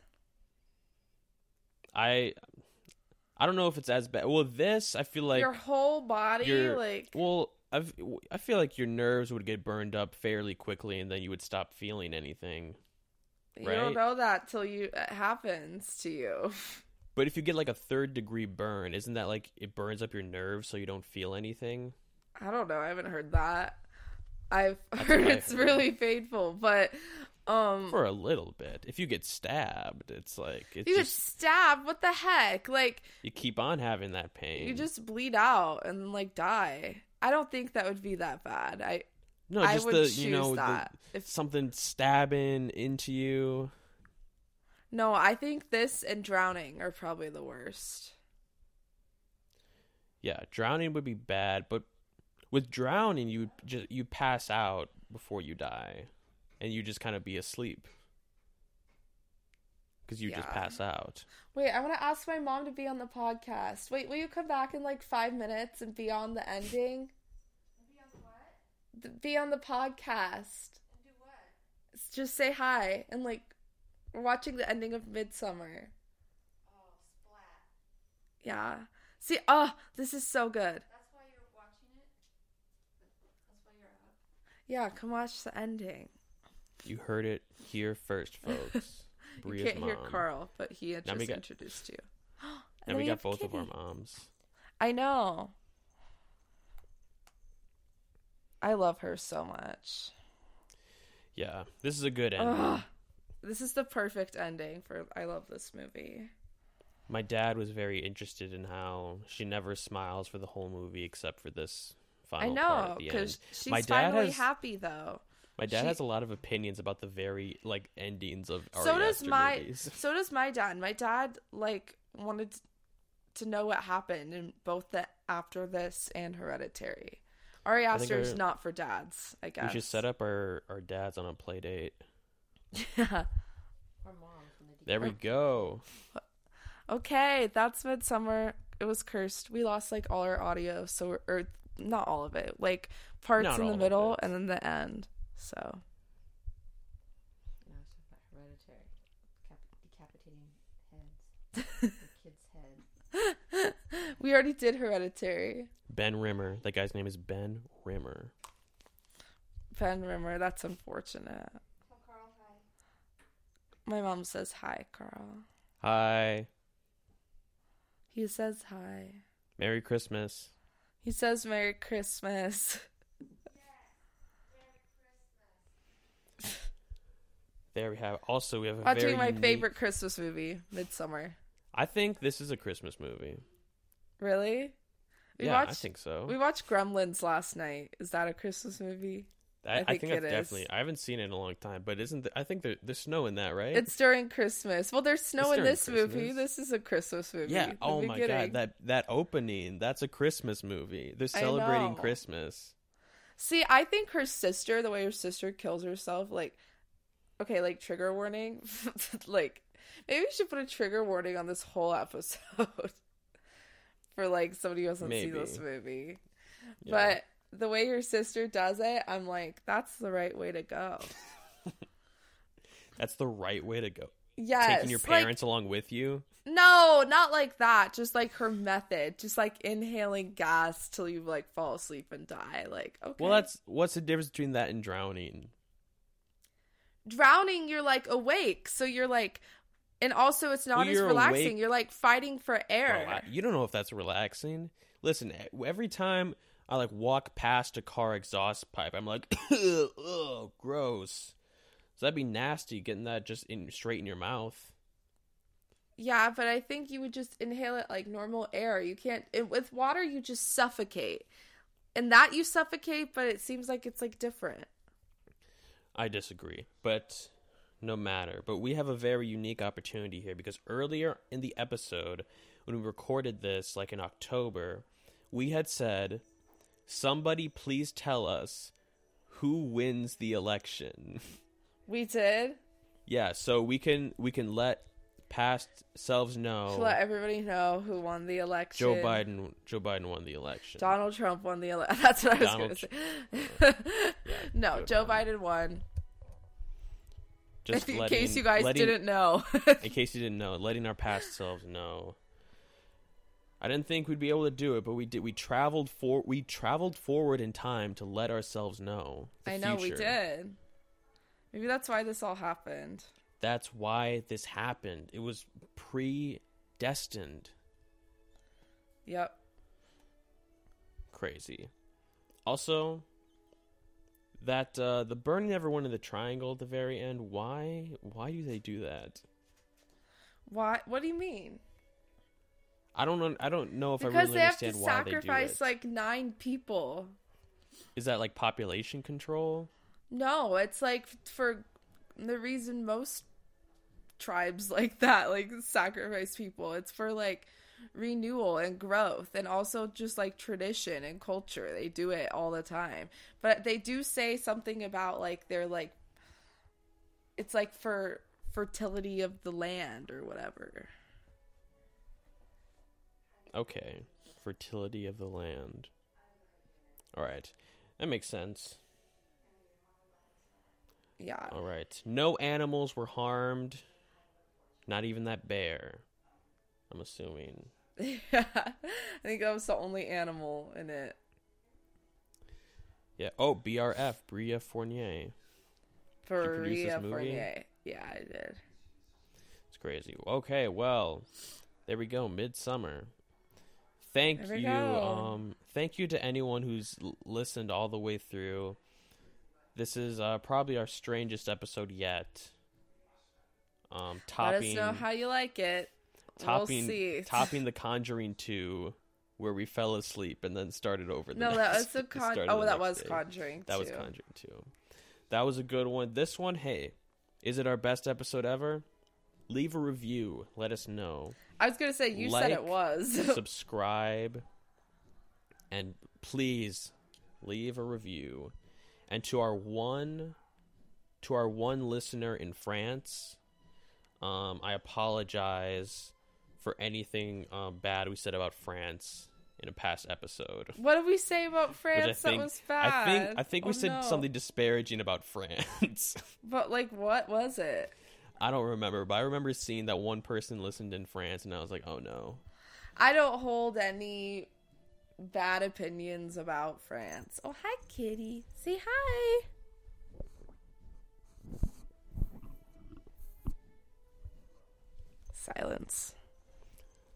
S3: I I don't know if it's as bad. Well, this I feel like
S2: your whole body,
S3: your-
S2: like
S3: well, I've, I feel like your nerves would get burned up fairly quickly, and then you would stop feeling anything.
S2: you don't
S3: right?
S2: know that till you it happens to you.
S3: But if you get like a third degree burn, isn't that like it burns up your nerves so you don't feel anything?
S2: I don't know. I haven't heard that. I've heard
S3: what I
S2: it's
S3: heard.
S2: really painful, but um,
S3: For a little bit. If you get stabbed, it's like it's
S2: you get
S3: just
S2: stabbed. What the heck? Like
S3: you keep on having that pain.
S2: you just bleed out and like die. I don't think that would be that bad. I
S3: no,
S2: I
S3: just
S2: would
S3: the
S2: choose
S3: you know
S2: that.
S3: The,
S2: If-
S3: something stabbing into you.
S2: no, I think this and drowning are probably the worst.
S3: Yeah, drowning would be bad, but with drowning you just you pass out before you die and you just kind of be asleep. Cuz you just
S2: Yeah.
S3: pass out.
S2: Wait, I want to ask my mom to be on the podcast. Wait, will you come back in like five minutes and be on the ending? Be on what? Be on the podcast. And do what? Just say hi and like we're watching the ending of Midsummer.
S11: Oh, splat.
S2: Yeah. See, oh, this is so good.
S11: That's why you're watching it? That's why you're up?
S2: Yeah, come watch the ending.
S3: You heard it here first, folks.
S2: you
S3: Bria's
S2: can't hear
S3: mom.
S2: Carl, but he had
S3: Now we
S2: just
S3: got-
S2: introduced you.
S3: And we
S2: then
S3: got both
S2: have
S3: of our
S2: Kitty.
S3: moms.
S2: I know. I love her so much.
S3: Yeah, this is a good end.
S2: Ugh. This is the perfect ending for I love this movie.
S3: My dad was very interested in how she never smiles for the whole movie except for this final
S2: I
S3: part
S2: know
S3: at the end.
S2: because she's
S3: My dad
S2: finally
S3: has-
S2: happy though.
S3: My dad
S2: she-
S3: has a lot of opinions about the very like endings of Ari
S2: so does
S3: Aster
S2: my
S3: movies.
S2: so does my dad. My dad like wanted to know what happened in both the after this and Hereditary. Ari
S3: think
S2: Aster is
S3: I-
S2: not for dads, I
S3: We
S2: guess.
S3: should set up our our dads on a play date.
S2: Yeah.
S12: Or mom from the
S3: There we go.
S2: Okay, that's Midsummer. It was cursed. We lost like all our audio, so we're, or not all of it, like parts
S3: Not
S2: in
S3: all
S2: the
S3: of
S2: middle
S3: it.
S2: and then the end. So
S12: No, it's not uh, hereditary. Cap- decapitating heads. the kid's head.
S2: we already did Hereditary.
S3: Ben Rimmer. That guy's name is Ben Rimmer.
S2: Ben Rimmer, that's unfortunate.
S12: Tell Carl hi.
S2: My mom says hi, Carl.
S3: Hi.
S2: He says hi.
S3: Merry Christmas.
S2: He says Merry Christmas.
S3: There we have. Also, we have a very
S2: Watching my
S3: unique-
S2: favorite Christmas movie, Midsummer.
S3: I think this is a Christmas movie.
S2: Really? We
S3: yeah, I
S2: watched-
S3: think so.
S2: We watched Gremlins last night. Is that a Christmas movie?
S3: I, I think,
S2: think
S3: that's
S2: it is.
S3: definitely. I haven't seen it in a long time, but isn't the, I think there, there's snow in that, right?
S2: It's during Christmas. Well, there's
S3: It's
S2: snow in
S3: during
S2: this movie.
S3: Christmas.
S2: This is a Christmas movie.
S3: yeah.
S2: The
S3: Oh my god,
S2: beginning.
S3: that that opening. That's a Christmas movie. They're
S2: I
S3: celebrating
S2: know.
S3: Christmas.
S2: See, I think her sister, the way her sister kills herself, like, okay, like trigger warning. like, maybe we should put a trigger warning on this whole episode for like somebody who hasn't seen this
S3: Maybe.
S2: movie.
S3: Yeah.
S2: But the way her sister does it, I'm like, that's the right way to go.
S3: that's the right way to go.
S2: Yes,
S3: Taking your
S2: like-
S3: parents along with you.
S2: No, not like that. Just like her method. Just like inhaling gas till you like fall asleep and die. Like, okay.
S3: Well, that's what's the difference between that and drowning?
S2: drowning, you're like awake. So you're like and also it's not
S3: Well,
S2: as
S3: you're
S2: relaxing.
S3: awake-
S2: You're like fighting for air.
S3: Rela- you don't know if that's relaxing. Listen, e- every time I like walk past a car exhaust pipe, I'm like, ugh, gross. So that'd be nasty getting that just in straight in your mouth.
S2: yeah, but I think you would just inhale it like normal air. You can't it, with water you just suffocate. And that you suffocate, but it seems like it's like different.
S3: I disagree, but no matter. But we have a very unique opportunity here because earlier in the episode, when we recorded this, like in October, we had said, "Somebody, please tell us who wins the election."
S2: We did.
S3: Yeah, so we can we can let past selves know
S2: To let everybody know who won the election.
S3: Oh. Joe Biden Joe Biden won the election.
S2: Donald Trump won the election. That's what I was
S3: Donald
S2: going to say.
S3: Yeah,
S2: no, Joe
S3: Biden.
S2: Biden won.
S3: Just
S2: in
S3: letting-
S2: case you guys
S3: letting-
S2: didn't know.
S3: in case you didn't know, letting our past selves know. I didn't think we'd be able to do it, but we did. We traveled for we traveled forward in time to let ourselves know. the
S2: I know we
S3: future.
S2: did. Maybe that's why this all happened.
S3: That's why this happened. It was predestined.
S2: Yep.
S3: Crazy. Also, that uh, the burning everyone in the triangle at the very end. Why? Why do they do that?
S2: Why? What do you mean?
S3: I don't. un- I don't know if I
S2: Because
S3: really
S2: they have to
S3: understand why they
S2: sacrifice
S3: do it.
S2: like nine people.
S3: Is that like population control?
S2: No, it's like for the reason most tribes like that like sacrifice people. It's for like renewal and growth and also just like tradition and culture. They do it all the time. But they do say something about like they're like it's like for fertility of the land or whatever.
S3: Okay. Fertility of the land. All right. That makes sense.
S2: Yeah.
S3: All right. No animals were harmed. Not even that bear. I'm assuming.
S2: yeah. I think that was the only animal in it.
S3: Yeah. Oh, BRF, Bria Fournier.
S2: For
S3: produced this
S2: Rhea
S3: movie?
S2: Fournier. Yeah, I did.
S3: It's crazy. Okay, well, There we go, midsummer. Thank
S2: There we
S3: you.
S2: go.
S3: Um, thank you to anyone who's l- listened all the way through. This is uh, probably our strangest episode yet. Um,
S2: Let
S3: topping,
S2: us know how you like it. we'll
S3: topping,
S2: see.
S3: topping the Conjuring two, where we fell asleep and then started over. The
S2: no, that was
S3: next-
S2: the con.
S3: started
S2: Oh,
S3: the
S2: that
S3: next
S2: was
S3: day.
S2: conjuring.
S3: That was
S2: too.
S3: Conjuring two. That was a good one. This one, hey, is it our best episode ever? Leave a review. Let us know.
S2: I was gonna say you said
S3: Like,
S2: it was.
S3: subscribe and please leave a review and to our one to our one listener in france um, i apologize for anything um, bad we said about france in a past episode Which
S2: what did we say about
S3: I
S2: France?
S3: think-
S2: that was bad.
S3: I think I think we
S2: Oh,
S3: said
S2: no.
S3: something disparaging about France.
S2: But like, what was it?
S3: I don't remember, but I remember seeing that one person listened in France, and I was like, "Oh no!"
S2: I don't hold any bad opinions about France. Oh, hi, kitty. Say hi. Silence.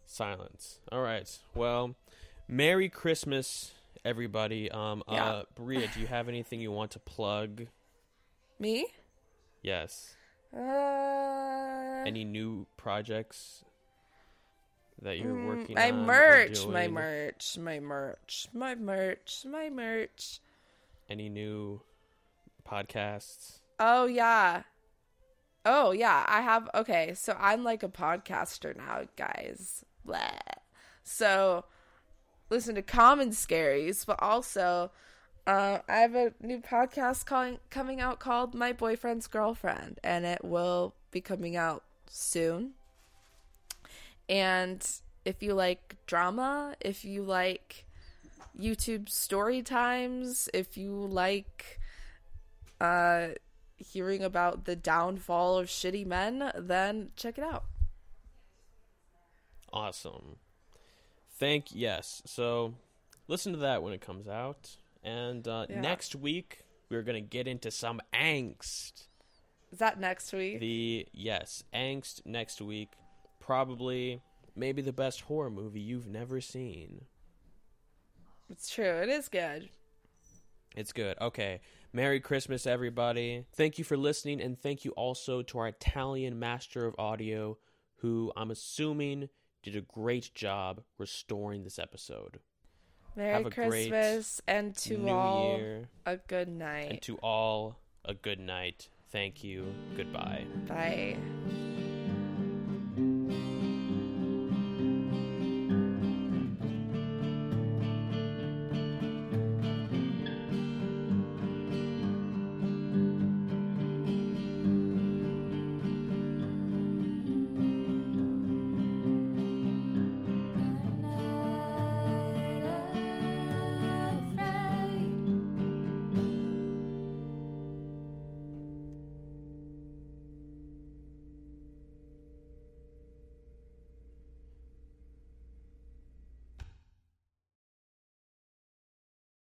S3: Silence. All right. Well, Merry Christmas, everybody. Um, uh, Bria, do you have anything you want to plug?
S2: Me?
S3: Yes.
S2: Uh,
S3: Any new projects that you're working
S2: Mm, my
S3: on? or
S2: merch, my
S3: doing?
S2: merch, my merch, my merch, my merch.
S3: Any new podcasts?
S2: Oh yeah. Oh yeah, I have okay, so I'm like a podcaster now, guys. Blah. So listen to Common Scaries, but also uh, I have a new podcast calling coming out called My Boyfriend's Girlfriend, and it will be coming out soon. And if you like drama, if you like YouTube story times, if you like uh hearing about the downfall of shitty men, then check it out.
S3: Awesome. Thank yes. So listen to that when it comes out. And uh,
S2: Yeah.
S3: next week we're gonna get into some angst.
S2: Is that next week?
S3: the yes angst next week probably maybe the best horror movie you've never seen
S2: it's true. It is good.
S3: it's good okay merry christmas everybody thank you for listening and thank you also to our italian master of audio who i'm assuming did a great job restoring this episode
S2: Merry
S3: a great
S2: Christmas and to
S3: new
S2: all
S3: year
S2: a good night.
S3: and to all a good night thank you goodbye
S2: Bye.